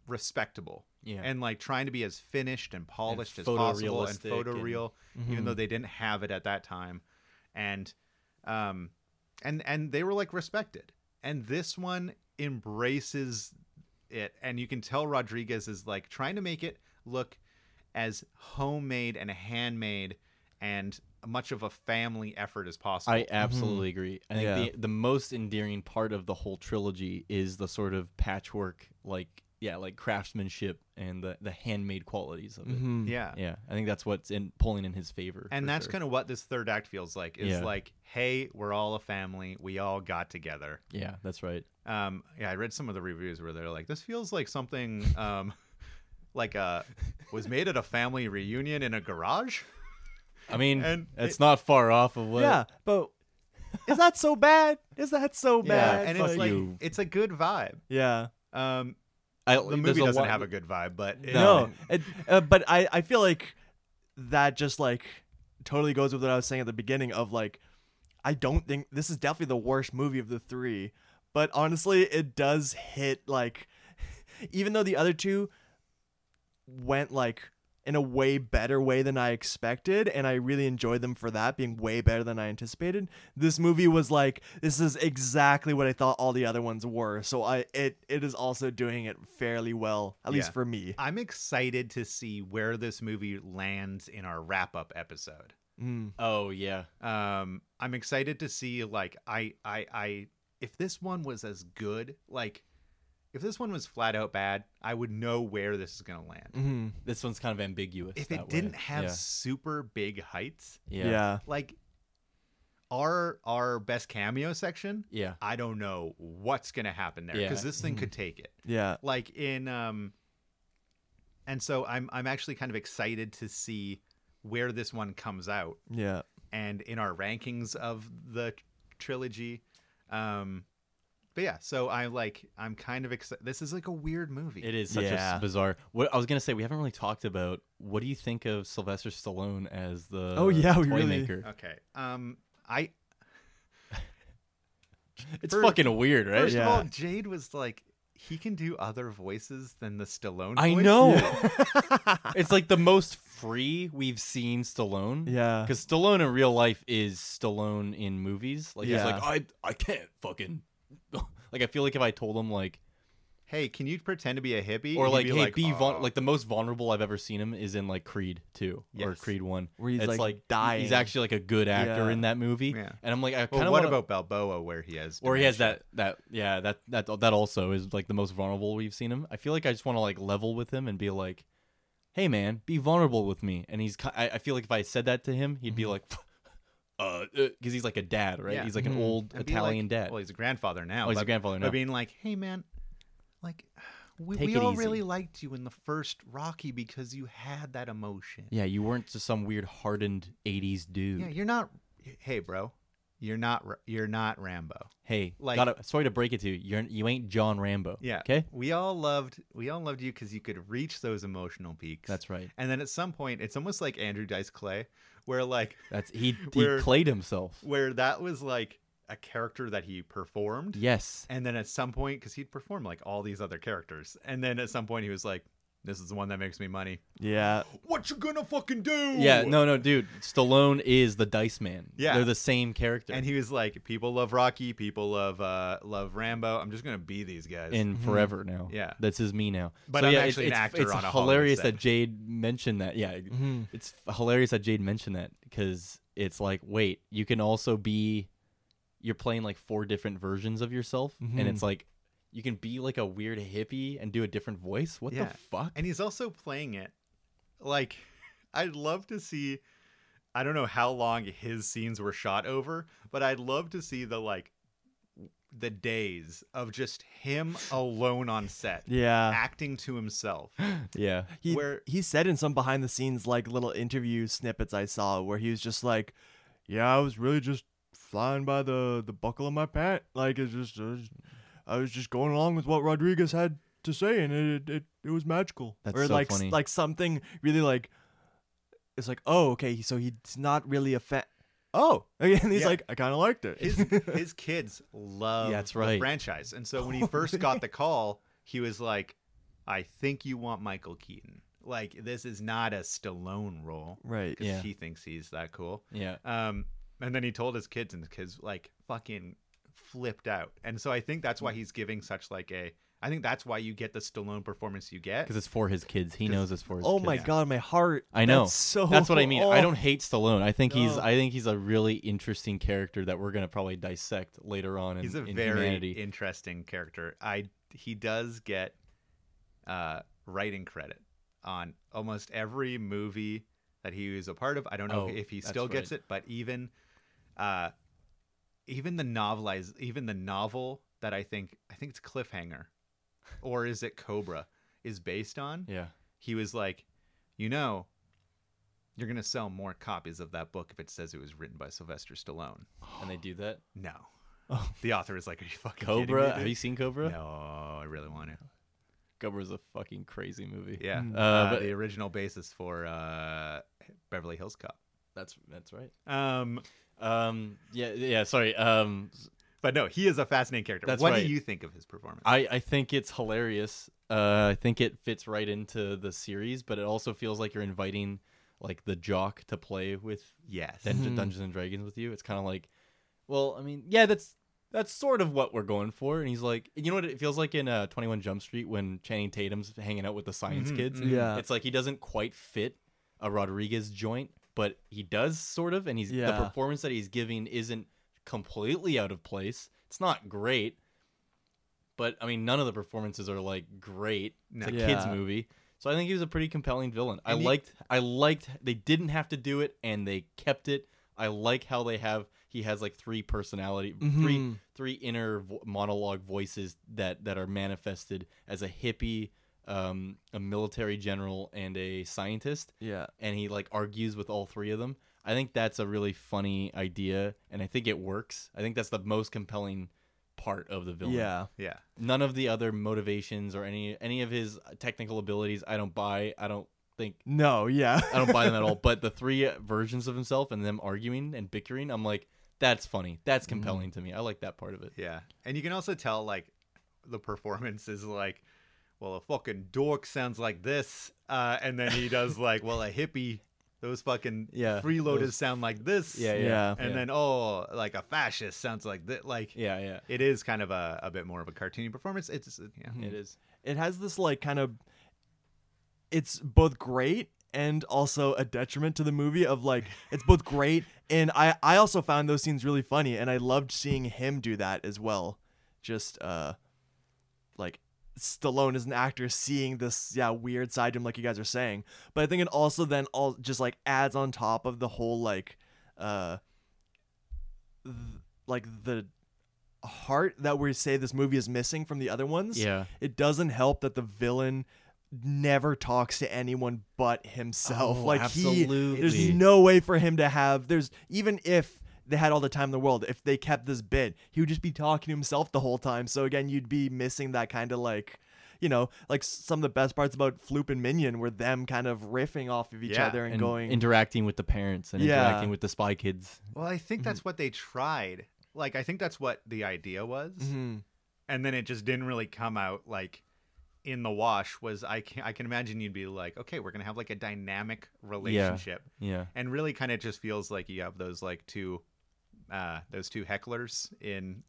[SPEAKER 1] respectable.
[SPEAKER 9] Yeah.
[SPEAKER 1] And like trying to be as finished and polished as
[SPEAKER 9] photorealistic
[SPEAKER 1] possible and
[SPEAKER 9] and- Mm-hmm.
[SPEAKER 1] photoreal, even though they didn't have it at that time. And um and and they were like respected. And this one embraces it and you can tell Rodriguez is like trying to make it look as homemade and handmade and much of a family effort as possible.
[SPEAKER 9] I absolutely agree. I think
[SPEAKER 10] Yeah.
[SPEAKER 9] the the most endearing part of the whole trilogy is the sort of patchwork, like yeah, like craftsmanship and the the handmade qualities of it.
[SPEAKER 1] yeah.
[SPEAKER 9] Yeah, I think that's what's in pulling in his favor.
[SPEAKER 1] Mm-hmm. and
[SPEAKER 9] for
[SPEAKER 1] that's
[SPEAKER 9] sure.
[SPEAKER 1] kind of what this third act feels like is
[SPEAKER 9] Yeah.
[SPEAKER 1] like hey we're all a family we all got together
[SPEAKER 9] yeah, that's right.
[SPEAKER 1] um yeah i read some of the reviews where they're like this feels like something um [LAUGHS] like uh was made at a family reunion in a garage
[SPEAKER 9] I mean,
[SPEAKER 1] And
[SPEAKER 9] it's not far off of what.
[SPEAKER 10] Yeah, but is that so bad? Is that so
[SPEAKER 1] yeah
[SPEAKER 10] bad?
[SPEAKER 1] and it's
[SPEAKER 9] fuck
[SPEAKER 1] like
[SPEAKER 9] you.
[SPEAKER 1] it's a good vibe
[SPEAKER 10] yeah.
[SPEAKER 1] um
[SPEAKER 9] I,
[SPEAKER 1] the movie doesn't have a good vibe but it-
[SPEAKER 10] No, it, uh, but I, I feel like that just like totally goes with what I was saying at the beginning of like I don't think this is definitely the worst movie of the three, but honestly, it does hit like [LAUGHS] even though the other two went like in a way better way than I expected and I really enjoyed them for that being way better than I anticipated. This movie was like this is exactly what I thought all the other ones were. So I it it is also doing it fairly well at
[SPEAKER 1] Yeah.
[SPEAKER 10] least for me.
[SPEAKER 1] i'm excited to see where this movie lands in our wrap-up episode
[SPEAKER 9] Oh yeah,
[SPEAKER 1] um i'm excited to see like i i i if this one was as good like if this one was flat out bad i would know where this is gonna land
[SPEAKER 9] this one's kind of ambiguous.
[SPEAKER 1] if
[SPEAKER 9] Mm-hmm. that
[SPEAKER 1] it
[SPEAKER 9] way.
[SPEAKER 1] didn't have
[SPEAKER 9] yeah.
[SPEAKER 1] super big heights
[SPEAKER 9] yeah,
[SPEAKER 10] yeah.
[SPEAKER 1] like our our best cameo section
[SPEAKER 9] Yeah.
[SPEAKER 1] i don't know what's gonna happen there
[SPEAKER 9] Yeah. Mm-hmm.
[SPEAKER 1] because this thing could take it
[SPEAKER 10] Yeah.
[SPEAKER 1] like in um and so i'm i'm actually kind of excited to see where this one comes out
[SPEAKER 10] Yeah.
[SPEAKER 1] and in our rankings of the tr- trilogy. Um, but yeah, so I like I'm kind of excited. This is like a weird movie.
[SPEAKER 9] It is such a
[SPEAKER 10] Yeah.
[SPEAKER 9] s- bizarre. What I was gonna say, we haven't really talked about. What do you think of Sylvester Stallone as the?
[SPEAKER 10] Oh, yeah, we
[SPEAKER 9] toy
[SPEAKER 10] really-
[SPEAKER 9] maker.
[SPEAKER 1] Okay. Um, I
[SPEAKER 9] It's
[SPEAKER 1] For-
[SPEAKER 9] fucking weird, right?
[SPEAKER 1] first
[SPEAKER 10] Yeah.
[SPEAKER 1] of all, Jade was like, he can do other voices than the Stallone.
[SPEAKER 9] I
[SPEAKER 1] voice.
[SPEAKER 9] know.
[SPEAKER 10] [LAUGHS]
[SPEAKER 9] it's like the most free we've seen Stallone.
[SPEAKER 10] Yeah.
[SPEAKER 9] Because Stallone in real life is Stallone in movies. Like he's
[SPEAKER 10] Yeah.
[SPEAKER 9] [LAUGHS] like I I can't fucking. like I feel like if I told him like.
[SPEAKER 1] hey, can you pretend to be a hippie?
[SPEAKER 9] Or
[SPEAKER 1] And he'd
[SPEAKER 9] like, hey, be
[SPEAKER 1] "Oh."
[SPEAKER 9] vul- like the most vulnerable I've ever seen him is in like Creed two or
[SPEAKER 1] Yes.
[SPEAKER 9] Creed one,
[SPEAKER 10] Where he's,
[SPEAKER 9] It's
[SPEAKER 10] like,
[SPEAKER 9] He's
[SPEAKER 10] dying.
[SPEAKER 9] actually like a good actor
[SPEAKER 10] Yeah.
[SPEAKER 9] in that movie,
[SPEAKER 1] Yeah.
[SPEAKER 9] and I'm like, I kind
[SPEAKER 1] Well,
[SPEAKER 9] of
[SPEAKER 1] what
[SPEAKER 9] want
[SPEAKER 1] about Balboa, where he has
[SPEAKER 9] where he has
[SPEAKER 1] dementia?
[SPEAKER 9] that that yeah that that that also is like the most vulnerable we've seen him. I feel like I just want to like level with him and be like, hey man, be vulnerable with me. And he's ki- I, I feel like if I said that to him, he'd be like, [LAUGHS] uh, because he's like a dad, right?
[SPEAKER 1] Mm-hmm. Yeah. Mm-hmm.
[SPEAKER 9] He's like an old
[SPEAKER 1] And Hmm. be like-
[SPEAKER 9] Italian dad.
[SPEAKER 1] Well, he's a grandfather now.
[SPEAKER 9] Oh, he's a
[SPEAKER 1] but-
[SPEAKER 9] grandfather now.
[SPEAKER 1] But being like, hey man, like we,
[SPEAKER 9] Take
[SPEAKER 1] we
[SPEAKER 9] it
[SPEAKER 1] all
[SPEAKER 9] easy.
[SPEAKER 1] really liked you in the first Rocky because you had that emotion.
[SPEAKER 9] yeah, you weren't just some weird hardened '80s dude.
[SPEAKER 1] Yeah, you're not. Hey, bro, you're not. Ra- You're not Rambo.
[SPEAKER 9] hey,
[SPEAKER 1] like-
[SPEAKER 9] gotta, sorry to break it to you, you're you ain't John Rambo.
[SPEAKER 1] Yeah.
[SPEAKER 9] Okay.
[SPEAKER 1] We all loved. We all loved you because you could reach those emotional peaks.
[SPEAKER 9] That's right.
[SPEAKER 1] And then at some point, it's almost like Andrew Dice Clay, where like,
[SPEAKER 9] That's he. He
[SPEAKER 1] Where-
[SPEAKER 9] played himself.
[SPEAKER 1] where that was like a character that he performed.
[SPEAKER 9] Yes.
[SPEAKER 1] And then at some point, because he'd perform like all these other characters, and then at some point he was like, "This is the one that makes me money.
[SPEAKER 10] Yeah.
[SPEAKER 1] What you gonna fucking do?"
[SPEAKER 9] Yeah, no, no, dude. Stallone is the Dice Man.
[SPEAKER 1] Yeah.
[SPEAKER 9] they're the same character.
[SPEAKER 1] And he was like, "People love Rocky. People love uh love Rambo. I'm just gonna be these guys."
[SPEAKER 9] in forever now.
[SPEAKER 1] Mm-hmm. Yeah.
[SPEAKER 9] that's his me now.
[SPEAKER 1] But
[SPEAKER 9] so,
[SPEAKER 1] I'm
[SPEAKER 9] yeah,
[SPEAKER 1] actually an
[SPEAKER 9] it's,
[SPEAKER 1] actor
[SPEAKER 9] it's,
[SPEAKER 1] on a
[SPEAKER 9] It's
[SPEAKER 1] Hollywood
[SPEAKER 9] hilarious
[SPEAKER 1] set. Mm-hmm.
[SPEAKER 9] that Jade mentioned that. Yeah, it's hilarious that Jade mentioned that because it's like, wait, you can also be, you're playing like four different versions of yourself, and
[SPEAKER 1] Mm-hmm.
[SPEAKER 9] it's like, you can be like a weird hippie and do a different voice. What
[SPEAKER 1] Yeah.
[SPEAKER 9] the fuck?
[SPEAKER 1] and he's also playing it like [LAUGHS] i'd love to see i don't know how long his scenes were shot over but i'd love to see the like the days of just him alone on set
[SPEAKER 10] Yeah.
[SPEAKER 1] acting to himself
[SPEAKER 9] yeah,
[SPEAKER 10] He,
[SPEAKER 1] Where-
[SPEAKER 10] he said in some behind the scenes like little interview snippets I saw where he was just like, "Yeah, I was really just flying by the the buckle of my pant. Like it's just, I was- I was just going along with what Rodriguez had to say, and it it, it was magical.
[SPEAKER 9] That's
[SPEAKER 10] or
[SPEAKER 9] so
[SPEAKER 10] like s-
[SPEAKER 9] funny.
[SPEAKER 10] like something really like, it's like oh okay, so he's not really a fan. Oh, [LAUGHS] and he's
[SPEAKER 1] Yeah.
[SPEAKER 10] like, I kind of liked it.
[SPEAKER 9] [LAUGHS]
[SPEAKER 1] his his kids love
[SPEAKER 9] Yeah, that's
[SPEAKER 1] the
[SPEAKER 9] right. Oh,
[SPEAKER 1] franchise and so
[SPEAKER 9] [LAUGHS]
[SPEAKER 1] when he first got the call he was like i think you want michael keaton like this is not a stallone role
[SPEAKER 10] right.
[SPEAKER 1] 'cause
[SPEAKER 9] Yeah.
[SPEAKER 1] he thinks he's that cool
[SPEAKER 9] yeah.
[SPEAKER 1] Um, and then he told his kids, and his kids like fucking flipped out. And so I think that's
[SPEAKER 9] Mm.
[SPEAKER 1] why he's giving such like a. I think that's why you get the Stallone performance you get.
[SPEAKER 9] Because it's for his kids. He knows it's for his
[SPEAKER 10] Oh
[SPEAKER 9] kids.
[SPEAKER 10] my god, my heart.
[SPEAKER 9] I know.
[SPEAKER 10] That's so
[SPEAKER 9] that's what I mean. I
[SPEAKER 10] oh.
[SPEAKER 9] don't hate Stallone. I think he's
[SPEAKER 10] No.
[SPEAKER 9] I think he's a really interesting character that we're gonna probably dissect later on in,
[SPEAKER 1] he's a
[SPEAKER 9] in
[SPEAKER 1] very
[SPEAKER 9] humanity.
[SPEAKER 1] interesting character. I he does get uh, writing credit on almost every movie that he was a part of. I don't know
[SPEAKER 9] Oh,
[SPEAKER 1] if he
[SPEAKER 9] that's
[SPEAKER 1] still gets
[SPEAKER 9] right.
[SPEAKER 1] it, but even uh, even the novelized even the novel that I think I think it's Cliffhanger or is it Cobra is based on.
[SPEAKER 9] yeah.
[SPEAKER 1] he was like, you know, you're gonna sell more copies of that book if it says it was written by Sylvester Stallone.
[SPEAKER 9] And they do that.
[SPEAKER 1] No. The author is like, are you fucking kidding me,
[SPEAKER 9] [GASPS] Oh. Cobra. Have
[SPEAKER 1] dude?"
[SPEAKER 9] you seen Cobra?
[SPEAKER 1] No, I really want to.
[SPEAKER 9] Cobra's a fucking crazy movie.
[SPEAKER 1] Yeah, uh,
[SPEAKER 9] Hmm. but-
[SPEAKER 1] the original basis for uh, Beverly Hills Cop.
[SPEAKER 9] That's that's right.
[SPEAKER 1] Um,
[SPEAKER 9] Um yeah, yeah, sorry. Um
[SPEAKER 1] but no, he is a fascinating character.
[SPEAKER 9] That's
[SPEAKER 1] what
[SPEAKER 9] right.
[SPEAKER 1] do you think of his performance?
[SPEAKER 9] I, I think it's hilarious. Uh, I think it fits right into the series, but it also feels like you're inviting like the jock to play with
[SPEAKER 1] yes.
[SPEAKER 9] Dungeon,
[SPEAKER 10] Mm-hmm.
[SPEAKER 9] Dungeons and Dragons with you. It's kind of like, well, I mean, yeah, that's that's sort of what we're going for. And he's like, you know what it feels like in uh, Twenty One Jump Street when Channing Tatum's hanging out with the science kids.
[SPEAKER 10] Mm-hmm. Yeah.
[SPEAKER 9] it's like he doesn't quite fit a Rodriguez joint, but he does sort of, and he's
[SPEAKER 10] Yeah.
[SPEAKER 9] the performance that he's giving isn't completely out of place. It's not great, but I mean, none of the performances are like great. It's a kids
[SPEAKER 10] Yeah.
[SPEAKER 9] movie. So I think he was a pretty compelling villain. I
[SPEAKER 1] And he-
[SPEAKER 9] liked I liked they didn't have to do it and they kept it. I like how they have he has like three personality three three inner vo- monologue voices that that are manifested as a hippie, um, a military general and a scientist
[SPEAKER 10] Yeah.
[SPEAKER 9] and he like argues with all three of them. I think that's a really funny idea and I think it works. I think that's the most compelling part of the villain
[SPEAKER 10] Yeah.
[SPEAKER 1] [LAUGHS] yeah.
[SPEAKER 9] none of the other motivations or any any of his technical abilities i don't buy i don't think
[SPEAKER 10] No. Yeah.
[SPEAKER 9] i don't buy them at all but the three versions of himself and them arguing and bickering i'm like that's funny that's compelling to me i like that part of it
[SPEAKER 1] Yeah. And you can also tell like the performance is like,
[SPEAKER 9] [LAUGHS]
[SPEAKER 1] well, a fucking dork sounds like this. Uh, and then he does like, well, a hippie Those fucking
[SPEAKER 9] Yeah,
[SPEAKER 1] freeloaders
[SPEAKER 9] those-
[SPEAKER 1] sound like this.
[SPEAKER 9] Yeah, yeah,
[SPEAKER 10] Yeah.
[SPEAKER 1] And
[SPEAKER 9] yeah.
[SPEAKER 1] then oh, like a fascist sounds like that. Like
[SPEAKER 9] Yeah, yeah.
[SPEAKER 1] it is kind of a, a bit more of a cartoony performance. It's yeah.
[SPEAKER 9] It is.
[SPEAKER 10] It has this like kind of it's both great and also a detriment to the movie of like it's both great and I I also found those scenes really funny and I loved seeing him do that as well. Just uh like Stallone as an actor seeing this yeah weird side to him like you guys are saying. But I think it also then all just like adds on top of the whole like uh th- like the heart that we say this movie is missing from the other ones.
[SPEAKER 9] Yeah.
[SPEAKER 10] It doesn't help that the villain never talks to anyone but himself.
[SPEAKER 9] Oh,
[SPEAKER 10] like he
[SPEAKER 9] absolutely.
[SPEAKER 10] there's no way for him to have there's even if they had all the time in the world, if they kept this bit, he would just be talking to himself the whole time. So again, you'd be missing that kind of like you know, like some of the best parts about Floop and Minion were them kind of riffing off of each
[SPEAKER 1] Yeah,
[SPEAKER 10] other and,
[SPEAKER 9] And
[SPEAKER 10] going
[SPEAKER 9] interacting with the parents and
[SPEAKER 10] Yeah.
[SPEAKER 9] interacting with the spy kids.
[SPEAKER 1] Well, I think that's what they tried. Like I think that's what the idea was. And then it just didn't really come out like in the wash was I can I can imagine you'd be like, "Okay, we're going to have like a dynamic relationship."
[SPEAKER 9] Yeah.
[SPEAKER 1] And really kind of just feels like you have those like two uh those two hecklers in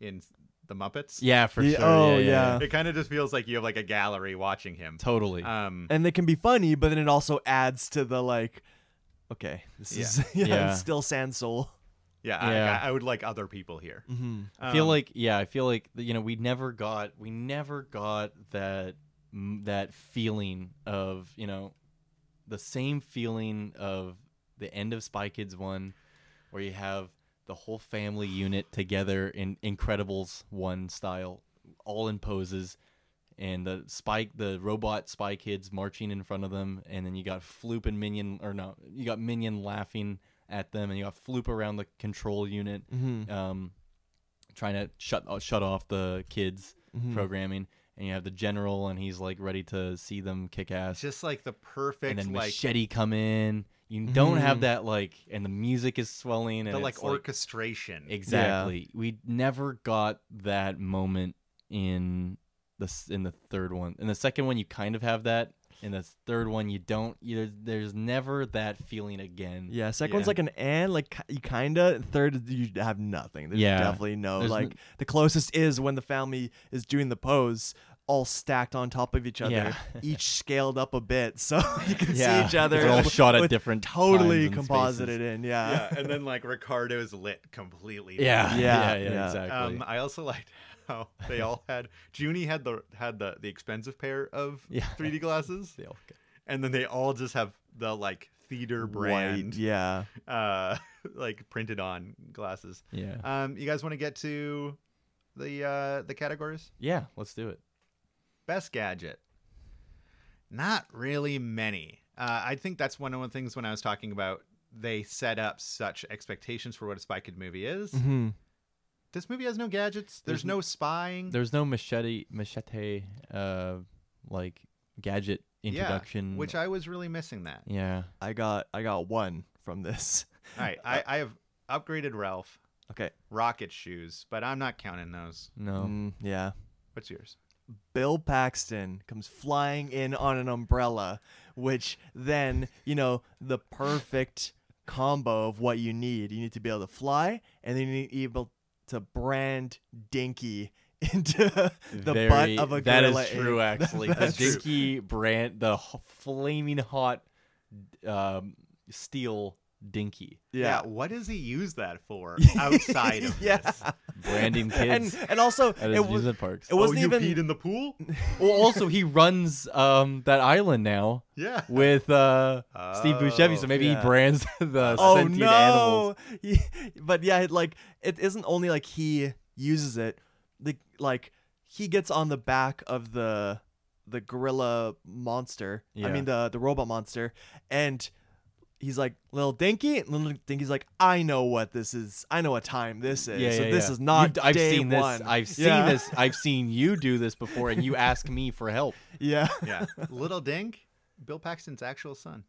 [SPEAKER 1] in the Muppets.
[SPEAKER 9] Yeah, for
[SPEAKER 10] Yeah,
[SPEAKER 9] sure.
[SPEAKER 10] oh, yeah.
[SPEAKER 9] yeah,
[SPEAKER 1] It kind of just feels like you have like a gallery watching him.
[SPEAKER 9] Totally.
[SPEAKER 1] Um
[SPEAKER 10] and they can be funny, but then it also adds to the like, okay, this is [LAUGHS] yeah,
[SPEAKER 9] Yeah.
[SPEAKER 10] it's still Sansol.
[SPEAKER 1] yeah, I-
[SPEAKER 9] Yeah.
[SPEAKER 1] I, I would like other people here.
[SPEAKER 9] I feel like yeah, I feel like you know we never got we never got that m- that feeling of you know the same feeling of the end of Spy Kids one, where you have the whole family unit together in Incredibles one style, all in poses, and the spike the robot Spy Kids marching in front of them, and then you got Floop and Minion or no, you got Minion laughing at them, and you got Floop around the control unit. Um, trying to shut uh, shut off the kids programming and you have the general and he's like ready to see them kick ass
[SPEAKER 1] Just like the
[SPEAKER 9] and
[SPEAKER 1] perfect
[SPEAKER 9] then
[SPEAKER 1] like
[SPEAKER 9] machete come in you don't have that like and the music is swelling and
[SPEAKER 1] the
[SPEAKER 9] it's,
[SPEAKER 1] like orchestration.
[SPEAKER 9] exactly we never got that moment in the s- in the third one in the second one you kind of have that in the third one you don't you, there's, there's never that feeling again
[SPEAKER 10] Yeah, second one's
[SPEAKER 1] Yeah.
[SPEAKER 10] like an and, like ki- you kinda. Third, is you have nothing. There's
[SPEAKER 9] Yeah.
[SPEAKER 10] definitely no
[SPEAKER 9] There's
[SPEAKER 10] like
[SPEAKER 9] n-
[SPEAKER 10] the closest is when the family is doing the pose. All stacked on top of each other,
[SPEAKER 9] Yeah. [LAUGHS]
[SPEAKER 10] each scaled up a bit, so [LAUGHS] you can see
[SPEAKER 9] Yeah.
[SPEAKER 10] each other.
[SPEAKER 9] They're all
[SPEAKER 10] with-
[SPEAKER 9] shot at
[SPEAKER 10] with
[SPEAKER 9] different
[SPEAKER 10] totally
[SPEAKER 9] times and
[SPEAKER 10] composited
[SPEAKER 9] spaces.
[SPEAKER 10] in.
[SPEAKER 1] yeah,
[SPEAKER 10] Yeah,
[SPEAKER 1] and then like Ricardo's lit completely.
[SPEAKER 9] yeah
[SPEAKER 10] Yeah,
[SPEAKER 9] yeah, yeah,
[SPEAKER 10] yeah.
[SPEAKER 9] exactly
[SPEAKER 1] Um, I also liked how they all had Junie had the had the the expensive pair of [LAUGHS]
[SPEAKER 9] Yeah.
[SPEAKER 1] 3D glasses,
[SPEAKER 9] They all get-
[SPEAKER 1] and then they all just have the like theater brand,
[SPEAKER 10] White, yeah.
[SPEAKER 1] uh, [LAUGHS] like printed on glasses.
[SPEAKER 9] yeah
[SPEAKER 1] Um, you guys want to get to the uh the categories?
[SPEAKER 9] yeah let's do it
[SPEAKER 1] Best gadget. Not really many. Uh, I think that's one of the things when I was talking about they set up such expectations for what a spy kid movie is.
[SPEAKER 10] Mm-hmm.
[SPEAKER 1] This movie has no gadgets. There's,
[SPEAKER 9] There's n-
[SPEAKER 1] no spying.
[SPEAKER 9] There's no machete machete uh like gadget introduction.
[SPEAKER 1] Yeah, which I was really missing that.
[SPEAKER 9] yeah.
[SPEAKER 10] I got, I got one from this. [LAUGHS]
[SPEAKER 1] All right, I, I have upgraded Ralph
[SPEAKER 10] Okay,
[SPEAKER 1] rocket shoes, but I'm not counting those.
[SPEAKER 9] No.
[SPEAKER 10] Mm, yeah.
[SPEAKER 1] What's yours?
[SPEAKER 10] Bill Paxton comes flying in on an umbrella, which then, you know, the perfect combo of what you need. You need to be able to fly, and then you need to be able to brand Dinky [LAUGHS] into the
[SPEAKER 9] Very-
[SPEAKER 10] butt of a
[SPEAKER 9] that
[SPEAKER 10] gorilla.
[SPEAKER 9] is true
[SPEAKER 10] ape. [LAUGHS]
[SPEAKER 9] actually. the
[SPEAKER 10] That's true.
[SPEAKER 9] dinky brand the h- flaming hot um steel dinky
[SPEAKER 10] Yeah.
[SPEAKER 1] What does he use that
[SPEAKER 10] [LAUGHS]
[SPEAKER 1] for outside of
[SPEAKER 10] Yeah.
[SPEAKER 1] this?
[SPEAKER 9] branding kids
[SPEAKER 10] And, and also,
[SPEAKER 9] at his
[SPEAKER 10] it, was,
[SPEAKER 9] amusement
[SPEAKER 10] it
[SPEAKER 9] parks.
[SPEAKER 1] Oh,
[SPEAKER 10] wasn't
[SPEAKER 1] you
[SPEAKER 10] even.
[SPEAKER 1] peed in the
[SPEAKER 10] [LAUGHS]
[SPEAKER 1] pool?
[SPEAKER 9] well, also he runs um that island now
[SPEAKER 1] Yeah.
[SPEAKER 9] [LAUGHS] with uh Steve Buscemi, so
[SPEAKER 1] Oh,
[SPEAKER 9] maybe
[SPEAKER 10] yeah.
[SPEAKER 9] he brands [LAUGHS] the
[SPEAKER 10] oh
[SPEAKER 9] sentient
[SPEAKER 10] no
[SPEAKER 9] animals.
[SPEAKER 10] Yeah, but yeah it, like it isn't only like he uses it the like he gets on the back of the the gorilla monster i
[SPEAKER 9] Yeah.
[SPEAKER 10] mean the the robot monster and he's like little dinky and little dinky's like i know what this is i know what time this is so this is not
[SPEAKER 9] You- I've
[SPEAKER 10] day
[SPEAKER 9] seen
[SPEAKER 10] one
[SPEAKER 9] this. I've seen
[SPEAKER 10] Yeah. [LAUGHS]
[SPEAKER 9] this. I've seen you do this before, and you ask me for help.
[SPEAKER 10] yeah
[SPEAKER 1] Yeah. Little Dink, Bill Paxton's actual son.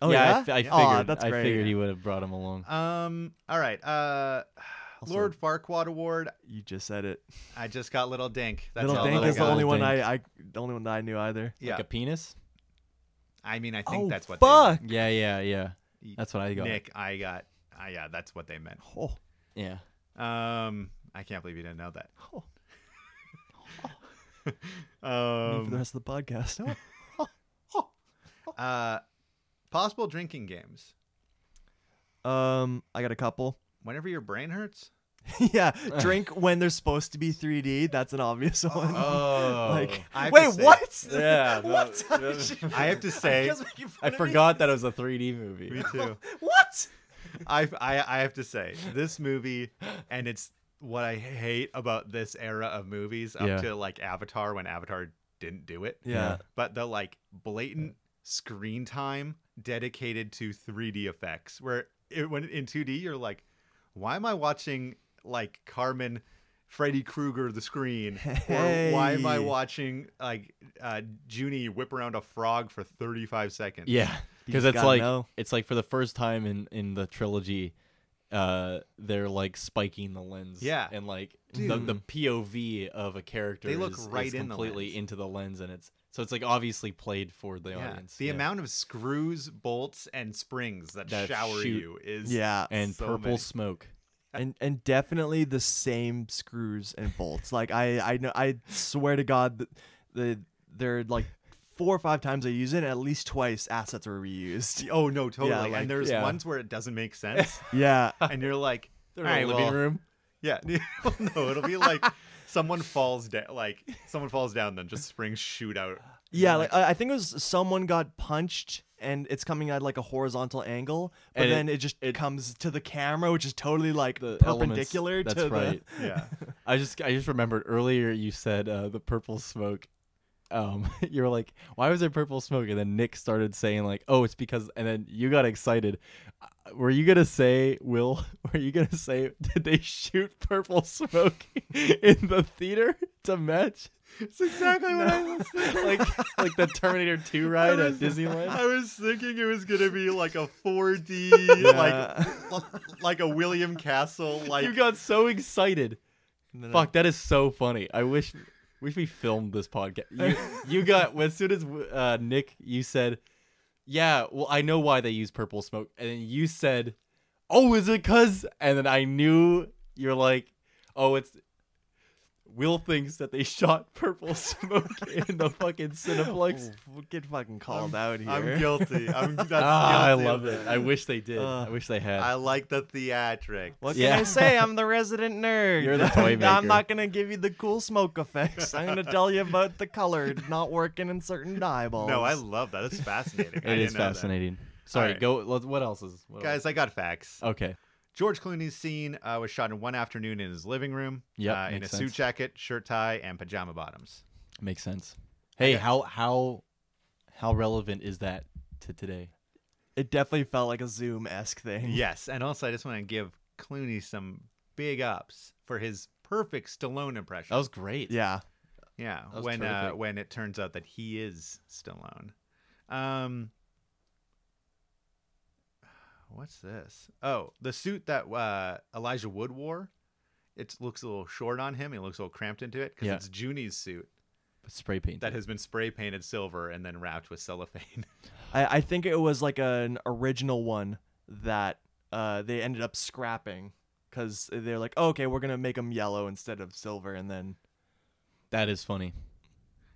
[SPEAKER 10] oh
[SPEAKER 9] I
[SPEAKER 10] yeah,
[SPEAKER 9] f- I, figured.
[SPEAKER 10] Aw, that's
[SPEAKER 9] I
[SPEAKER 10] great
[SPEAKER 9] figured he would have brought him along.
[SPEAKER 1] Um. All right. Uh, [SIGHS] Lord Farquaad Award.
[SPEAKER 10] you just said it
[SPEAKER 1] I just got Little Dink. That's
[SPEAKER 10] little
[SPEAKER 1] all
[SPEAKER 10] dink
[SPEAKER 1] that I
[SPEAKER 10] is the
[SPEAKER 1] got.
[SPEAKER 10] only one
[SPEAKER 9] Dink.
[SPEAKER 10] i i the only one that i knew either
[SPEAKER 1] Yeah.
[SPEAKER 9] Like a penis.
[SPEAKER 1] I mean, I think
[SPEAKER 10] Oh,
[SPEAKER 1] that's what
[SPEAKER 10] fuck.
[SPEAKER 9] Yeah, yeah, yeah. That's what I
[SPEAKER 1] they
[SPEAKER 9] got.
[SPEAKER 1] Nick, I got I yeah, that's what they meant.
[SPEAKER 10] Oh,
[SPEAKER 9] Yeah.
[SPEAKER 1] Um I can't believe you didn't know that.
[SPEAKER 10] Oh.
[SPEAKER 1] [LAUGHS] Um,
[SPEAKER 10] for the rest of the podcast.
[SPEAKER 9] [LAUGHS]
[SPEAKER 10] [LAUGHS]
[SPEAKER 1] Uh possible drinking games.
[SPEAKER 10] um, I got a couple. [LAUGHS]
[SPEAKER 1] Whenever your brain hurts,
[SPEAKER 9] [LAUGHS]
[SPEAKER 10] yeah, drink when there's supposed to be 3D. That's an obvious one. [LAUGHS]
[SPEAKER 9] Oh.
[SPEAKER 10] like,
[SPEAKER 1] I have to
[SPEAKER 10] wait,
[SPEAKER 1] say-
[SPEAKER 10] what? [LAUGHS]
[SPEAKER 9] yeah.
[SPEAKER 10] what?
[SPEAKER 1] [LAUGHS] I
[SPEAKER 10] [LAUGHS]
[SPEAKER 1] have to say
[SPEAKER 10] Just making fun
[SPEAKER 9] I
[SPEAKER 10] of me.
[SPEAKER 9] forgot that it was a 3D movie.
[SPEAKER 1] me too.
[SPEAKER 10] [LAUGHS] What?
[SPEAKER 1] I, I I have to say this movie, and it's what I hate about this era of movies up
[SPEAKER 9] Yeah.
[SPEAKER 1] to like Avatar when Avatar didn't do it.
[SPEAKER 10] Yeah.
[SPEAKER 1] But the like blatant screen time dedicated to 3D effects, where it, when in 2D you're like, why am I watching like Carmen? Freddy Krueger the screen, or why am I
[SPEAKER 10] Hey.
[SPEAKER 1] watching like uh, Junie whip around a frog for thirty five seconds?
[SPEAKER 9] Yeah, because
[SPEAKER 10] just
[SPEAKER 9] it's
[SPEAKER 10] gotta
[SPEAKER 9] like
[SPEAKER 10] know.
[SPEAKER 9] it's like for the first time in in the trilogy, uh, they're like spiking the lens.
[SPEAKER 1] Yeah.
[SPEAKER 9] and like the, the POV of a character
[SPEAKER 1] They look
[SPEAKER 9] is,
[SPEAKER 1] right
[SPEAKER 9] is
[SPEAKER 1] in the
[SPEAKER 9] completely
[SPEAKER 1] lens.
[SPEAKER 9] into the lens, and it's so it's like obviously played for the
[SPEAKER 1] Yeah.
[SPEAKER 9] audience.
[SPEAKER 1] The
[SPEAKER 9] yeah.
[SPEAKER 1] amount of screws, bolts, and springs that,
[SPEAKER 9] That
[SPEAKER 1] shower
[SPEAKER 9] shoot-
[SPEAKER 1] you is
[SPEAKER 10] Yeah,
[SPEAKER 9] and
[SPEAKER 1] so
[SPEAKER 9] purple
[SPEAKER 1] many.
[SPEAKER 9] smoke.
[SPEAKER 10] and and definitely the same screws and bolts. Like I I know I swear to God, the, the they're like four or five times I use it. and At least twice assets were reused.
[SPEAKER 1] Oh no, totally.
[SPEAKER 10] like-
[SPEAKER 1] and there's
[SPEAKER 9] yeah.
[SPEAKER 1] ones where it doesn't
[SPEAKER 9] [LAUGHS]
[SPEAKER 1] make sense, [LAUGHS]
[SPEAKER 10] Yeah,
[SPEAKER 1] and you're like,
[SPEAKER 9] They're
[SPEAKER 1] "All
[SPEAKER 9] in
[SPEAKER 1] right,
[SPEAKER 9] the living
[SPEAKER 1] well, [LAUGHS]
[SPEAKER 9] room.
[SPEAKER 1] yeah." Well, no, it'll be
[SPEAKER 9] [LAUGHS]
[SPEAKER 1] like someone falls down, like someone falls down, then just springs shoot out.
[SPEAKER 10] yeah. Like I I think it was someone got punched. And it's coming at like a horizontal angle, but
[SPEAKER 9] And it-
[SPEAKER 10] then it, just comes to the camera, which is totally like
[SPEAKER 9] The elements-
[SPEAKER 10] perpendicular
[SPEAKER 9] That's
[SPEAKER 10] to
[SPEAKER 9] right. [LAUGHS]
[SPEAKER 1] Yeah,
[SPEAKER 9] I just I just remembered earlier you said uh, the purple smoke. Um, [LAUGHS] you were like, "Why was there purple smoke?" And then Nick started saying like, "Oh, it's because." And then you got excited. Uh, Were you gonna say, Will? [LAUGHS] Were you gonna say did they shoot purple smoke [LAUGHS] in the theater to match? It's exactly [LAUGHS] what I was thinking. like like the Terminator [LAUGHS] Two ride at [LAUGHS] Disneyland.
[SPEAKER 1] I was thinking it was gonna be like a 4D, like l- [LAUGHS] like a William Castle, like
[SPEAKER 9] You got so excited.
[SPEAKER 10] the
[SPEAKER 9] Fuck, that is so funny. I wish, wish we filmed this podcast. You, you
[SPEAKER 10] [LAUGHS]
[SPEAKER 9] got as soon as uh, Nick, you said, "Yeah, well, I know why they use purple smoke," and then you said, "Oh, is it cause?" And then I knew you're like, "Oh, it's." Will thinks that they [LAUGHS] shot purple smoke in the fucking Cineplex.
[SPEAKER 10] Ooh, Oh, get fucking called out here.
[SPEAKER 1] I'm guilty.
[SPEAKER 9] [LAUGHS]
[SPEAKER 1] I'm that's
[SPEAKER 9] Ah, I
[SPEAKER 1] guilty of Uh,
[SPEAKER 9] love it. I wish they did. I wish they had.
[SPEAKER 1] I like the theatrics.
[SPEAKER 10] What
[SPEAKER 9] Yeah.
[SPEAKER 10] can I say? I'm the resident nerd.
[SPEAKER 9] You're the toy maker.
[SPEAKER 10] [LAUGHS] I'm not gonna give you the cool smoke effects. I'm gonna tell you about the color not working in certain eyeballs.
[SPEAKER 1] No, I love that. That's
[SPEAKER 9] [LAUGHS]
[SPEAKER 1] fascinating. I
[SPEAKER 9] it is
[SPEAKER 1] didn't know that.
[SPEAKER 9] fascinating. Sorry,
[SPEAKER 1] right.
[SPEAKER 9] go. let- What else is? What
[SPEAKER 1] Guys, I got facts.
[SPEAKER 9] else? okay.
[SPEAKER 1] George Clooney's scene uh, was shot in one afternoon in his living room.
[SPEAKER 9] Yep,
[SPEAKER 1] uh, in a
[SPEAKER 9] makes
[SPEAKER 1] suit
[SPEAKER 9] sense.
[SPEAKER 1] jacket, shirt tie, and pajama bottoms.
[SPEAKER 9] Makes sense. Hey, how how how relevant is that to today?
[SPEAKER 10] It definitely felt like a Zoom esque thing.
[SPEAKER 1] Yes, and also I just want to give Clooney some big ups for his perfect Stallone impression.
[SPEAKER 9] That was great.
[SPEAKER 10] Yeah.
[SPEAKER 1] yeah,
[SPEAKER 9] that was
[SPEAKER 1] when uh,
[SPEAKER 9] terrific.
[SPEAKER 1] when it turns out that he is Stallone. Um, what's this? Oh, the suit that uh, Elijah Wood wore. It looks a little short on him. He looks a little cramped into it because
[SPEAKER 9] Yeah.
[SPEAKER 1] it's Junie's suit.
[SPEAKER 9] Spray paint.
[SPEAKER 1] that has been spray painted silver and then wrapped with cellophane. [LAUGHS]
[SPEAKER 10] I, I think it was like an original one that uh, they ended up scrapping because they're like, oh, okay, we're gonna make them yellow instead of silver, and then
[SPEAKER 9] that is funny.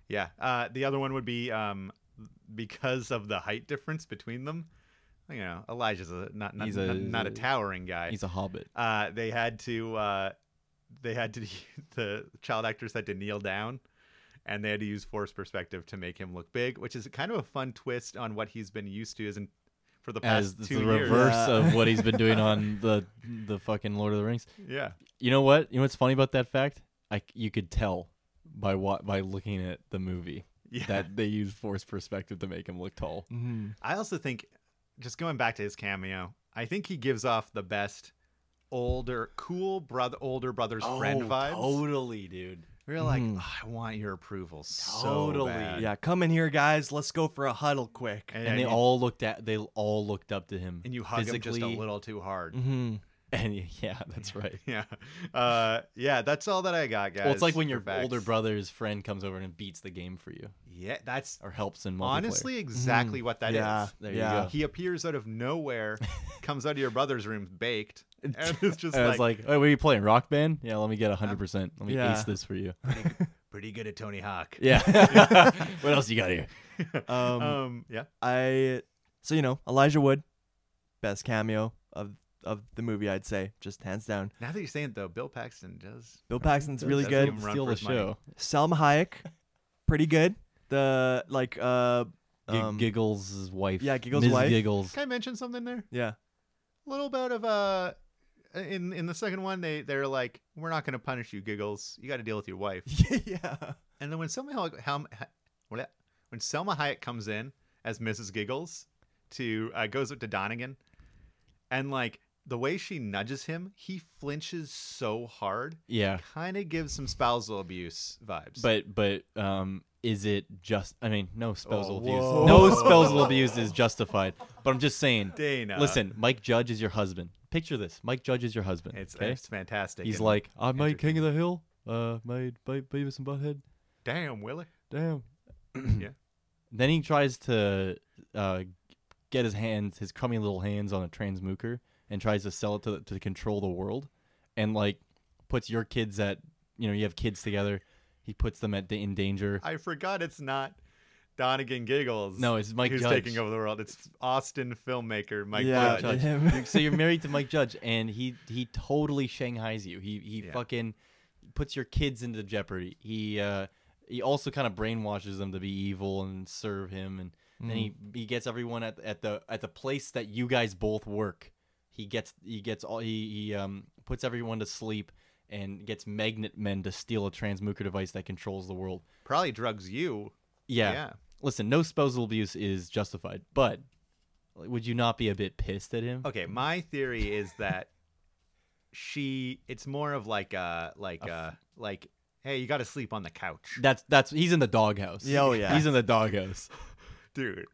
[SPEAKER 1] yeah. Uh, the other one would be um, because of the height difference between them. You know, Elijah's a, not not,
[SPEAKER 9] He's
[SPEAKER 1] not,
[SPEAKER 9] a-
[SPEAKER 1] not a towering guy.
[SPEAKER 9] He's a hobbit.
[SPEAKER 1] uh, they had to uh, they had to [LAUGHS] the child actors had to kneel down, and they had to use force perspective to make him look big, which is kind of a fun twist on what he's been used to as in, for the
[SPEAKER 9] As
[SPEAKER 1] past
[SPEAKER 9] the
[SPEAKER 1] two years.
[SPEAKER 9] reverse of what he's been doing on
[SPEAKER 10] [LAUGHS]
[SPEAKER 9] the the fucking Lord of the Rings.
[SPEAKER 1] Yeah.
[SPEAKER 9] You know what? You know what's funny about that fact? I you could tell by what by looking at the movie
[SPEAKER 1] Yeah.
[SPEAKER 9] that they used forced perspective to make him look tall.
[SPEAKER 10] Mm-hmm.
[SPEAKER 1] I also think, just going back to his cameo, I think he gives off the best older, cool brother, older brother's friend
[SPEAKER 10] Oh,
[SPEAKER 1] vibes.
[SPEAKER 9] Oh, Totally, dude.
[SPEAKER 1] We're like, "Oh, I want your approval so
[SPEAKER 9] Totally.
[SPEAKER 1] bad."
[SPEAKER 10] yeah, come in here, guys. Let's go for a huddle quick.
[SPEAKER 1] and,
[SPEAKER 9] And they
[SPEAKER 1] you-
[SPEAKER 9] all looked at they all looked up to him.
[SPEAKER 1] and you hug him just a
[SPEAKER 9] physically. Mm-hmm.
[SPEAKER 10] Hmm.
[SPEAKER 1] little too hard.
[SPEAKER 9] And yeah,
[SPEAKER 1] [LAUGHS]
[SPEAKER 9] that's right.
[SPEAKER 1] Yeah. Uh, yeah, that's all that I got, guys.
[SPEAKER 9] Well, it's like when
[SPEAKER 1] for
[SPEAKER 9] your
[SPEAKER 1] facts.
[SPEAKER 9] older brother's friend comes over and beats the game for you
[SPEAKER 1] Yeah, that's
[SPEAKER 9] or helps in multiplayer. Mm.
[SPEAKER 1] honestly exactly what that is.
[SPEAKER 10] yeah,
[SPEAKER 9] There you
[SPEAKER 10] yeah.
[SPEAKER 9] go.
[SPEAKER 1] He appears out of
[SPEAKER 9] [LAUGHS]
[SPEAKER 1] nowhere, comes out of your brother's room baked, and it's just
[SPEAKER 9] And I
[SPEAKER 1] like,
[SPEAKER 9] was like, "Oh, what are you playing? Rock Band? Yeah, let me get 100%. Let me
[SPEAKER 10] Yeah.
[SPEAKER 9] ace this
[SPEAKER 10] [LAUGHS]
[SPEAKER 9] for you."
[SPEAKER 1] pretty good at Tony Hawk.
[SPEAKER 9] Yeah. [LAUGHS] what else you got here?
[SPEAKER 1] [LAUGHS]
[SPEAKER 10] Um,
[SPEAKER 1] Um, yeah.
[SPEAKER 10] I so you know Elijah Wood, best cameo of of the movie I'd say, just hands down.
[SPEAKER 1] Now that you're saying it, though, Bill Paxton does.
[SPEAKER 10] Bill Paxton's really
[SPEAKER 1] That's
[SPEAKER 10] good.
[SPEAKER 1] him. Run
[SPEAKER 9] Steal
[SPEAKER 1] for
[SPEAKER 9] the
[SPEAKER 1] his money.
[SPEAKER 9] show.
[SPEAKER 10] Selma Hayek, pretty good. The like uh
[SPEAKER 9] G-
[SPEAKER 10] um,
[SPEAKER 9] Giggles' wife.
[SPEAKER 10] yeah, Giggles'
[SPEAKER 9] Ms.
[SPEAKER 10] wife.
[SPEAKER 9] Giggles.
[SPEAKER 1] Can I mention something there?
[SPEAKER 10] [LAUGHS] yeah
[SPEAKER 1] A little bit of uh in in the second one they they're like we're not going to punish you giggles you got to deal with your wife
[SPEAKER 10] yeah
[SPEAKER 1] and then when Selma Hayek, Hel- Hel- when Selma Hayek comes in as Mrs. Giggles to uh, goes up to Donegan and like the way she nudges him he flinches so hard
[SPEAKER 9] [LAUGHS] Yeah.
[SPEAKER 1] kind of gives some spousal abuse vibes
[SPEAKER 9] But but um is it just I mean, no
[SPEAKER 10] Oh,
[SPEAKER 9] spousal abuse.
[SPEAKER 1] whoa.
[SPEAKER 10] [LAUGHS]
[SPEAKER 9] No spousal abuse is justified. But I'm just saying.
[SPEAKER 1] Dana.
[SPEAKER 9] Listen, Mike Judge is your husband. Picture this. Mike Judge is your husband.
[SPEAKER 1] it's
[SPEAKER 9] okay?
[SPEAKER 1] it's fantastic
[SPEAKER 9] He's
[SPEAKER 1] And
[SPEAKER 9] like, I made
[SPEAKER 1] entertaining.
[SPEAKER 9] King of the Hill, uh made Ba- Beavis and Butthead.
[SPEAKER 1] damn Willie
[SPEAKER 9] Damn.
[SPEAKER 1] yeah
[SPEAKER 9] Then he tries to uh, get his hands, his crummy little hands on a transmuker and tries to sell it to, to control the world and like puts your kids at, you know, you have kids together. He puts them at in danger.
[SPEAKER 1] I forgot it's not Donegan Giggles.
[SPEAKER 9] No, it's Mike
[SPEAKER 1] who's
[SPEAKER 9] Judge.
[SPEAKER 1] taking over the world. It's Austin filmmaker Mike
[SPEAKER 10] yeah
[SPEAKER 1] Judge.
[SPEAKER 9] Judge.
[SPEAKER 10] him.
[SPEAKER 9] so you're married to Mike Judge and he he totally shanghais you. He he
[SPEAKER 1] Yeah.
[SPEAKER 9] fucking puts your kids into jeopardy. He uh he also kind of brainwashes them to be evil and serve him and then he, he gets everyone at, at the at the place that you guys both work. He gets he gets all he, he um puts everyone to sleep and gets magnet men to steal a transmuker device that controls the world.
[SPEAKER 1] Probably drugs you.
[SPEAKER 9] Yeah.
[SPEAKER 1] Yeah.
[SPEAKER 9] Listen, no spousal abuse is justified, but like, would you not be a bit pissed at him?
[SPEAKER 1] Okay, my theory is that she. It's more of like a like a like. Hey, you got to sleep on the couch,
[SPEAKER 9] That's that's he's in the doghouse.
[SPEAKER 10] Yeah, oh, yeah.
[SPEAKER 9] he's in the doghouse.
[SPEAKER 1] dude.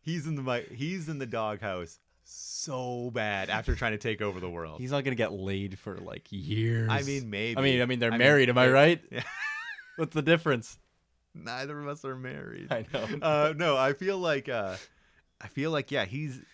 [SPEAKER 1] He's in the mi- he's in the doghouse so bad after trying to take over the world.
[SPEAKER 9] He's not gonna get laid for like years.
[SPEAKER 1] I mean, maybe.
[SPEAKER 9] I mean, I mean, they're
[SPEAKER 1] I mean,
[SPEAKER 9] married. am I
[SPEAKER 1] they-
[SPEAKER 9] right?
[SPEAKER 1] [LAUGHS] Yeah.
[SPEAKER 9] [LAUGHS] What's the difference?
[SPEAKER 1] Neither of us are married.
[SPEAKER 9] [LAUGHS] I know.
[SPEAKER 1] Uh, no, I feel like uh, I feel like yeah, he's the-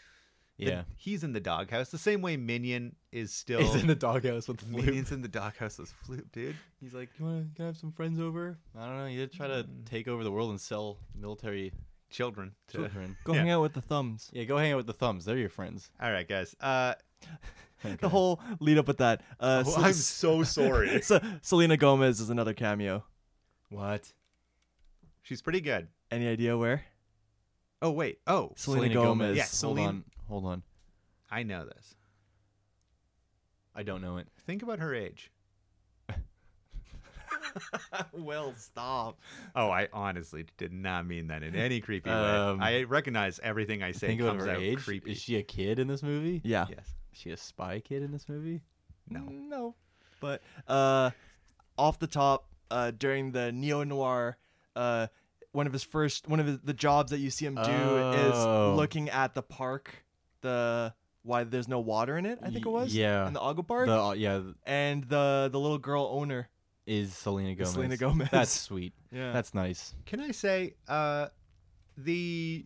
[SPEAKER 9] yeah,
[SPEAKER 1] he's in the doghouse the same way Minion is still.
[SPEAKER 9] he's in the doghouse with Floop.
[SPEAKER 1] Minion's in the doghouse with Floop, dude.
[SPEAKER 9] He's like, you wanna can I have some friends over? I don't know. You try to
[SPEAKER 1] Hmm.
[SPEAKER 9] take over the world and sell military
[SPEAKER 1] Children. to-
[SPEAKER 9] [LAUGHS] children.
[SPEAKER 10] go hang out with the thumbs
[SPEAKER 9] yeah, go hang out with the thumbs. They're your [LAUGHS] friends.
[SPEAKER 1] All right, guys. Uh,
[SPEAKER 10] the whole lead up with that uh
[SPEAKER 1] oh, [LAUGHS]
[SPEAKER 10] Sel-
[SPEAKER 1] I'm so sorry.
[SPEAKER 10] Se- Selena Gomez is another cameo
[SPEAKER 9] What?
[SPEAKER 1] She's pretty good.
[SPEAKER 10] any idea where
[SPEAKER 1] Oh wait. Oh,
[SPEAKER 10] Selena,
[SPEAKER 9] Gomez.
[SPEAKER 1] Yes,
[SPEAKER 9] hold
[SPEAKER 1] Selena-
[SPEAKER 9] on. Hold on.
[SPEAKER 1] I know this.
[SPEAKER 9] I don't know it.
[SPEAKER 1] Think about her age. [LAUGHS]
[SPEAKER 10] well stop
[SPEAKER 1] Oh, I honestly did not mean that in any creepy way.
[SPEAKER 9] Um,
[SPEAKER 1] I recognize everything I say
[SPEAKER 9] Think about
[SPEAKER 1] comes
[SPEAKER 9] her
[SPEAKER 1] out
[SPEAKER 9] age.
[SPEAKER 1] creepy.
[SPEAKER 9] Is she a kid in this movie?
[SPEAKER 10] yeah
[SPEAKER 1] yes.
[SPEAKER 9] Is she a spy kid in this movie?
[SPEAKER 1] No.
[SPEAKER 10] No. But uh, off the top, uh, during the neo noir, uh, one of his first, one of his, the jobs that you see him do
[SPEAKER 9] Oh.
[SPEAKER 10] is looking at the park, the why there's no water in it. I think it
[SPEAKER 9] Y-
[SPEAKER 10] was.
[SPEAKER 9] yeah.
[SPEAKER 10] In the Agua Park.
[SPEAKER 9] The, uh, yeah, th-
[SPEAKER 10] and the the little girl owner.
[SPEAKER 9] is Selena Gomez.
[SPEAKER 10] Selena Gomez.
[SPEAKER 9] That's sweet.
[SPEAKER 10] [LAUGHS] Yeah.
[SPEAKER 9] That's nice.
[SPEAKER 1] Can I say uh, the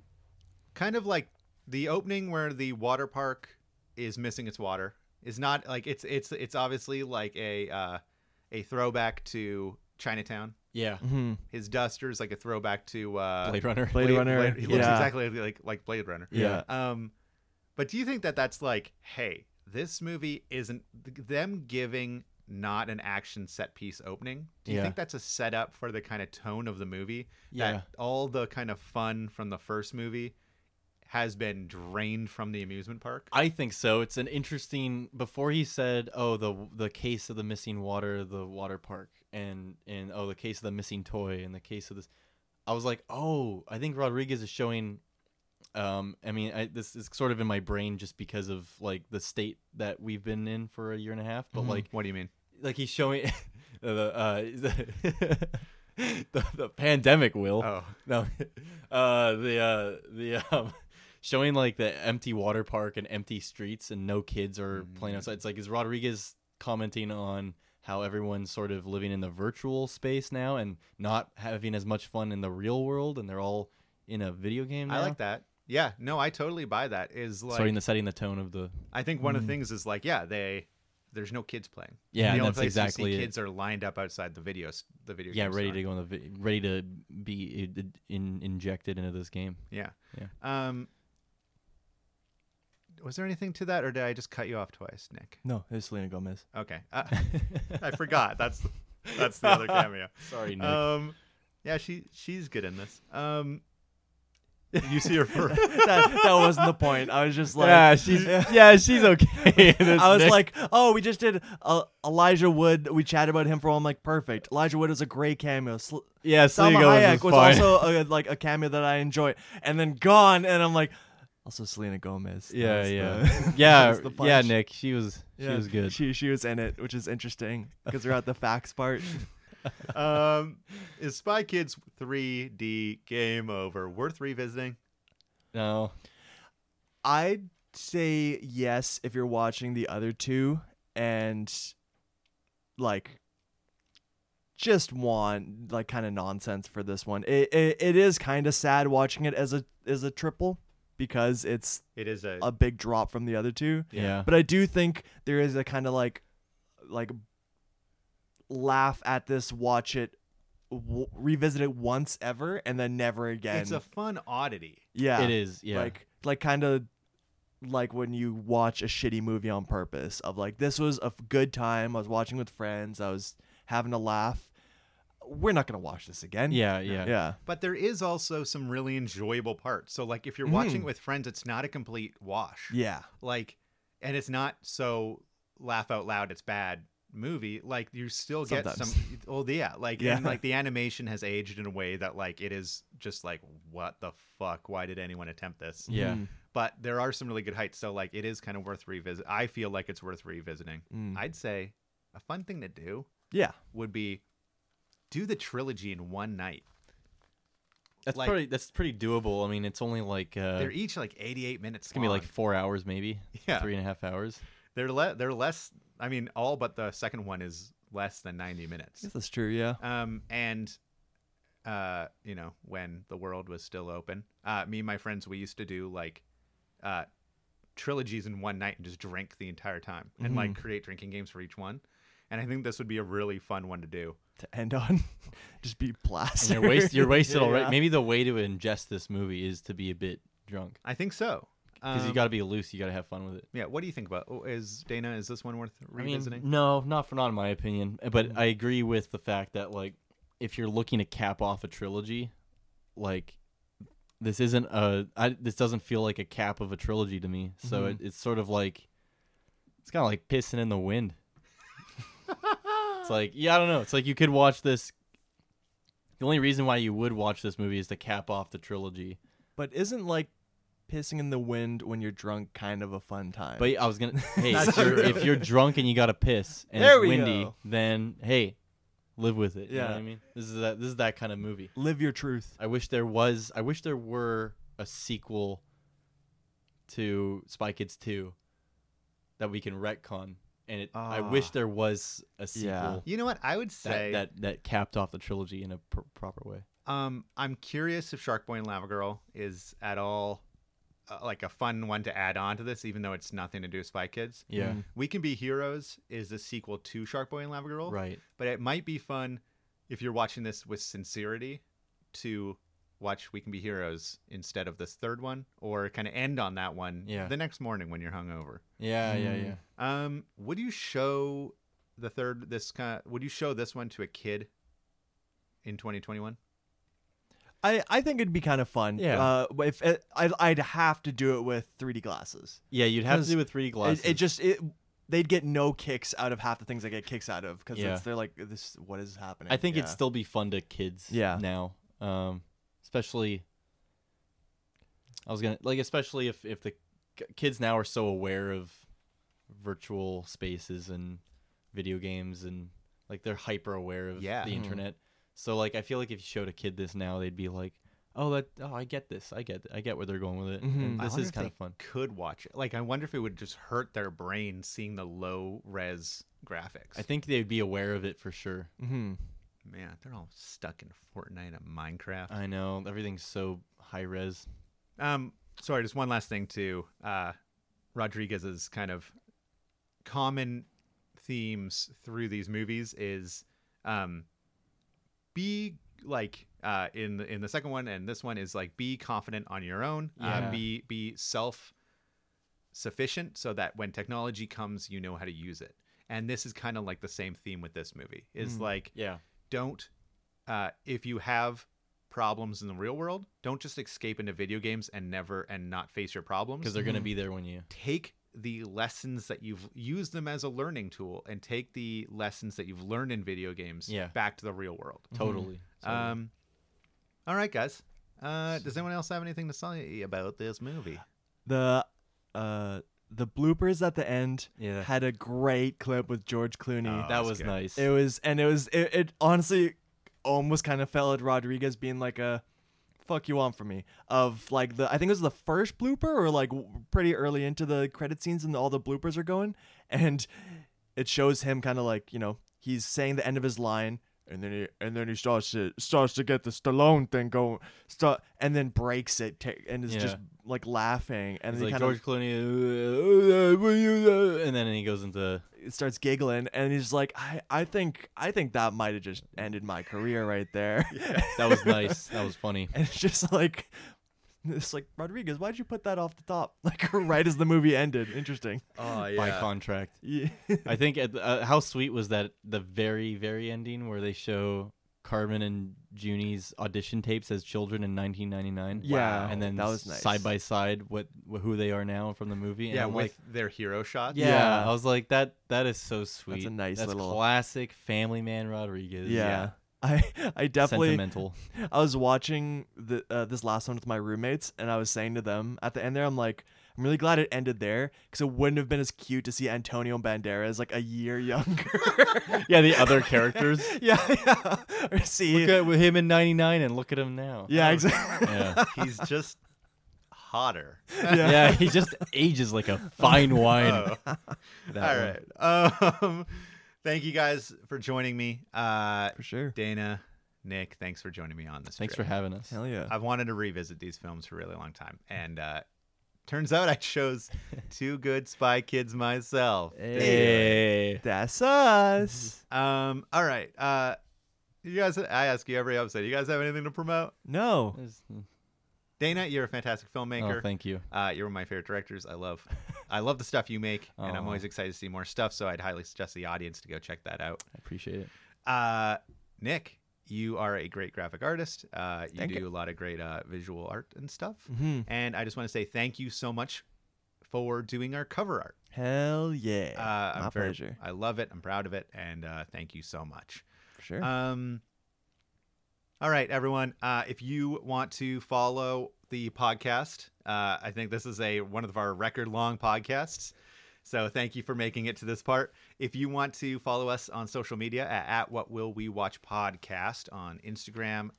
[SPEAKER 1] kind of like the opening where the water park is missing its water is not like it's it's it's obviously like a uh, a throwback to Chinatown.
[SPEAKER 9] Yeah.
[SPEAKER 1] His duster is like a throwback to uh,
[SPEAKER 9] Blade Runner.
[SPEAKER 10] Blade Runner.
[SPEAKER 1] Blade- he looks
[SPEAKER 10] yeah.
[SPEAKER 1] exactly like like Blade Runner.
[SPEAKER 10] Yeah.
[SPEAKER 1] Um, but do you think that that's like, hey, this movie isn't them giving not an action set piece opening? Do you
[SPEAKER 9] Yeah.
[SPEAKER 1] think that's a setup for the kind of tone of the movie?
[SPEAKER 9] Yeah.
[SPEAKER 1] That all the kind of fun from the first movie has been drained from the amusement park?
[SPEAKER 9] I think so. It's an interesting. Before he said, "Oh, the the case of the missing water, the water park, and and oh, the case of the missing toy, and the case of this," I was like, "Oh, I think Rodriguez is showing." Um, I mean, I, this is sort of in my brain just because of like the state that we've been in for a year and a half.
[SPEAKER 10] Mm-hmm.
[SPEAKER 9] But like,
[SPEAKER 1] what do you mean?
[SPEAKER 9] like he's showing [LAUGHS] the uh, [LAUGHS] the, Oh. [LAUGHS] the the pandemic will
[SPEAKER 1] Oh.
[SPEAKER 9] no uh the uh the um [LAUGHS] showing like the empty water park and empty streets and no kids are
[SPEAKER 1] Mm-hmm.
[SPEAKER 9] playing outside. It's like is Rodriguez commenting on how everyone's sort of living in the virtual space now and not having as much fun in the real world and they're all in a video game.
[SPEAKER 1] I
[SPEAKER 9] now?
[SPEAKER 1] like that. Yeah, no, I totally buy that. Is like
[SPEAKER 9] Starting the setting the tone of the
[SPEAKER 1] I think one of the things is like, yeah, they there's no kids playing.
[SPEAKER 9] Mm. Yeah,
[SPEAKER 1] the
[SPEAKER 9] and
[SPEAKER 1] only
[SPEAKER 9] that's
[SPEAKER 1] place
[SPEAKER 9] exactly
[SPEAKER 1] you
[SPEAKER 9] it.
[SPEAKER 1] see kids are lined up outside the video s- the video.
[SPEAKER 9] yeah
[SPEAKER 1] game
[SPEAKER 9] ready
[SPEAKER 1] store.
[SPEAKER 9] to go in the vi- ready to be i- i- in, injected into this game.
[SPEAKER 1] Yeah. Um, was there anything to that, or did I just cut you off twice, Nick?
[SPEAKER 10] No, it was Selena Gomez.
[SPEAKER 1] Okay,
[SPEAKER 9] [LAUGHS]
[SPEAKER 1] uh, I forgot. That's that's the other cameo.
[SPEAKER 9] Sorry, [LAUGHS] Nick.
[SPEAKER 1] Um, yeah, she she's good in this. Um, you see her
[SPEAKER 9] [LAUGHS]
[SPEAKER 1] first.
[SPEAKER 10] That, that wasn't the point. I was just like,
[SPEAKER 9] yeah, she's yeah,
[SPEAKER 10] [LAUGHS]
[SPEAKER 9] she's okay.
[SPEAKER 10] I was like, oh, we just did uh, Elijah Wood. We chatted about him for a while. I'm like, perfect. Elijah Wood is a great cameo. Sl-
[SPEAKER 9] yeah,
[SPEAKER 10] Salma
[SPEAKER 9] Selena Gomez
[SPEAKER 10] Hayek was
[SPEAKER 9] was fine.
[SPEAKER 10] also a, like a cameo that I enjoy, and then gone, and I'm like, also Selena Gomez. That
[SPEAKER 9] yeah,
[SPEAKER 10] was
[SPEAKER 9] yeah,
[SPEAKER 10] [LAUGHS] the-
[SPEAKER 9] yeah,
[SPEAKER 10] that was the
[SPEAKER 9] yeah.
[SPEAKER 10] punch.
[SPEAKER 9] Nick, she was she
[SPEAKER 10] Yeah,
[SPEAKER 9] was good.
[SPEAKER 10] She she was in it, which is interesting because we're at the facts
[SPEAKER 9] [LAUGHS]
[SPEAKER 10] part.
[SPEAKER 1] Um, is Spy Kids 3D game over? Worth revisiting?
[SPEAKER 9] no,
[SPEAKER 10] I'd say yes if you're watching the other two and like just want like kind of nonsense for this one. It it, it is kind of sad watching it as a as a triple because it's
[SPEAKER 1] It is a
[SPEAKER 10] a big drop from the other two.
[SPEAKER 9] yeah,
[SPEAKER 10] But I do think there is a kind of like like laugh at this, watch it, w- revisit it once ever and then never again.
[SPEAKER 1] it's a fun oddity.
[SPEAKER 10] yeah.
[SPEAKER 9] it is. Yeah,
[SPEAKER 10] Like like kind of like when you watch a shitty movie on purpose of like this was a f- good time. I was watching with friends. I was having a laugh. We're not going to watch this again.
[SPEAKER 9] yeah, yeah,
[SPEAKER 10] Yeah.
[SPEAKER 1] But there is also some really enjoyable parts. So like if you're watching it with friends, it's not a complete wash.
[SPEAKER 10] Mm. Yeah.
[SPEAKER 1] Like and it's not so laugh out loud it's bad movie. Like you still get some
[SPEAKER 10] Sometimes.
[SPEAKER 1] oh yeah. Like
[SPEAKER 10] Yeah.
[SPEAKER 1] and like the animation has aged in a way that like it is just like what the fuck? Why did anyone attempt this?
[SPEAKER 9] yeah.
[SPEAKER 1] But there are some really good heights. So like it is kind of worth revisit I feel like it's worth revisiting.
[SPEAKER 10] Mm.
[SPEAKER 1] I'd say a fun thing to do
[SPEAKER 10] Yeah.
[SPEAKER 1] would be do the trilogy in one night.
[SPEAKER 9] That's
[SPEAKER 1] Like-
[SPEAKER 9] pretty. That's pretty doable. I mean, it's only like uh,
[SPEAKER 1] They're
[SPEAKER 9] it's
[SPEAKER 1] each like 88 minutes. It's
[SPEAKER 9] gonna be like four hours, maybe.
[SPEAKER 1] Yeah.
[SPEAKER 9] three and a half hours.
[SPEAKER 1] They're le- they're less. I mean, all but the second one is less than ninety minutes.
[SPEAKER 10] Yes, that's true. Yeah.
[SPEAKER 1] Um, and uh, you know, when the world was still open, uh, me and my friends we used to do like uh trilogies in one night and just drink the entire time and like
[SPEAKER 9] Mm-hmm.
[SPEAKER 1] create drinking games for each one. And I think this would be a really fun one to do.
[SPEAKER 10] To end on [LAUGHS] just be
[SPEAKER 9] And
[SPEAKER 10] blasted.
[SPEAKER 9] you're wasted.
[SPEAKER 1] [LAUGHS]
[SPEAKER 9] You're wasted already.
[SPEAKER 10] Yeah.
[SPEAKER 9] Maybe the way to ingest this movie is to be a bit drunk
[SPEAKER 1] I think so.
[SPEAKER 9] because
[SPEAKER 1] Um,
[SPEAKER 9] you got to be loose. You got to have fun with it.
[SPEAKER 1] yeah. What do you think about? oh, Is Dana? Is this one worth
[SPEAKER 9] I mean,
[SPEAKER 1] revisiting?
[SPEAKER 9] no, not for not in my opinion, eh, but I agree with the fact that like if you're looking to cap off a trilogy, like this isn't a I, this doesn't feel like a cap of a trilogy to me. So it, it's sort of like it's kind of like pissing in the wind. [LAUGHS] it's like yeah, I don't know. It's like you could watch this. The only reason why you would watch this movie is to cap off the trilogy.
[SPEAKER 10] But isn't like pissing in the wind when you're drunk kind of a fun time?
[SPEAKER 9] But I
[SPEAKER 10] [LAUGHS]
[SPEAKER 9] was gonna. Hey, if
[SPEAKER 1] That's
[SPEAKER 9] you're,
[SPEAKER 1] true.
[SPEAKER 9] if you're drunk and you gotta piss and
[SPEAKER 10] There
[SPEAKER 9] it's
[SPEAKER 10] we
[SPEAKER 9] windy,
[SPEAKER 10] go.
[SPEAKER 9] then hey, live with it. You know
[SPEAKER 10] Yeah.
[SPEAKER 9] what I mean, this is that. This is that kind of movie.
[SPEAKER 10] live your truth.
[SPEAKER 9] I wish there was. I wish there were a sequel to Spy Kids Two that we can retcon. And it, I wish
[SPEAKER 1] Ah.
[SPEAKER 9] there was a sequel
[SPEAKER 10] Yeah.
[SPEAKER 1] You know what? I would say
[SPEAKER 9] that, that that capped off the trilogy in a pr- proper way.
[SPEAKER 1] Um, I'm curious if Shark Boy and Lava Girl is at all uh, like a fun one to add on to this, even though it's nothing to do with Spy Kids.
[SPEAKER 9] Yeah.
[SPEAKER 1] We Can Be Heroes is a sequel to Shark Boy and Lava Girl,
[SPEAKER 9] Right.
[SPEAKER 1] But it might be fun if you're watching this with sincerity to watch We Can Be Heroes instead of this third one, or kind of end on that one
[SPEAKER 9] Yeah.
[SPEAKER 1] the next morning when you're hungover.
[SPEAKER 9] Yeah. Yeah. Yeah.
[SPEAKER 1] Um, would you show the third this kind? Of, would you show this one to a kid in 2021?
[SPEAKER 10] I, I think it'd be kind of fun.
[SPEAKER 9] Yeah.
[SPEAKER 10] Uh, but if it, I, I'd have to do it with 3D glasses.
[SPEAKER 9] Yeah. You'd have to
[SPEAKER 10] 'Cause
[SPEAKER 9] do with three glasses.
[SPEAKER 10] It, it just it they'd get no kicks out of half the things I get kicks out of because
[SPEAKER 9] Yeah.
[SPEAKER 10] they're like this. What is happening?
[SPEAKER 9] I think
[SPEAKER 10] yeah.
[SPEAKER 9] it'd still be fun to kids.
[SPEAKER 10] Yeah.
[SPEAKER 9] Now, um, especially, I was gonna like, especially if if the k- kids now are so aware of virtual spaces and video games and like they're hyper aware of
[SPEAKER 1] Yeah.
[SPEAKER 9] the
[SPEAKER 1] Mhm.
[SPEAKER 9] internet. So like, I feel like if you showed a kid this now, they'd be like, oh that oh I get this I get I get where they're going with it. And
[SPEAKER 1] I
[SPEAKER 9] this
[SPEAKER 1] wonder
[SPEAKER 9] is
[SPEAKER 1] if
[SPEAKER 9] kind
[SPEAKER 1] they
[SPEAKER 9] of fun.
[SPEAKER 1] Could watch it. Like I wonder if it would just hurt their brain seeing the low res graphics.
[SPEAKER 9] I think they'd be aware of it for sure.
[SPEAKER 1] Mm-hmm. man, they're all stuck in Fortnite and Minecraft.
[SPEAKER 9] I know everything's so high res.
[SPEAKER 1] Um, sorry, just one last thing too. Uh, Rodriguez's kind of common themes through these movies is um, be like uh, in the, in the second one and this one is like be confident on your own. Uh,
[SPEAKER 9] Yeah.
[SPEAKER 1] be be self sufficient so that when technology comes, you know how to use it. And this is kind of like the same theme with this movie. Is like
[SPEAKER 9] Yeah.
[SPEAKER 1] don't uh, if you have problems in the real world don't just escape into video games and never and not face your problems
[SPEAKER 9] Because they're gonna be there when you.
[SPEAKER 1] take the lessons that you've used them as a learning tool and take the lessons that you've learned in video games
[SPEAKER 9] Yeah. Mhm.
[SPEAKER 1] back to the real world
[SPEAKER 9] Totally.
[SPEAKER 1] um all right guys uh does anyone else have anything to say about this movie
[SPEAKER 10] The uh the bloopers at the end
[SPEAKER 9] Yeah.
[SPEAKER 10] had a great clip with George Clooney.
[SPEAKER 9] that was nice.
[SPEAKER 10] It was, and it was, it, it honestly almost kind of felt at Rodriguez being like a fuck you want from me of like the I think it was the first blooper or like w- pretty early into the credit scenes and all the bloopers are going and it shows him kind of like you know he's saying the end of his line and then he and then he starts to starts to get the Stallone thing going start and then breaks it ta- and is just like laughing and then
[SPEAKER 9] It's
[SPEAKER 10] he
[SPEAKER 9] like
[SPEAKER 10] kind
[SPEAKER 9] George uh,
[SPEAKER 10] of
[SPEAKER 9] Clooney, uh," and then he goes into
[SPEAKER 10] it starts giggling and he's like I, I think I think that might have just ended my career right there.
[SPEAKER 1] [LAUGHS]
[SPEAKER 9] [LAUGHS] that was nice. That was funny.
[SPEAKER 10] And it's just like it's like Rodriguez, why'd you put that off the top? [LAUGHS] Like right as the movie ended. Interesting.
[SPEAKER 1] oh
[SPEAKER 9] By contract,
[SPEAKER 10] Yeah.
[SPEAKER 9] I think. At the, uh, how sweet was that? The very, very ending where they show Carmen and Junie's audition tapes as children in 1999.
[SPEAKER 10] Yeah,
[SPEAKER 9] and then
[SPEAKER 10] that was nice.
[SPEAKER 9] side by side what wh- who they are now from the movie. And
[SPEAKER 1] yeah
[SPEAKER 9] I'm
[SPEAKER 1] with
[SPEAKER 9] like,
[SPEAKER 1] their hero shots
[SPEAKER 9] yeah,
[SPEAKER 10] Yeah.
[SPEAKER 9] I was like that. That is so sweet.
[SPEAKER 10] nice
[SPEAKER 9] That's
[SPEAKER 10] little-
[SPEAKER 9] classic family man Rodriguez.
[SPEAKER 10] yeah. [LAUGHS] I I definitely
[SPEAKER 9] Sentimental.
[SPEAKER 10] [LAUGHS] I was watching the uh, this last one with my roommates, and I was saying to them at the end there, I'm like, I'm really glad it ended there because it wouldn't have been as cute to see Antonio Banderas like a year [LAUGHS] younger.
[SPEAKER 9] [LAUGHS] yeah, the other characters.
[SPEAKER 10] [LAUGHS] yeah, yeah. Or see,
[SPEAKER 9] Look at him in '99 and look at him now.
[SPEAKER 10] yeah, exactly. [LAUGHS]
[SPEAKER 9] Yeah.
[SPEAKER 1] he's just hotter
[SPEAKER 9] yeah. he just ages like a
[SPEAKER 10] [LAUGHS]
[SPEAKER 9] fine wine.
[SPEAKER 1] All right. [LAUGHS] Um, thank you guys for joining me. Uh,
[SPEAKER 10] For sure.
[SPEAKER 1] Dana, Nick, thanks for joining me on this.
[SPEAKER 9] Thanks for
[SPEAKER 1] trip.
[SPEAKER 9] having us.
[SPEAKER 10] Hell yeah.
[SPEAKER 1] I've wanted to revisit these films for a really long time, and uh, turns out I
[SPEAKER 9] [LAUGHS]
[SPEAKER 1] chose two good Spy Kids myself.
[SPEAKER 9] Hey.
[SPEAKER 10] That's
[SPEAKER 9] [LAUGHS]
[SPEAKER 10] us.
[SPEAKER 1] Um, all right. Uh, you guys, I ask you every episode. You guys have anything to promote?
[SPEAKER 10] No.
[SPEAKER 1] Dana, you're a fantastic filmmaker.
[SPEAKER 9] Oh, thank you.
[SPEAKER 1] Uh, you're one of my favorite directors. I love, I love the stuff you make, and I'm
[SPEAKER 9] [LAUGHS] Aw.
[SPEAKER 1] always excited to see more stuff. So I'd highly suggest the audience to go check that out.
[SPEAKER 9] I appreciate it.
[SPEAKER 1] Uh, Nick, you are a great graphic artist. Uh, you
[SPEAKER 10] Thank
[SPEAKER 1] do
[SPEAKER 10] you. Mm-hmm.
[SPEAKER 1] a lot of great uh, visual art and stuff. And I just want to say thank you so much for doing our cover art.
[SPEAKER 10] Hell yeah.
[SPEAKER 1] Uh,
[SPEAKER 10] my
[SPEAKER 1] I'm very-
[SPEAKER 10] pleasure.
[SPEAKER 1] I love it. I'm proud of it, and uh, thank you so much.
[SPEAKER 10] For sure.
[SPEAKER 1] Um, all right, everyone. Uh, if you want to follow the podcast, uh, I think this is a one of our record long podcasts. So thank you for making it to this part. If you want to follow us on social media at, at What Will We Watch Podcast on Instagram,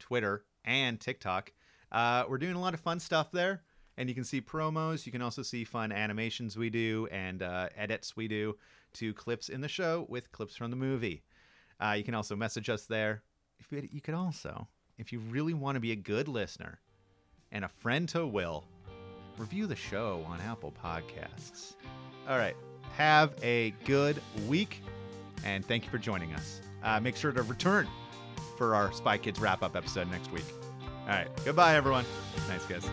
[SPEAKER 1] Twitter, and TikTok, uh, we're doing a lot of fun stuff there. And you can see promos. You can also see fun animations we do and uh, edits we do to clips in the show with clips from the movie. Uh, you can also message us there. If you, you could also, if you really want to be a good listener and a friend to Will, review the show on Apple Podcasts. All right. Have a good week, and thank you for joining us. Uh, make sure to return for our Spy Kids wrap up episode next week. All right. Goodbye, everyone. Thanks, guys.